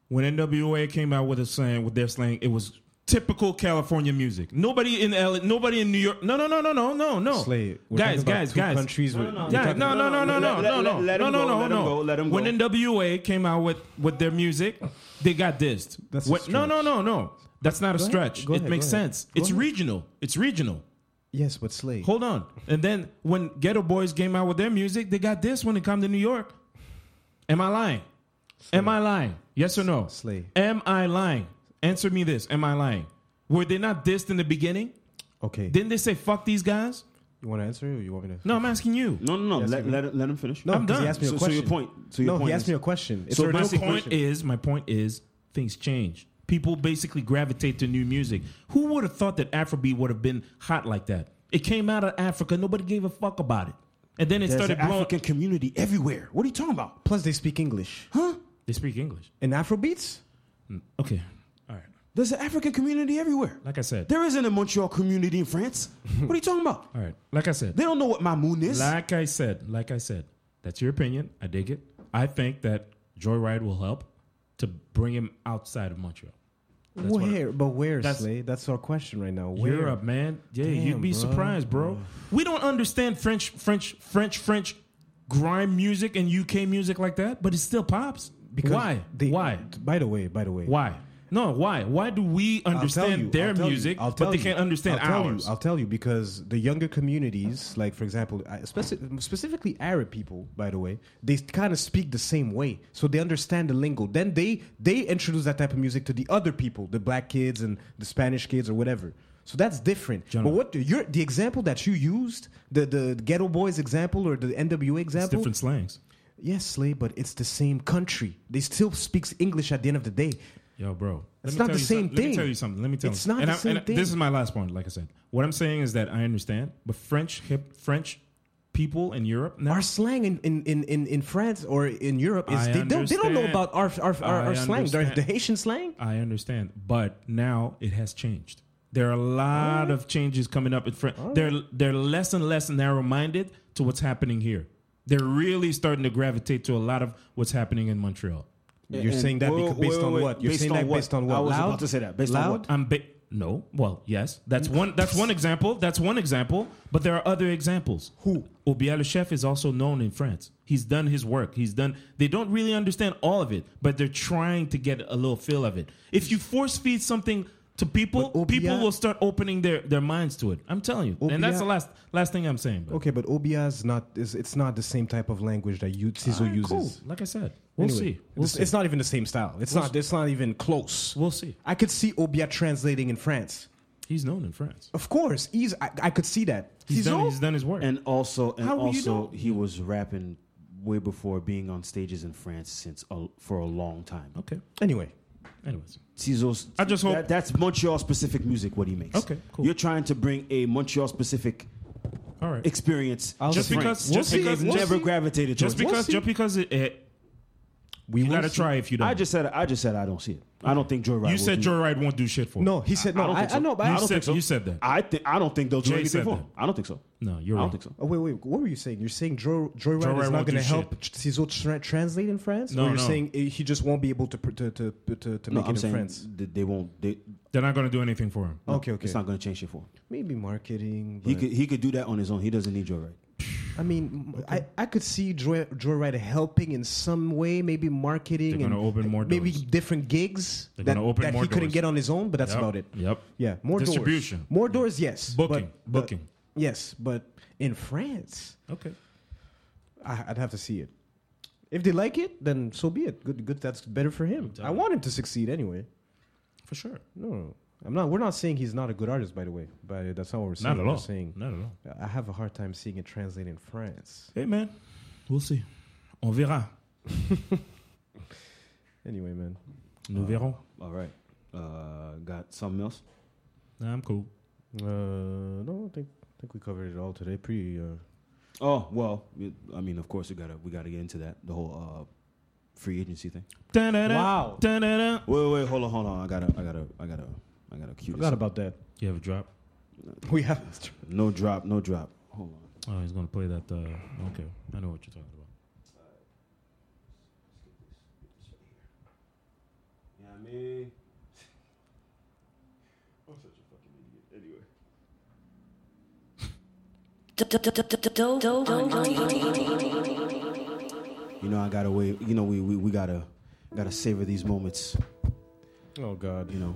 Speaker 3: When NWA came out with a slang, with their slang, it was typical California music. Nobody in LA, nobody in New York. No, no, no, no, no, no, no.
Speaker 2: Slay,
Speaker 3: Oh.
Speaker 2: we're talking
Speaker 3: guys,
Speaker 2: about
Speaker 3: guys,
Speaker 2: two
Speaker 3: guys.
Speaker 2: countries with-
Speaker 1: no,
Speaker 2: we're
Speaker 3: Yeah,
Speaker 2: talking-
Speaker 3: no, no, no,
Speaker 1: no,
Speaker 3: no, no,
Speaker 1: let-
Speaker 3: no, no,
Speaker 1: let- let
Speaker 3: no,
Speaker 1: him
Speaker 3: no,
Speaker 1: go,
Speaker 3: no,
Speaker 1: let him go, let
Speaker 3: no.
Speaker 1: him
Speaker 3: When
Speaker 1: go.
Speaker 3: NWA came out with with their music, they got dissed.
Speaker 2: That's a
Speaker 3: What- No, no, no, no. That's not a
Speaker 2: Go ahead,
Speaker 3: stretch.
Speaker 2: go
Speaker 3: It
Speaker 2: ahead,
Speaker 3: makes
Speaker 2: go ahead.
Speaker 3: sense.
Speaker 2: Go
Speaker 3: It's
Speaker 2: ahead.
Speaker 3: regional. It's regional.
Speaker 2: Yes, but Slay.
Speaker 3: Hold on. And then when Ghetto Boys came out with their music, they got this when it come to New York. Am I lying? Am I lying? Yes or no?
Speaker 2: Slay.
Speaker 3: Am I lying? Answer me this. Am I lying? Were they not dissed in the beginning?
Speaker 2: Okay.
Speaker 3: Didn't they say fuck these guys?
Speaker 2: you want to answer? Or you want me to?
Speaker 3: No, I'm asking you.
Speaker 1: No, no, no.
Speaker 2: Yes,
Speaker 1: let,
Speaker 2: you-
Speaker 1: let, let him finish.
Speaker 2: no.
Speaker 3: I'm
Speaker 2: 'cause He
Speaker 3: done.
Speaker 2: asked me a
Speaker 1: So- so
Speaker 2: question.
Speaker 1: your point- so your
Speaker 2: no,
Speaker 1: point
Speaker 2: he asked
Speaker 1: is-
Speaker 2: me a question. It's
Speaker 1: So
Speaker 2: a
Speaker 1: my
Speaker 3: my
Speaker 2: rhetorical
Speaker 1: basic
Speaker 3: point
Speaker 2: question.
Speaker 3: is my point is things change. People basically gravitate to new music. Who would have thought that Afrobeat would have been hot like that? It came out of Africa. Nobody gave a fuck about it. And then it
Speaker 1: There's
Speaker 3: started
Speaker 1: an
Speaker 3: blowing.
Speaker 1: African community everywhere. What are you talking about?
Speaker 2: Plus, they speak English.
Speaker 3: They speak English.
Speaker 2: In Afrobeats,
Speaker 3: Okay. All right.
Speaker 1: There's an African community everywhere.
Speaker 3: Like I said.
Speaker 1: There isn't a Montreal community in France. what are you talking about?
Speaker 3: All right. Like I said.
Speaker 1: They don't know what Mamoon is.
Speaker 3: Like I said. Like I said. That's your opinion. I dig it. I think that Joyride will help to bring him outside of Montreal. That's what I-
Speaker 2: where? But where,
Speaker 3: that's-
Speaker 2: Slay? That's our question right now. Where?
Speaker 3: Europe, man. Yeah, you'd
Speaker 2: Damn,
Speaker 3: be
Speaker 2: bro.
Speaker 3: surprised, bro. We don't understand French, French, French, French grime music and UK music like that, but it still pops.
Speaker 2: Because
Speaker 3: why?
Speaker 2: They,
Speaker 3: why?
Speaker 2: By the way, by the way,
Speaker 3: Why? No, why? Why do we
Speaker 2: I'll tell
Speaker 3: understand
Speaker 2: you,
Speaker 3: their
Speaker 2: I'll tell you,
Speaker 3: music,
Speaker 2: I'll
Speaker 3: but
Speaker 2: tell
Speaker 3: they
Speaker 2: you,
Speaker 3: can't understand
Speaker 2: I'll tell
Speaker 3: ours?
Speaker 2: You, I'll tell you because the younger communities, like for example, I- speci- specifically Arab people, by the way, they kind of speak the same way, so they understand the lingo. Then they they introduce that type of music to the other people, the black kids and the Spanish kids or whatever. So that's different. But what the, your, the example that you used, the, the Ghetto Boys example or the NWA
Speaker 3: it's
Speaker 2: example,
Speaker 3: different slangs.
Speaker 2: yes, Slay, but it's the same country. They still speaks English at the end of the day.
Speaker 3: Yo, bro. Let
Speaker 2: It's
Speaker 3: me
Speaker 2: not
Speaker 3: tell
Speaker 2: the
Speaker 3: you
Speaker 2: same
Speaker 3: something. Let me
Speaker 2: thing.
Speaker 3: tell you something. Let me tell
Speaker 2: It's
Speaker 3: you.
Speaker 2: not
Speaker 3: and
Speaker 2: the
Speaker 3: I'm-
Speaker 2: same
Speaker 3: and This is
Speaker 2: thing.
Speaker 3: my last point. Like I said, what I'm saying is that I understand, but French hip French people in Europe now
Speaker 2: our slang in, in, in, in, in France or in Europe is
Speaker 3: I
Speaker 2: they don't they don't know
Speaker 3: understand.
Speaker 2: about our our, our,
Speaker 3: I
Speaker 2: our slang the,
Speaker 3: understand.
Speaker 2: the Haitian slang.
Speaker 3: I understand, but now it has changed. There are a lot of changes coming up in France. They're they're less and less narrow-minded to what's happening here. They're really starting to gravitate to a lot of what's happening in Montreal.
Speaker 2: You're
Speaker 1: And-
Speaker 2: saying that
Speaker 1: wait,
Speaker 2: because based
Speaker 1: wait,
Speaker 2: on
Speaker 1: wait,
Speaker 2: what? You're
Speaker 1: based
Speaker 2: saying
Speaker 1: on
Speaker 2: that
Speaker 1: what?
Speaker 2: based on what?
Speaker 1: I was
Speaker 2: Loud?
Speaker 1: about to say that. Based on
Speaker 2: Loud?
Speaker 1: what?
Speaker 3: I'm ba- no, well, yes, that's one that's one example. That's one example, but there are other examples. Who? Obiel Chef is also known in France. He's done his work. He's done. They don't really understand all of it, but they're trying to get a little feel of it. If you force feed something to people,
Speaker 2: But Obiel-
Speaker 3: people will start opening their, their minds to it. I'm telling you, and that's
Speaker 2: Obiel-
Speaker 3: the last last thing I'm saying. But
Speaker 2: Okay, but Obia is not is it's not the same type of language that you Tizo uses.
Speaker 3: cool. Like I said, we'll
Speaker 2: Anyway,
Speaker 3: see. We'll
Speaker 2: it's,
Speaker 3: see.
Speaker 2: it's not even the same style. It's not it's not even close.
Speaker 3: We'll see.
Speaker 2: I could see Obia translating in France.
Speaker 3: He's known in France.
Speaker 2: Of course, he's. I, I could see that.
Speaker 3: He's,
Speaker 2: He's
Speaker 3: done.
Speaker 2: all-
Speaker 3: He's done his work.
Speaker 1: And also, and
Speaker 2: How will you
Speaker 1: also,
Speaker 2: know?
Speaker 1: he was rapping way before being on stages in France since a, for a long time.
Speaker 3: okay.
Speaker 2: Anyway,
Speaker 3: Anyways,
Speaker 1: Tizo's.
Speaker 3: I just hope-
Speaker 1: that- that's Montreal specific music. What he makes.
Speaker 3: Okay, cool.
Speaker 1: You're trying to bring a Montreal specific
Speaker 3: all right.
Speaker 1: experience.
Speaker 2: I'll
Speaker 3: Just
Speaker 2: see.
Speaker 3: because-
Speaker 2: We'll
Speaker 3: just
Speaker 2: see.
Speaker 3: because-
Speaker 2: We'll
Speaker 1: never
Speaker 2: see.
Speaker 1: gravitated
Speaker 3: just
Speaker 1: towards.
Speaker 3: because, just because it, it
Speaker 2: we
Speaker 3: you
Speaker 2: will
Speaker 3: gotta
Speaker 2: see.
Speaker 3: try if you don't.
Speaker 1: I just said I just said I don't see it. I don't think Joyride.
Speaker 3: you
Speaker 1: will
Speaker 3: said
Speaker 1: do-
Speaker 3: Joyride won't do shit for. him.
Speaker 2: No, he said no.
Speaker 1: I don't
Speaker 2: I,
Speaker 1: think so.
Speaker 2: I know, but
Speaker 3: you
Speaker 2: I don't
Speaker 3: said,
Speaker 2: think so.
Speaker 3: You said that.
Speaker 1: I think I don't think they'll do
Speaker 3: Jay
Speaker 1: anything
Speaker 3: said
Speaker 1: for
Speaker 3: that.
Speaker 1: him. I don't think so.
Speaker 3: no, you're
Speaker 1: I
Speaker 3: wrong.
Speaker 1: don't think so.
Speaker 2: Oh, wait, wait. What were you saying? You're saying Joe
Speaker 3: Joyride
Speaker 2: Joyride is
Speaker 3: won't
Speaker 2: not
Speaker 3: do
Speaker 2: going
Speaker 3: shit.
Speaker 2: to help Ciso tra- translate in France?
Speaker 3: No,
Speaker 2: or you're
Speaker 3: no.
Speaker 2: saying eh, he just won't be able to pr- to to to, to
Speaker 1: No,
Speaker 2: make
Speaker 1: I'm
Speaker 2: it in
Speaker 1: saying
Speaker 2: France?
Speaker 1: that they won't. They,
Speaker 3: They're not going to do anything for him.
Speaker 2: Okay, okay.
Speaker 1: It's not going to change shit for him.
Speaker 2: Maybe marketing.
Speaker 1: He
Speaker 2: but-
Speaker 1: could he could do that on his own. He doesn't need Joyride.
Speaker 2: I mean, m- I, I could see Joy, Joyride helping in some way, maybe marketing.
Speaker 3: They're gonna
Speaker 2: and
Speaker 3: open more
Speaker 2: Maybe
Speaker 3: doors.
Speaker 2: different gigs
Speaker 3: They're
Speaker 2: that,
Speaker 3: gonna open
Speaker 2: that
Speaker 3: more
Speaker 2: he couldn't
Speaker 3: doors.
Speaker 2: get on his own, but that's
Speaker 3: Yep.
Speaker 2: about it.
Speaker 3: Yep.
Speaker 2: Yeah, more
Speaker 3: Distribution.
Speaker 2: doors. More doors, yes. but-
Speaker 3: Booking,
Speaker 2: but-
Speaker 3: booking.
Speaker 2: yes, but in France,
Speaker 3: Okay.
Speaker 2: I, I'd have to see it. If they like it, then so be it. Good, good. That's better for him. I want him to succeed anyway.
Speaker 3: For sure.
Speaker 2: No, I'm not. We're not saying he's not a good artist, by the way. But that's not what we're saying.
Speaker 3: Not at
Speaker 2: We're
Speaker 3: all.
Speaker 2: Saying
Speaker 3: Not at all.
Speaker 2: I have a hard time seeing it translate in France.
Speaker 3: Hey man, we'll see. On verra.
Speaker 2: Anyway, man. Ah.
Speaker 3: Nous verrons.
Speaker 1: All right. Uh, got something else?
Speaker 3: Nah, I'm cool.
Speaker 2: Uh, no, I think I think we covered it all today. Pretty. Uh,
Speaker 1: Oh well, we- I mean, of course we gotta we gotta get into that the whole uh, free agency thing.
Speaker 3: Da-da-da,
Speaker 2: Wow.
Speaker 3: da-da-da.
Speaker 1: Wait, wait, hold on, hold on. I gotta, I gotta, I gotta, I gotta cue this. up.
Speaker 2: forgot about that. <laughs>
Speaker 3: You have a drop.
Speaker 2: We have.
Speaker 1: No drop, no drop. Hold on.
Speaker 3: Oh, he's gonna play that. Uh, okay, I know what you're talking about.
Speaker 1: Yeah, I mean, I'm such a fucking idiot. Anyway. You know, I gotta wait. You know, we we, we gotta gotta savor these moments.
Speaker 2: Oh God.
Speaker 1: You know,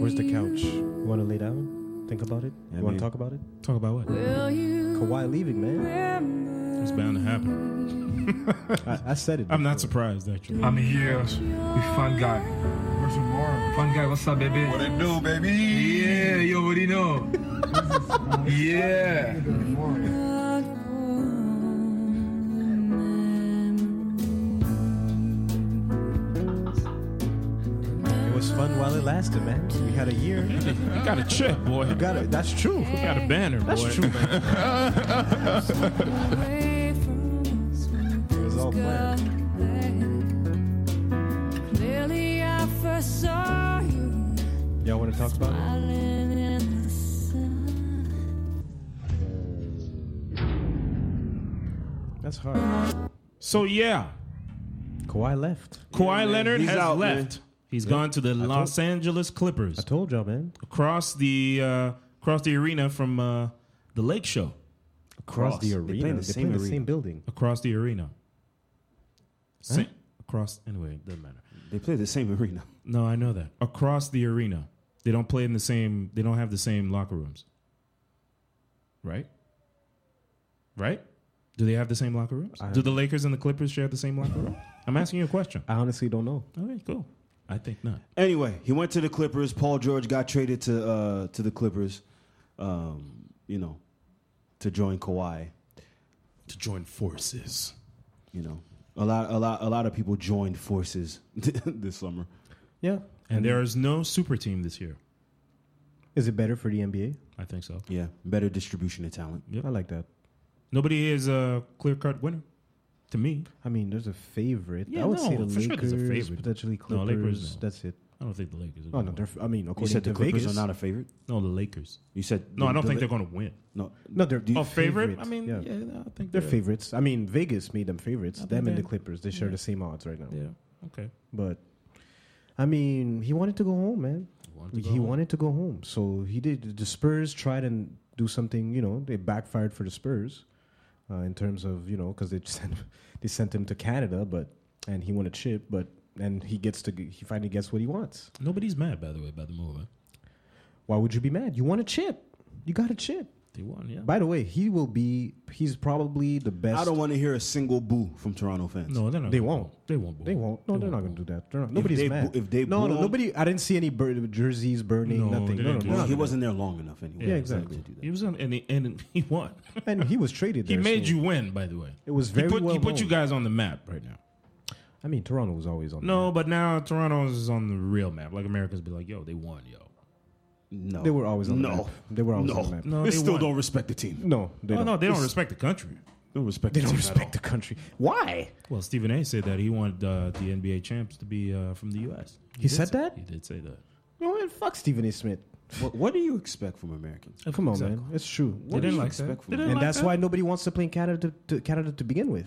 Speaker 2: Where's the couch? You want to lay down? Think about it.
Speaker 1: Yeah,
Speaker 2: you
Speaker 1: man.
Speaker 2: want to talk about it?
Speaker 3: Talk about what?
Speaker 2: Kawhi leaving, man.
Speaker 3: It's bound to happen.
Speaker 2: I, I said it.
Speaker 3: I'm not surprised actually.
Speaker 6: I'm here with Fun Guy. Where's Amara? Fun Guy, what's up, baby? What it do, baby? Yeah, you already know. yeah.
Speaker 2: It was fun while it lasted, man. We had a year.
Speaker 3: you got a check, boy. You
Speaker 2: Got it. That's true.
Speaker 3: got a banner, boy.
Speaker 2: That's true, man. It was all planned.
Speaker 4: Clearly, I first saw you
Speaker 2: Y'all want to talk about it?
Speaker 4: island in the sun.
Speaker 2: That's hard.
Speaker 3: So yeah,
Speaker 2: Kawhi left.
Speaker 3: Kawhi Leonard
Speaker 1: he's
Speaker 3: has
Speaker 1: out, man.
Speaker 3: left. He's gone to the Los Angeles Clippers
Speaker 2: I told y'all, man.
Speaker 3: across the uh, across the arena from uh, the Lake Show.
Speaker 2: Across the
Speaker 1: They
Speaker 2: arena. They
Speaker 1: play
Speaker 2: play
Speaker 1: in
Speaker 2: in
Speaker 1: the same
Speaker 2: the
Speaker 1: arena.
Speaker 2: same building.
Speaker 3: Across the arena. Sa- Across anyway, it doesn't matter.
Speaker 1: they play the same <laughs> arena.
Speaker 3: No, I know that. Across the arena. They don't play in the same they don't have the same locker rooms. Right? Right? Do they have the same locker rooms? Do the Lakers and the Clippers share the same locker room? I'm asking you a question.
Speaker 2: I honestly don't know.
Speaker 3: Okay, cool. I think not.
Speaker 1: Anyway, he went to the Clippers. Paul George got traded to uh, to the Clippers. Um, you know, to join Kawhi.
Speaker 3: To join forces.
Speaker 1: You know, a lot a lot a lot of people joined forces <laughs> this summer.
Speaker 2: Yeah.
Speaker 3: And there is no super team this year.
Speaker 2: Is it better for the NBA?
Speaker 3: I think so.
Speaker 1: Yeah, better distribution of talent.
Speaker 3: Yep.
Speaker 2: I like that.
Speaker 3: Nobody is a clear cut winner. To me.
Speaker 2: I mean, there's a favorite.
Speaker 3: Yeah,
Speaker 2: I would say
Speaker 3: no,
Speaker 2: the
Speaker 3: for sure
Speaker 2: Lakers,
Speaker 3: there's a favorite.
Speaker 2: potentially
Speaker 3: No,
Speaker 2: Clippers.
Speaker 3: Lakers, no.
Speaker 2: That's it.
Speaker 3: I don't think the Lakers are
Speaker 2: Oh
Speaker 3: gonna
Speaker 2: no,
Speaker 3: win.
Speaker 2: they're. f- I mean,
Speaker 1: You
Speaker 2: according
Speaker 1: said
Speaker 2: to
Speaker 1: the Clippers
Speaker 2: Vegas,
Speaker 1: are not a favorite.
Speaker 3: No, the Lakers.
Speaker 1: You said
Speaker 3: No, I don't think
Speaker 1: the-
Speaker 3: they're gonna win.
Speaker 1: No,
Speaker 2: no, they're
Speaker 3: Oh, favorite? I mean, yeah,
Speaker 2: yeah.
Speaker 3: I think
Speaker 2: They're favorites. I mean, Vegas made them favorites.
Speaker 3: I think
Speaker 2: Them and
Speaker 3: they-
Speaker 2: the Clippers, they share the same odds right now.
Speaker 3: Yeah. Okay.
Speaker 2: But I mean, he wanted to go home, man.
Speaker 3: wanted to go
Speaker 2: he
Speaker 3: home.
Speaker 2: wanted to go home, so he did. The Spurs tried and do something. You know, they backfired for the Spurs uh, in terms of you know because they <laughs> sent they sent him to Canada, but and he won a chip, but and he gets to g- he finally gets what he wants.
Speaker 3: Nobody's mad, by the way, by the move. huh?
Speaker 2: Why would you be mad? You want a chip. You got a chip.
Speaker 3: They won, yeah.
Speaker 2: By the way, he will be. He's probably the best.
Speaker 1: I don't want to hear a single boo from Toronto fans.
Speaker 3: No, they're not.
Speaker 2: They
Speaker 3: gonna-
Speaker 2: won't.
Speaker 3: They won't.
Speaker 2: They won't. No, they are not going to do that. They're not- nobody's
Speaker 1: they
Speaker 2: mad.
Speaker 1: boo- if they
Speaker 2: no,
Speaker 1: boo
Speaker 2: no,
Speaker 1: 'em-
Speaker 2: nobody. I didn't see any bur- jerseys burning.
Speaker 3: No,
Speaker 2: nothing.
Speaker 3: they
Speaker 2: No, no,
Speaker 3: didn't
Speaker 2: no,
Speaker 3: do
Speaker 1: Well,
Speaker 2: no.
Speaker 1: he wasn't there long enough anyway.
Speaker 2: Yeah,
Speaker 1: to
Speaker 2: exactly.
Speaker 1: do that.
Speaker 3: He was on, and he, and <laughs> he won.
Speaker 2: and he was traded.
Speaker 3: he
Speaker 2: there,
Speaker 3: made
Speaker 2: so
Speaker 3: you win, by the way.
Speaker 2: It was
Speaker 3: He
Speaker 2: very
Speaker 3: put,
Speaker 2: well.
Speaker 3: he put you
Speaker 2: known.
Speaker 3: guys on the map right now.
Speaker 2: I mean, Toronto was always on.
Speaker 3: No, but now Toronto is on the real map. Like Americans be like, yo, they won, yo.
Speaker 1: No,
Speaker 2: They were always on the
Speaker 1: No,
Speaker 2: map. They were always
Speaker 1: no.
Speaker 2: on the map.
Speaker 3: No,
Speaker 1: they,
Speaker 3: they
Speaker 1: still
Speaker 3: won.
Speaker 1: don't respect the team.
Speaker 2: No, they
Speaker 3: Oh,
Speaker 2: don't.
Speaker 3: no, they don't respect the country.
Speaker 1: Don't respect.
Speaker 2: They
Speaker 1: the
Speaker 2: don't
Speaker 1: team at
Speaker 2: respect the country. Why?
Speaker 3: Well, Stephen A. said that he wanted uh, the NBA champs to be uh, from the U.S.
Speaker 2: He
Speaker 3: did
Speaker 2: said
Speaker 3: say-
Speaker 2: that?
Speaker 3: He did say that.
Speaker 2: You know what? Fuck Stephen A. Smith.
Speaker 1: all. What, what do you expect from Americans?
Speaker 2: Come on,
Speaker 3: Exactly.
Speaker 2: man. It's true.
Speaker 3: They
Speaker 1: do
Speaker 3: didn't
Speaker 1: you
Speaker 3: like that.
Speaker 1: expect from
Speaker 3: They
Speaker 1: them?
Speaker 3: didn't
Speaker 2: and
Speaker 3: like
Speaker 2: that's
Speaker 3: that.
Speaker 2: why nobody wants to play in Canada to, to Canada to begin with.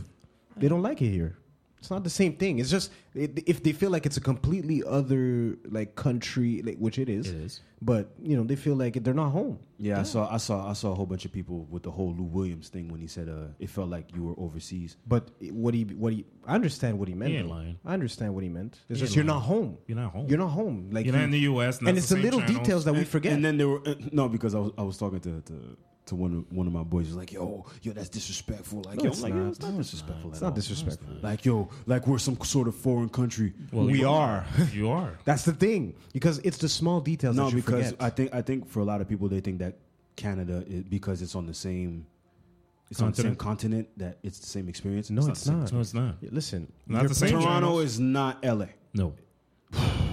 Speaker 2: They don't like it here. It's not the same thing. It's just it, if they feel like it's a completely other like country, like, which it is.
Speaker 3: It is.
Speaker 2: But you know they feel like they're not home.
Speaker 1: Yeah, I saw, I saw, I saw a whole bunch of people with the whole Lou Williams thing when he said, uh, "It felt like you were overseas."
Speaker 2: But it- what he what he I understand what he meant.
Speaker 3: He ain't
Speaker 2: though.
Speaker 3: lying.
Speaker 2: I understand what he meant. It's
Speaker 3: He
Speaker 2: just
Speaker 3: ain't
Speaker 2: you're
Speaker 3: lying.
Speaker 2: not home.
Speaker 3: You're not home.
Speaker 2: You're not home. Like
Speaker 3: You're not
Speaker 2: he-
Speaker 3: in the U.S. not
Speaker 2: And it's the
Speaker 3: same
Speaker 2: little
Speaker 3: channels.
Speaker 2: details that we forget.
Speaker 1: And then there were uh, no because I was, I was talking to, to to one of, one of my boys. He was like, "Yo, yo, that's disrespectful." Like,
Speaker 2: No,
Speaker 1: yo,
Speaker 2: it's
Speaker 1: I'm like,
Speaker 2: not.
Speaker 1: yo, it's not disrespectful.
Speaker 2: it's
Speaker 1: at
Speaker 2: not
Speaker 1: all.
Speaker 2: disrespectful.
Speaker 1: Like, yo, like we're some sort of foreign country.
Speaker 3: Well,
Speaker 2: we
Speaker 3: you-
Speaker 2: are.
Speaker 3: <laughs> You are.
Speaker 2: That's the thing because it's the small details.
Speaker 1: No,
Speaker 2: that you
Speaker 1: because
Speaker 2: forget.
Speaker 1: I think I think for a lot of people they think that Canada is, because it's on the same it's on the same continent that it's the same experience.
Speaker 2: no,
Speaker 1: the
Speaker 2: it's
Speaker 1: same.
Speaker 2: not.
Speaker 3: No, it's not.
Speaker 2: Listen,
Speaker 3: Not
Speaker 2: you're
Speaker 3: the same.
Speaker 1: Toronto
Speaker 3: Channels.
Speaker 1: is not LA.
Speaker 3: No.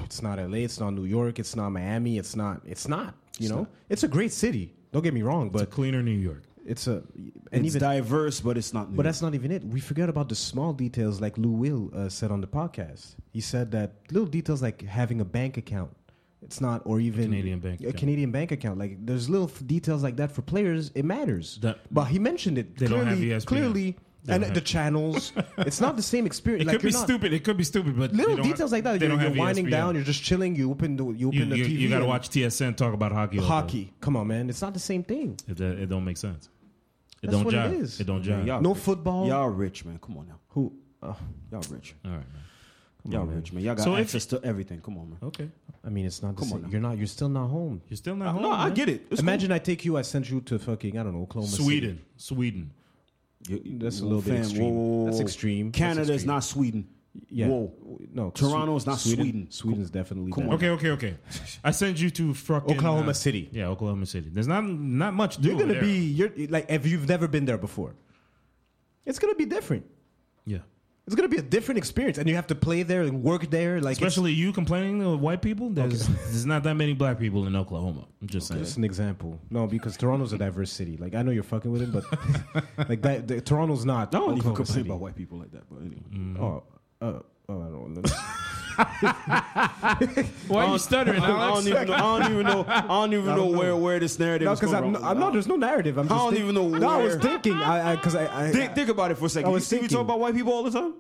Speaker 2: It's not LA. It's not New York. It's not Miami. It's not. It's not. You know,
Speaker 1: not.
Speaker 2: it's a great city. Don't get me wrong,
Speaker 3: It's a
Speaker 2: but
Speaker 3: cleaner New York.
Speaker 2: it's a and
Speaker 1: It's
Speaker 2: even
Speaker 1: diverse, but it's not. New York.
Speaker 2: but that's not even it. We forget about the small details, like Lou Will uh, said on the podcast. He said that little details like having a bank account. It's not, or even
Speaker 3: Canadian bank
Speaker 2: a
Speaker 3: account.
Speaker 2: Canadian bank account. Like there's little f- details like that for players. It matters.
Speaker 3: That-
Speaker 2: but he mentioned it
Speaker 3: They don't have
Speaker 2: clearly.
Speaker 3: E ESPN.
Speaker 2: Clearly,
Speaker 3: They
Speaker 2: and
Speaker 3: don't
Speaker 2: the
Speaker 3: have- E
Speaker 2: channels. it's not the
Speaker 3: <laughs>
Speaker 2: same experience.
Speaker 3: It
Speaker 2: like
Speaker 3: could be
Speaker 2: you're not-
Speaker 3: stupid. It could be stupid, but
Speaker 2: Little
Speaker 3: they don't
Speaker 2: details
Speaker 3: have-
Speaker 2: like that.
Speaker 3: they
Speaker 2: You're,
Speaker 3: don't
Speaker 2: you're
Speaker 3: have E
Speaker 2: winding
Speaker 3: ESPN.
Speaker 2: down. You're just chilling. You open the you open
Speaker 3: You,
Speaker 2: the
Speaker 3: you,
Speaker 2: TV.
Speaker 3: you got to
Speaker 2: and-
Speaker 3: watch TSN talk about hockey. all day.
Speaker 2: hockey. Come on, man. It's not the same thing.
Speaker 3: It, do- it don't make sense. It
Speaker 2: That's
Speaker 3: don't
Speaker 2: what it
Speaker 3: jive.
Speaker 2: is.
Speaker 3: don't
Speaker 1: Man,
Speaker 3: jive.
Speaker 1: y'all
Speaker 2: No
Speaker 1: rich.
Speaker 2: football.
Speaker 1: Y'all rich, man. Come on now.
Speaker 2: Who? Uh,
Speaker 1: Y'all rich.
Speaker 3: All right, man.
Speaker 1: Y'all rich, man. Y'all got
Speaker 3: So if-
Speaker 1: access to everything. Come on, man.
Speaker 3: Okay.
Speaker 2: I mean, it's not. The
Speaker 1: Come
Speaker 2: same.
Speaker 1: on now.
Speaker 2: You're not. You're still not home.
Speaker 3: You're still
Speaker 2: Uh,
Speaker 3: not home.
Speaker 1: no, I
Speaker 3: man.
Speaker 1: get it. It's
Speaker 2: Oh, Imagine I take you. I sent you to fucking I don't know Oklahoma.
Speaker 3: Sweden.
Speaker 2: City.
Speaker 3: Sweden. Sweden.
Speaker 1: cool. You- you-
Speaker 2: That's a
Speaker 1: whoa,
Speaker 2: little bit
Speaker 1: fam,
Speaker 2: extreme. That's extreme. That's
Speaker 1: Canada is
Speaker 2: extreme.
Speaker 1: not Sweden.
Speaker 2: Yeah.
Speaker 1: Whoa.
Speaker 2: No.
Speaker 1: Toronto is not Sweden.
Speaker 2: Sweden's definitely.
Speaker 1: come
Speaker 2: better.
Speaker 3: Okay, okay, okay. I send you to fucking
Speaker 2: Oklahoma
Speaker 3: uh,
Speaker 2: City.
Speaker 3: Yeah, Oklahoma City. There's not not much. to do
Speaker 2: You're gonna
Speaker 3: over there.
Speaker 2: be. You're like if you've never been there before. It's gonna be different.
Speaker 3: yeah.
Speaker 2: It's gonna be a different experience, and you have to play there and work there. Like it's-
Speaker 3: Especially you complaining to white people. There's there's not that many black people in Oklahoma. I'm just saying.
Speaker 2: Just an example. No, because Toronto's a diverse city. Like I know you're fucking with it, but <laughs> like that, the, Toronto's not.
Speaker 1: I don't even
Speaker 2: Oklahoma
Speaker 1: complain
Speaker 2: City.
Speaker 1: about Mm. white people like that. But anyway,
Speaker 2: Oh, uh, oh, I don't know.
Speaker 3: Why are you stuttering,
Speaker 1: <laughs> I, don't, I don't even know. I don't even know. <laughs> I don't even
Speaker 2: I
Speaker 1: know,
Speaker 2: don't know.
Speaker 1: where where this narrative.
Speaker 2: no,
Speaker 1: is
Speaker 2: because
Speaker 1: coming
Speaker 2: I'm,
Speaker 1: from.
Speaker 2: I'm not. There's no narrative. I'm just
Speaker 1: don't even know
Speaker 2: No, I was
Speaker 1: where-
Speaker 2: thinking. I because I, I, I,
Speaker 1: Think, think about it for a second.
Speaker 2: I
Speaker 1: You
Speaker 2: was
Speaker 1: see we
Speaker 2: thinking-
Speaker 1: talk about white people all the time?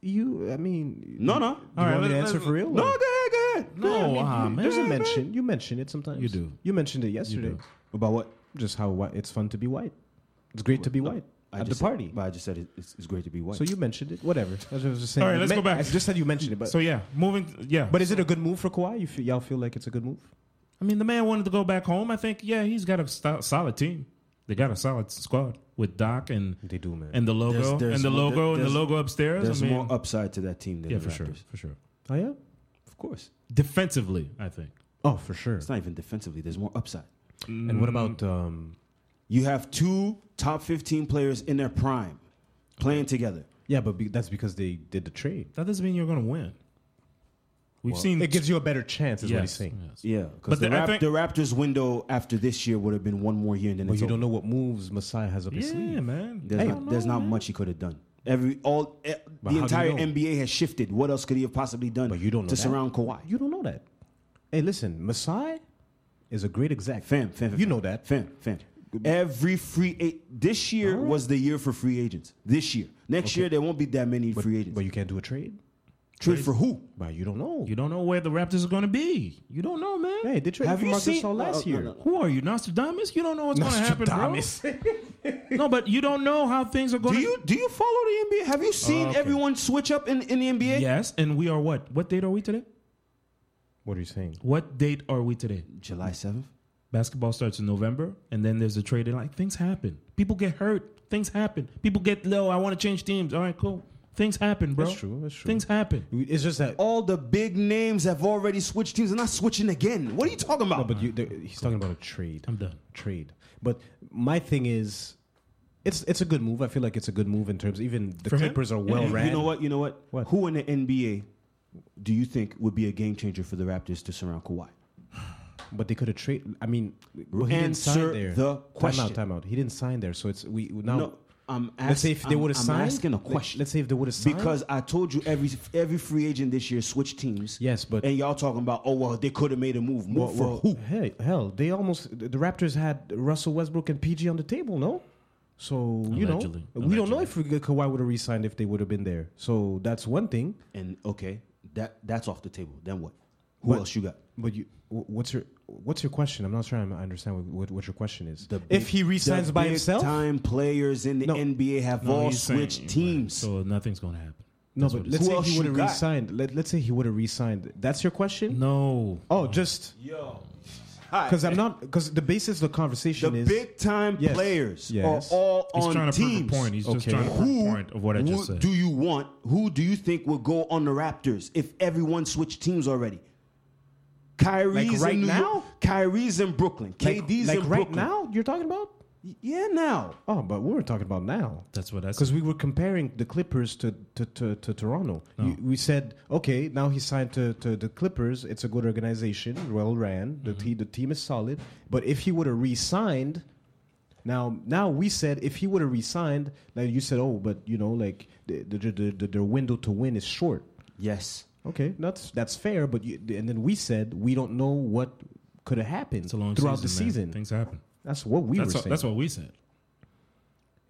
Speaker 2: you. I mean,
Speaker 1: No, no.
Speaker 2: You
Speaker 3: All right,
Speaker 2: want me to
Speaker 3: let-
Speaker 2: answer
Speaker 3: let-
Speaker 2: for real?
Speaker 1: No, go
Speaker 2: or-
Speaker 1: ahead, go ahead.
Speaker 3: No,
Speaker 1: Go ahead.
Speaker 3: ah, man.
Speaker 2: There's a mention. You mention it sometimes.
Speaker 3: You do.
Speaker 2: You mentioned it yesterday.
Speaker 3: do.
Speaker 1: About what?
Speaker 2: Just how whi- it's fun to be white. It's great to be white
Speaker 1: I
Speaker 2: at the
Speaker 1: just
Speaker 2: party.
Speaker 1: Said, but I just said it, it's, it's great to be white.
Speaker 2: so you mentioned it. Whatever. I was just saying.
Speaker 3: All right,
Speaker 2: you
Speaker 3: let's
Speaker 2: men-
Speaker 3: go back.
Speaker 2: I just said you mentioned it, but
Speaker 3: So yeah, moving. Yeah,
Speaker 2: But is it a good move for Kawhi? You feel, y'all feel like it's a good move?
Speaker 3: I mean, the man wanted to go back home. I think, yeah, he's got a sto- solid team. They got a solid squad with Doc and
Speaker 2: They do, man.
Speaker 3: and the logo
Speaker 1: There's- there's
Speaker 3: and the
Speaker 1: more-
Speaker 3: logo and the
Speaker 1: there's-
Speaker 3: logo upstairs.
Speaker 1: There's
Speaker 3: I mean,
Speaker 1: more upside to that team than
Speaker 3: yeah,
Speaker 1: the
Speaker 3: for
Speaker 1: Raptors.
Speaker 3: sure, for sure.
Speaker 2: oh yeah.
Speaker 1: Of course,
Speaker 3: Defensively, I think.
Speaker 2: Oh, for sure.
Speaker 1: it's not even defensively. There's more upside.
Speaker 2: And what about um?
Speaker 1: You have two top 15 players in their prime playing together.
Speaker 2: Yeah, but be, that's because they did the trade.
Speaker 3: That doesn't mean you're going to win. We've seen
Speaker 2: It gives you a better chance, is what he's
Speaker 3: Yes,
Speaker 2: saying.
Speaker 3: yes.
Speaker 1: Yeah,
Speaker 3: But
Speaker 1: because the,
Speaker 3: the- I
Speaker 1: Rap-
Speaker 3: think-
Speaker 1: the Raptors' window after this year would have been one more year, and then
Speaker 2: But
Speaker 1: it's
Speaker 2: you
Speaker 1: over.
Speaker 2: don't know what moves Messiah has up his
Speaker 3: Yeah,
Speaker 2: sleeve.
Speaker 3: man.
Speaker 1: There's
Speaker 2: Hey.
Speaker 1: not, there's not much he could have done. Every all eh,
Speaker 2: But
Speaker 1: the
Speaker 2: how do you
Speaker 1: entire
Speaker 2: know?
Speaker 1: NBA has shifted. What else could he have possibly done?
Speaker 2: But you don't know
Speaker 1: to
Speaker 2: that.
Speaker 1: surround Kawhi.
Speaker 2: You don't know that. Hey, listen, Messiah is a great exec.
Speaker 1: Fam, fam, fam
Speaker 2: You know that.
Speaker 1: Fam, fam. Every free a- this year was the year for free agents. This year, next year there won't be that many
Speaker 2: But,
Speaker 1: free agents.
Speaker 2: but you can't do a trade.
Speaker 1: Trade for who?
Speaker 2: But you don't know.
Speaker 3: You don't know where the Raptors are going to be. You don't know, man.
Speaker 2: hey, they traded
Speaker 1: Have
Speaker 2: for
Speaker 1: you
Speaker 2: Marcus
Speaker 1: seen- Uh,
Speaker 2: Gasol last
Speaker 1: no, no,
Speaker 2: year.
Speaker 1: no, no.
Speaker 3: Who are you, Nostradamus? You don't know what's going to happen, bro.
Speaker 2: Nostradamus.
Speaker 3: <laughs> no, but you don't know how things are going.
Speaker 1: Do you do you follow the NBA? Have you seen
Speaker 3: okay.
Speaker 1: everyone switch up in, in the NBA?
Speaker 3: <laughs> Yes, and we are what? What date are we today?
Speaker 2: <laughs> What are you saying?
Speaker 3: What date are we today?
Speaker 1: July seventh.
Speaker 3: Basketball starts in November, and then there's a trade. And like things happen, people get hurt. Things happen. People get low. I want to change teams. All right, cool. Things happen, bro.
Speaker 2: That's true, that's true.
Speaker 3: Things happen.
Speaker 2: It's just that.
Speaker 1: All the big names have already switched teams. They're not switching again. What are you talking about?
Speaker 2: No, Oh, but you, there, he's talking about a trade.
Speaker 3: I'm done.
Speaker 2: Trade. But my thing is, it's it's a good move. I feel like it's a good move in terms. Even the
Speaker 3: For him?
Speaker 2: Clippers are well
Speaker 1: you, you
Speaker 2: ran.
Speaker 1: know what? You know what?
Speaker 2: What?
Speaker 1: Who in the NBA do you think would be a game changer for the Raptors to surround Kawhi?
Speaker 2: But they could have traded. I mean, but he didn't
Speaker 1: Answer
Speaker 2: sign there.
Speaker 1: the
Speaker 2: Time out.
Speaker 1: question.
Speaker 2: Time out. He didn't sign there. So it's we now.
Speaker 1: no, I'm asking.
Speaker 2: let's say if they would have signed.
Speaker 1: I'm asking a
Speaker 2: let-
Speaker 1: question.
Speaker 2: Let's say if they would have signed.
Speaker 1: because I told you every every free agent this year switched teams.
Speaker 2: Yes, but-
Speaker 1: and y'all talking about oh well they could have made a move. Move
Speaker 2: well,
Speaker 1: for
Speaker 2: well,
Speaker 1: who?
Speaker 2: Hey, hell, they almost the the Raptors had Russell Westbrook and PG on the table. No. So you know,
Speaker 3: Allegedly.
Speaker 2: we don't know
Speaker 3: Allegedly.
Speaker 2: if we- Kawhi would have re-signed if they would have been there. So that's one thing.
Speaker 1: And okay, that that's off the table. Then what? Who
Speaker 2: What?
Speaker 1: else you got?
Speaker 2: But you, wh- what's your what's your question? I'm not sure I understand what, what, what your question is.
Speaker 1: The
Speaker 2: if
Speaker 1: big-
Speaker 2: he resigns
Speaker 1: the
Speaker 2: by
Speaker 1: big
Speaker 2: himself,
Speaker 1: time players in the
Speaker 2: No.
Speaker 1: NBA have
Speaker 3: No,
Speaker 1: all
Speaker 3: he's saying-
Speaker 1: switched teams.
Speaker 3: So nothing's gonna happen.
Speaker 2: no.
Speaker 3: That's
Speaker 2: But
Speaker 3: what it
Speaker 2: let's
Speaker 1: Who
Speaker 2: say
Speaker 1: else
Speaker 2: he
Speaker 1: you
Speaker 2: would have
Speaker 1: got?
Speaker 2: resigned. Let, let's say he would have resigned. That's your question.
Speaker 3: No.
Speaker 2: Oh, just <laughs>
Speaker 1: Yo,
Speaker 2: because I'm not because the basis of the conversation
Speaker 1: the
Speaker 2: is
Speaker 1: big time
Speaker 2: Yes.
Speaker 1: players
Speaker 2: Yes.
Speaker 1: are all
Speaker 3: He's
Speaker 1: on
Speaker 3: trying to
Speaker 1: teams.
Speaker 3: prove a point. He's just
Speaker 2: Okay.
Speaker 3: trying to prove
Speaker 1: who
Speaker 3: a point of what I
Speaker 1: who
Speaker 3: just said.
Speaker 1: do you want? Who do you think will go on the Raptors if everyone switched teams already? Kyrie's
Speaker 2: Like right
Speaker 1: in New
Speaker 2: now?
Speaker 1: York- Kyrie's in Brooklyn.
Speaker 2: like,
Speaker 1: KD's
Speaker 2: like
Speaker 1: in
Speaker 2: right
Speaker 1: Brooklyn.
Speaker 2: now. You're talking about?
Speaker 1: Yeah, now.
Speaker 2: Oh, but we were talking about now
Speaker 3: That's what I said.
Speaker 2: because we were comparing the Clippers to to, to, to Toronto.
Speaker 3: Oh.
Speaker 2: You, we said okay, now he signed to, to the Clippers. It's a good organization, well ran.
Speaker 3: Mm-hmm.
Speaker 2: The te- the team is solid. But if he would have re-signed, Now, now we said if he would have resigned, like you said, oh, but you know, like the the, the, the their window to win is short.
Speaker 1: Yes.
Speaker 2: Okay, that's that's fair. But you, and then we said we don't know what could have happened
Speaker 3: it's a long
Speaker 2: throughout
Speaker 3: season,
Speaker 2: the
Speaker 3: man.
Speaker 2: season.
Speaker 3: Things happen.
Speaker 2: That's what we
Speaker 3: That's
Speaker 2: were
Speaker 3: what,
Speaker 2: saying
Speaker 3: that's what we said.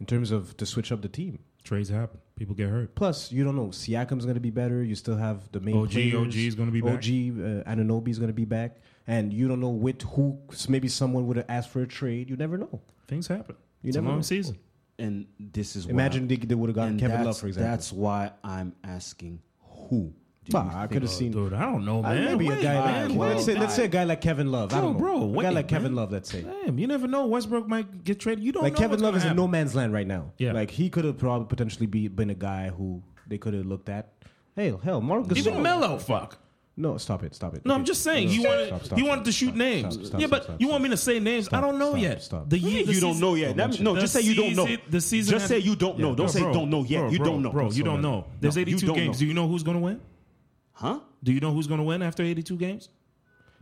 Speaker 2: in terms of to switch up the team.
Speaker 3: Trades happen. People get hurt.
Speaker 2: Plus, you don't know Siakam's going to be better. You still have the main
Speaker 3: OG
Speaker 2: players.
Speaker 3: OG is gonna be back.
Speaker 2: OG uh, Ananobi is going to be back, and you don't know with who. Maybe someone would have asked for a trade. You never know.
Speaker 3: Things happen.
Speaker 2: You
Speaker 3: it's a
Speaker 2: never
Speaker 3: long
Speaker 2: know.
Speaker 3: season.
Speaker 1: And this is why-
Speaker 2: Imagine they, they would have gotten
Speaker 1: and
Speaker 2: Kevin Love,
Speaker 1: that's-
Speaker 2: for example.
Speaker 1: That's why I'm asking who. Do
Speaker 2: Bah,
Speaker 1: you
Speaker 2: I
Speaker 1: think-
Speaker 2: could have seen.
Speaker 3: Dude, I don't know,
Speaker 2: I
Speaker 3: man.
Speaker 2: maybe
Speaker 3: Wait,
Speaker 2: a guy.
Speaker 1: man,
Speaker 2: like,
Speaker 1: wait.
Speaker 2: let's, say, let's say a guy like Kevin Love. I
Speaker 3: Bro,
Speaker 2: don't know.
Speaker 3: bro,
Speaker 2: a guy
Speaker 3: wait,
Speaker 2: like Kevin
Speaker 3: man.
Speaker 2: Love. Let's say
Speaker 3: Damn, you never know. Westbrook might get traded. You don't
Speaker 2: like
Speaker 3: know.
Speaker 2: Kevin
Speaker 3: what's
Speaker 2: Love
Speaker 3: gonna
Speaker 2: is in
Speaker 3: happen.
Speaker 2: no man's land right now.
Speaker 3: Yeah.
Speaker 2: like he could have probably potentially be, been a guy who they could have looked at. Hey, hell, Mark Gasol.
Speaker 3: Even Melo, fuck.
Speaker 2: No, stop it, stop it.
Speaker 3: No, I'm
Speaker 2: Okay.
Speaker 3: just saying.
Speaker 2: No,
Speaker 3: He
Speaker 2: stop,
Speaker 3: wanted.
Speaker 2: stop, stop,
Speaker 3: he wanted to
Speaker 2: stop,
Speaker 3: shoot
Speaker 2: stop,
Speaker 3: names.
Speaker 2: stop, stop,
Speaker 3: yeah, but
Speaker 2: stop,
Speaker 3: you
Speaker 2: stop.
Speaker 3: want me to say names? I don't know
Speaker 2: stop,
Speaker 3: yet.
Speaker 2: stop.
Speaker 3: The
Speaker 2: What
Speaker 3: year
Speaker 1: you don't know yet. That- no,
Speaker 3: The
Speaker 1: just say you don't know.
Speaker 3: season- the season
Speaker 1: Just say
Speaker 3: had-
Speaker 1: you don't know.
Speaker 3: Yeah,
Speaker 1: Don't say
Speaker 3: bro,
Speaker 1: don't know yet.
Speaker 3: bro,
Speaker 1: you
Speaker 3: bro,
Speaker 1: don't know,
Speaker 3: bro. You don't know. There's
Speaker 1: No, you
Speaker 3: 82
Speaker 1: don't
Speaker 3: games.
Speaker 1: know.
Speaker 3: Do you know who's going to win?
Speaker 1: Huh?
Speaker 3: Do you know who's going to win after 82 games?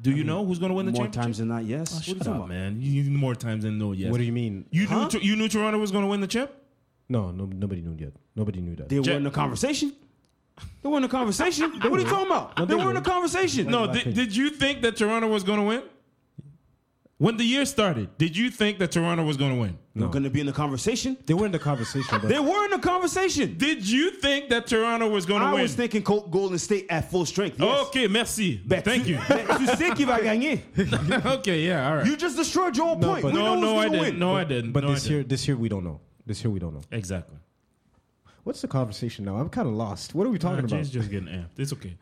Speaker 3: Do you know who's going to win the
Speaker 1: More
Speaker 3: championship?
Speaker 1: times than not. Yes.
Speaker 3: Oh,
Speaker 1: What are you
Speaker 3: shut
Speaker 1: talking
Speaker 3: up,
Speaker 1: about?
Speaker 3: man. You need more times than no. Yes.
Speaker 2: What do you mean?
Speaker 3: You
Speaker 1: Huh?
Speaker 3: knew Tor- you knew Toronto was going to win the chip.
Speaker 2: No, no, nobody knew yet. Nobody knew that.
Speaker 1: They
Speaker 3: Jet-
Speaker 1: were in the conversation. They were in the conversation. what are you talking about?
Speaker 2: No,
Speaker 1: they,
Speaker 2: they
Speaker 1: were in the
Speaker 2: were.
Speaker 1: conversation.
Speaker 3: No,
Speaker 2: Why do I
Speaker 3: did,
Speaker 2: think-
Speaker 3: did you think that Toronto was going to win? When the year started, did you think that Toronto was going to win?
Speaker 1: They're going to be in the conversation.
Speaker 2: They were in the conversation, but
Speaker 1: They were in the conversation.
Speaker 3: Did you think that Toronto was going to
Speaker 1: I
Speaker 3: win?
Speaker 1: was thinking Col- Golden State at full strength. Yes.
Speaker 3: Okay, merci.
Speaker 1: Ben,
Speaker 3: Thank
Speaker 1: tu-
Speaker 3: <laughs> you.
Speaker 1: Ben, tu sais qui va gagner.
Speaker 3: okay, yeah, all right.
Speaker 1: You just destroyed your own
Speaker 2: No,
Speaker 1: point.
Speaker 2: but-
Speaker 1: we
Speaker 3: no,
Speaker 1: know who's
Speaker 3: no, I
Speaker 1: gonna
Speaker 3: didn't.
Speaker 1: win.
Speaker 3: No, I didn't.
Speaker 2: but
Speaker 3: No, I
Speaker 2: this year,
Speaker 3: didn't.
Speaker 2: this year we don't know. This year we don't know.
Speaker 3: exactly.
Speaker 2: What's the conversation now? I'm kind of lost. What are we talking
Speaker 3: Nah,
Speaker 2: about?
Speaker 3: Jay's just getting amped. It's okay.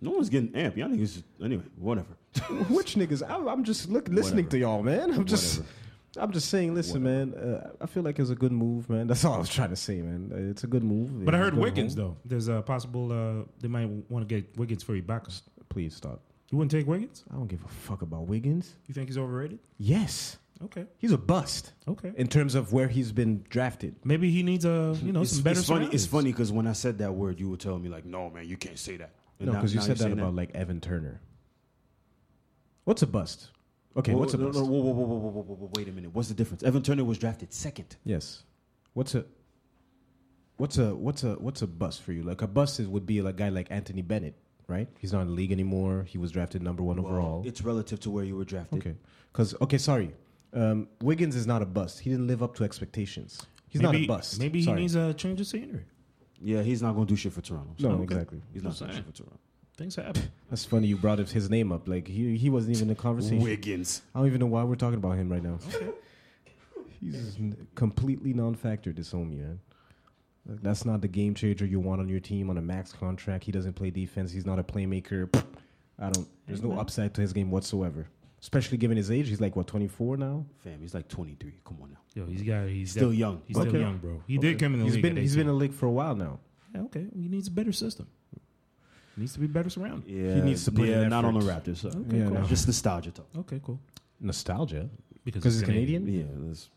Speaker 1: No one's getting amped. Y'all niggas. Anyway, whatever.
Speaker 2: <laughs> Which niggas? I'm, I'm just look, listening
Speaker 1: Whatever.
Speaker 2: to y'all, man. I'm just,
Speaker 1: Whatever.
Speaker 2: I'm just saying. Listen, man. Uh, I feel like it's a good move, man. That's all I was trying to say, man. Uh, It's a good move.
Speaker 3: But I
Speaker 2: Yeah,
Speaker 3: heard
Speaker 2: go
Speaker 3: Wiggins
Speaker 2: home.
Speaker 3: though. There's a possible uh, they might want to get Wiggins for Ibaka.
Speaker 2: Please stop.
Speaker 3: You wouldn't take Wiggins?
Speaker 2: I don't give a fuck about Wiggins.
Speaker 3: You think he's overrated?
Speaker 2: Yes,
Speaker 3: Okay,
Speaker 2: he's a bust
Speaker 3: okay.
Speaker 2: in terms of where he's been drafted.
Speaker 3: Maybe he needs a you know
Speaker 1: it's,
Speaker 3: some better.
Speaker 1: it's funny. It's
Speaker 3: surroundings.
Speaker 1: funny because when I said that word, you were telling me like, "No, man, you can't say that." And
Speaker 2: No,
Speaker 1: now-
Speaker 2: because you
Speaker 1: now
Speaker 2: said
Speaker 1: you're
Speaker 2: that
Speaker 1: saying
Speaker 2: about like Evan Turner. What's a bust? Okay,
Speaker 1: Whoa,
Speaker 2: what's a
Speaker 1: no,
Speaker 2: bust?
Speaker 1: no, whoa, whoa, whoa, whoa, whoa, whoa, whoa, wait a minute. What's the difference? Evan Turner was drafted second.
Speaker 2: Yes. What's a what's a what's a what's a bust for you? Like a bust is, would be like a guy like Anthony Bennett, right? He's not in the league anymore. He was drafted number one overall.
Speaker 1: It's relative to where you were drafted.
Speaker 2: okay, because okay, sorry, um, Wiggins is not a bust. He didn't live up to expectations. He's not a
Speaker 3: Maybe-
Speaker 2: bust.
Speaker 3: Maybe
Speaker 2: Sorry.
Speaker 3: he needs a change of scenery.
Speaker 1: Yeah, he's not gonna do shit for Toronto.
Speaker 2: no,
Speaker 3: Okay.
Speaker 2: exactly.
Speaker 1: he's not gonna do
Speaker 3: saying.
Speaker 1: shit for Toronto.
Speaker 3: Things happen.
Speaker 2: That's funny. You brought up his name up. Like he he wasn't even in the conversation.
Speaker 1: Wiggins.
Speaker 2: I don't even know why we're talking about him right now. He's n- completely non-factor this homie, man. Like, That's not the game changer you want on your team on a max contract. He doesn't play defense. He's not a playmaker. I don't. There's no upside to his game whatsoever. Especially given his age, he's like what 24 now.
Speaker 1: Fam, he's like 23. Come on now.
Speaker 3: Yo, he's got. He's
Speaker 1: Still
Speaker 3: def-
Speaker 1: young.
Speaker 3: He's
Speaker 2: Okay.
Speaker 3: still young, bro. He did come in the
Speaker 2: He's
Speaker 3: league.
Speaker 2: been
Speaker 3: at
Speaker 2: he's been
Speaker 3: 18.
Speaker 2: in the league for a while now.
Speaker 3: Yeah, okay. He needs a better system. He needs to be better surrounded.
Speaker 1: Yeah,
Speaker 2: needs to put
Speaker 1: yeah,
Speaker 2: in
Speaker 1: not on the
Speaker 2: effort.
Speaker 1: Raptors. So.
Speaker 3: Okay,
Speaker 2: Yeah,
Speaker 3: cool.
Speaker 2: no.
Speaker 1: Just nostalgia talk.
Speaker 3: Okay, cool.
Speaker 2: Nostalgia
Speaker 3: Because
Speaker 2: because
Speaker 3: he's
Speaker 2: he's Canadian.
Speaker 1: Yeah, that's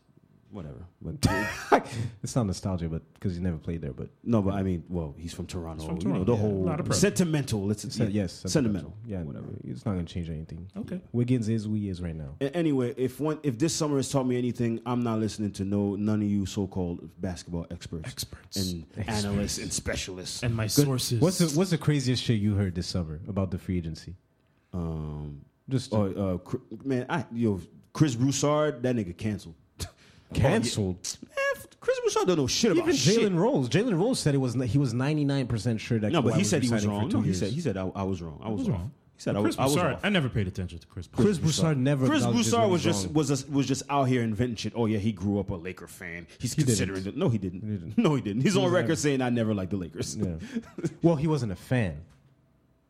Speaker 1: whatever. But
Speaker 2: <laughs> It's not nostalgia, but because he never played there. But
Speaker 1: no, but I mean, well, he's from Toronto.
Speaker 3: from
Speaker 1: You know,
Speaker 3: Toronto,
Speaker 1: the
Speaker 3: yeah. A lot of
Speaker 1: whole
Speaker 3: pressure.
Speaker 1: sentimental. Let's
Speaker 2: se-
Speaker 1: yeah,
Speaker 2: yes,
Speaker 1: sentimental.
Speaker 2: Yeah, whatever. It's not gonna change anything.
Speaker 3: Okay.
Speaker 2: Wiggins is who he is right now.
Speaker 1: A- Anyway, if one if this summer has taught me anything, I'm not listening to no none of you so-called basketball experts,
Speaker 3: Experts.
Speaker 1: and analysts and specialists.
Speaker 3: And my sources.
Speaker 2: What's the, what's the craziest shit you heard this summer about the free agency?
Speaker 1: um,
Speaker 2: Just
Speaker 1: oh, uh, Cr- man, I yo Chris Broussard, that nigga canceled.
Speaker 2: <laughs>
Speaker 1: <laughs>
Speaker 2: canceled.
Speaker 1: Eh, Chris Broussard don't know shit about
Speaker 2: Even
Speaker 1: shit.
Speaker 2: Jalen Rose. Jalen Rose said it was n- he was ninety nine percent sure that.
Speaker 1: No, but
Speaker 2: Kawhi
Speaker 1: he said he was
Speaker 2: resigning for
Speaker 1: wrong.
Speaker 2: two
Speaker 1: No, he
Speaker 2: years.
Speaker 1: said he said I, I was wrong. I was,
Speaker 3: was
Speaker 1: off.
Speaker 3: wrong.
Speaker 1: He said I
Speaker 3: Chris
Speaker 1: was, I was
Speaker 3: Broussard.
Speaker 1: off.
Speaker 3: I never paid attention to Chris.
Speaker 2: Chris Broussard never.
Speaker 1: Chris
Speaker 2: acknowledged his
Speaker 1: Broussard
Speaker 2: own
Speaker 1: was just
Speaker 2: wrong.
Speaker 1: was just, was just out here inventing shit. Oh yeah, he grew up a Laker fan. He's
Speaker 2: He didn't.
Speaker 1: considering it. No, he didn't.
Speaker 2: He didn't.
Speaker 1: No, he didn't. He's
Speaker 2: He
Speaker 1: on
Speaker 2: was
Speaker 1: record
Speaker 2: never-
Speaker 1: saying I never liked the Lakers.
Speaker 2: Yeah.
Speaker 1: <laughs>
Speaker 2: well, he wasn't a fan.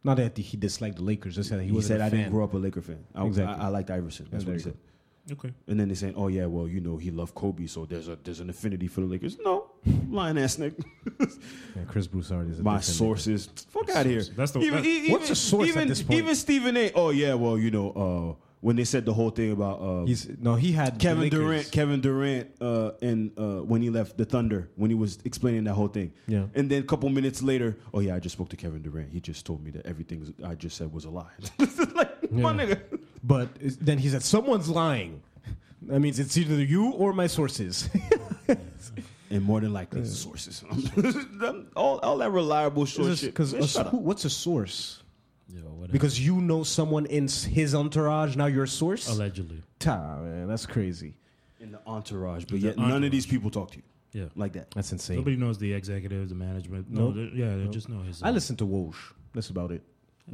Speaker 2: Not that he disliked the Lakers. Just that he,
Speaker 1: He,
Speaker 2: was
Speaker 1: said
Speaker 2: I
Speaker 1: I didn't grow up a Laker fan. I,
Speaker 2: Exactly.
Speaker 1: I, I liked Iverson. That's
Speaker 2: Yeah,
Speaker 1: what he
Speaker 2: there
Speaker 1: said.
Speaker 2: you
Speaker 3: Okay.
Speaker 1: And then they saying, oh yeah, well you know he loved Kobe, so there's a there's an affinity for the Lakers. No, lying ass nigga.
Speaker 2: Yeah, Chris Broussard is a
Speaker 1: My
Speaker 2: different
Speaker 1: sources. Fuck out here.
Speaker 3: sources. That's the-
Speaker 1: even,
Speaker 3: that-
Speaker 1: e-
Speaker 2: What's
Speaker 1: even-
Speaker 2: a source at
Speaker 1: Even,
Speaker 2: this point?
Speaker 1: even Stephen A. Oh yeah, well you know uh, when they said the whole thing about uh,
Speaker 2: nigga. He's no, he had the
Speaker 1: Kevin
Speaker 2: Lakers.
Speaker 1: Durant, Kevin Durant, uh, and uh, when he left the Thunder, when he was explaining that whole thing,
Speaker 2: Yeah.
Speaker 1: and then a couple minutes later, oh yeah, I just spoke to Kevin Durant. He just told me that everything I just said was a lie. <laughs> like my
Speaker 2: Yeah.
Speaker 1: nigga,
Speaker 2: But is- then he said, "Someone's lying." That means it's either you or my sources. <laughs>
Speaker 1: and more than likely sources. <laughs> all, all that reliable short shit.
Speaker 2: Because
Speaker 1: Man, shut up.
Speaker 2: what's a source?
Speaker 3: Yo, whatever.
Speaker 2: Because you know someone in s- his entourage. Now your source.
Speaker 3: allegedly.
Speaker 2: Ta, man, that's crazy.
Speaker 1: in the entourage, but yet none of
Speaker 3: entourage.
Speaker 1: these people talk to you
Speaker 3: Yeah.
Speaker 1: like that.
Speaker 2: That's insane.
Speaker 3: Nobody knows the executives, the management. No.
Speaker 2: Nope.
Speaker 3: they're- Yeah, they just know his. uh,
Speaker 2: I listen to Woj. That's about it.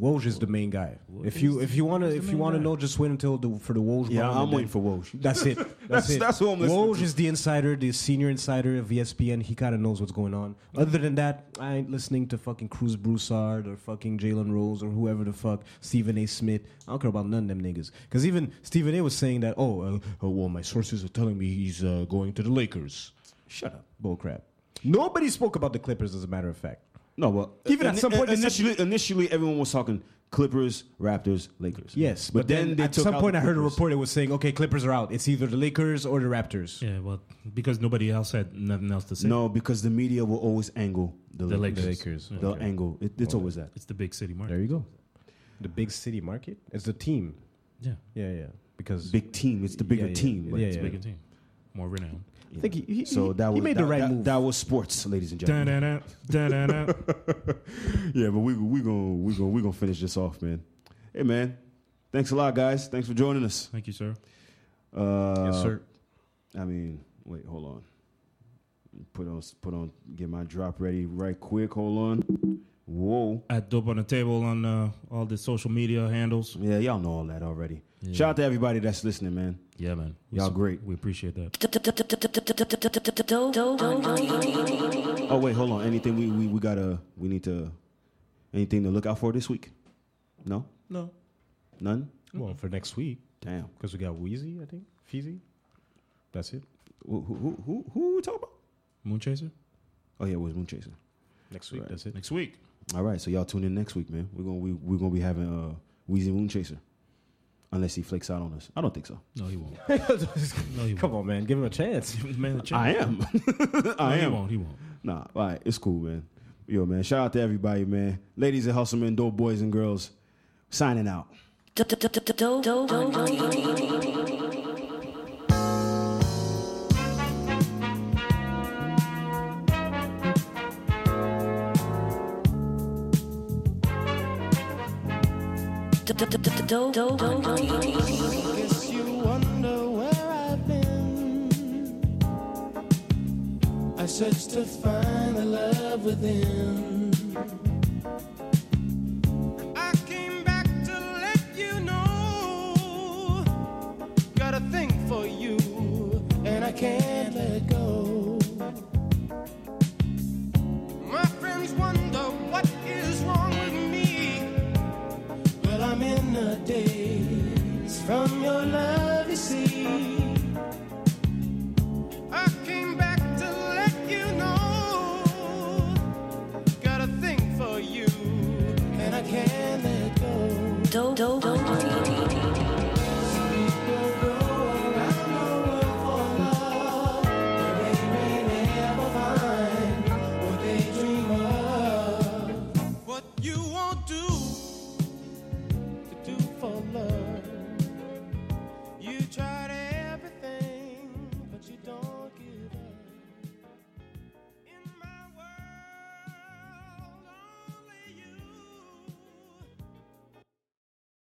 Speaker 2: Woj is the main guy. If you if you wanna
Speaker 3: the
Speaker 2: if you
Speaker 3: main
Speaker 2: wanna
Speaker 3: guy.
Speaker 2: know, just wait until the for the Woj.
Speaker 1: Yeah,
Speaker 2: round
Speaker 1: I'm
Speaker 2: and
Speaker 1: waiting for
Speaker 2: then-
Speaker 1: Woj.
Speaker 2: That's
Speaker 1: <laughs>
Speaker 2: it. That's
Speaker 1: That's-
Speaker 2: it.
Speaker 1: that's who I'm listening
Speaker 2: Woj
Speaker 1: to.
Speaker 2: is the insider, the senior insider of E ESPN. He kind of knows what's going on. Other than that, I ain't listening to fucking Cruz Broussard or fucking Jalen Rose or whoever the fuck Stephen A. Smith. I don't care about none of them niggas. Because even Stephen A. was saying that, oh, uh, oh, well, my sources are telling me he's uh, going to the Lakers.
Speaker 1: Shut up.
Speaker 2: Bullcrap. Nobody spoke about the Clippers, as a matter of fact.
Speaker 1: No, well,
Speaker 2: Even at some point, they said-
Speaker 1: initially, initially everyone was talking Clippers, Raptors, Lakers.
Speaker 2: Yes, but, then,
Speaker 1: they
Speaker 2: at
Speaker 1: took
Speaker 2: some
Speaker 1: out
Speaker 2: point
Speaker 1: the
Speaker 2: I heard a
Speaker 1: Clippers.
Speaker 2: report that was saying, okay, Clippers are out. It's either the Lakers or the Raptors.
Speaker 3: Yeah, well, because nobody else had nothing else to say.
Speaker 1: No, because the media will always angle the,
Speaker 3: The
Speaker 1: Lakers.
Speaker 3: Lakers.
Speaker 2: Lakers,
Speaker 3: Yeah.
Speaker 1: They'll angle. It, it's always that.
Speaker 3: It's the big city market.
Speaker 2: There you go. The big city market. It's the team.
Speaker 3: Yeah.
Speaker 2: Yeah, yeah. Because
Speaker 1: Big team. It's the bigger
Speaker 2: yeah.
Speaker 1: team.
Speaker 2: Yeah,
Speaker 3: It's
Speaker 2: yeah.
Speaker 3: a bigger team. More renowned.
Speaker 2: I think he, he,
Speaker 1: So that
Speaker 2: he
Speaker 1: was
Speaker 2: made
Speaker 1: that,
Speaker 2: the right
Speaker 1: that,
Speaker 2: move.
Speaker 1: That was sports, ladies and
Speaker 3: Da
Speaker 1: gentlemen.
Speaker 3: da da da da. <laughs>
Speaker 1: Yeah, but we we gonna we gonna we gonna finish this off, man. Hey, man. Thanks a lot, guys. Thanks for joining us.
Speaker 3: Thank you, sir.
Speaker 1: Uh,
Speaker 2: yes, sir.
Speaker 1: I mean, wait, hold on. Put on put on. Get my drop ready right quick. Hold on. Whoa.
Speaker 3: At dope on the table on uh, all the social media handles.
Speaker 1: Yeah, y'all know all that already.
Speaker 3: Yeah.
Speaker 1: Shout out to everybody that's listening, man.
Speaker 3: Yeah, man.
Speaker 1: Y'all great.
Speaker 3: We appreciate that.
Speaker 1: Oh wait, hold on. Anything we, we we gotta we need to anything to look out for this week? No,
Speaker 3: No.
Speaker 1: none.
Speaker 2: Well, for next week,
Speaker 1: Damn.
Speaker 2: because we got Wheezy, I think. <laughs> Feezy. That's it.
Speaker 1: Who who who who, who we talking about?
Speaker 3: Moon Chaser?
Speaker 1: Oh yeah, it was Moon Chaser.
Speaker 2: Next week, that's it.
Speaker 3: Next week.
Speaker 1: All right, so y'all tune in next week, man. We're gonna we, we're gonna be having uh Weezy Moon Chaser, unless he flakes out on us. I don't think so.
Speaker 3: No, he
Speaker 2: <laughs>
Speaker 3: won't.
Speaker 2: Come
Speaker 3: No, he won't.
Speaker 2: on, man. Give him a chance.
Speaker 3: Man, the champ.
Speaker 1: I am.
Speaker 3: <laughs>
Speaker 1: I
Speaker 3: No, He
Speaker 1: am.
Speaker 3: won't. He won't.
Speaker 1: Nah, all right, it's cool, man. Yo, man, shout out to everybody, man. Ladies and hustlemen, dope boys and girls, signing out.
Speaker 7: Guess you wonder where I've been. I searched to find the love within. I came back to let you know. Got a thing for you, and I can't let go. My friends wonder what is wrong with me. Well, I'm in a daze from for love.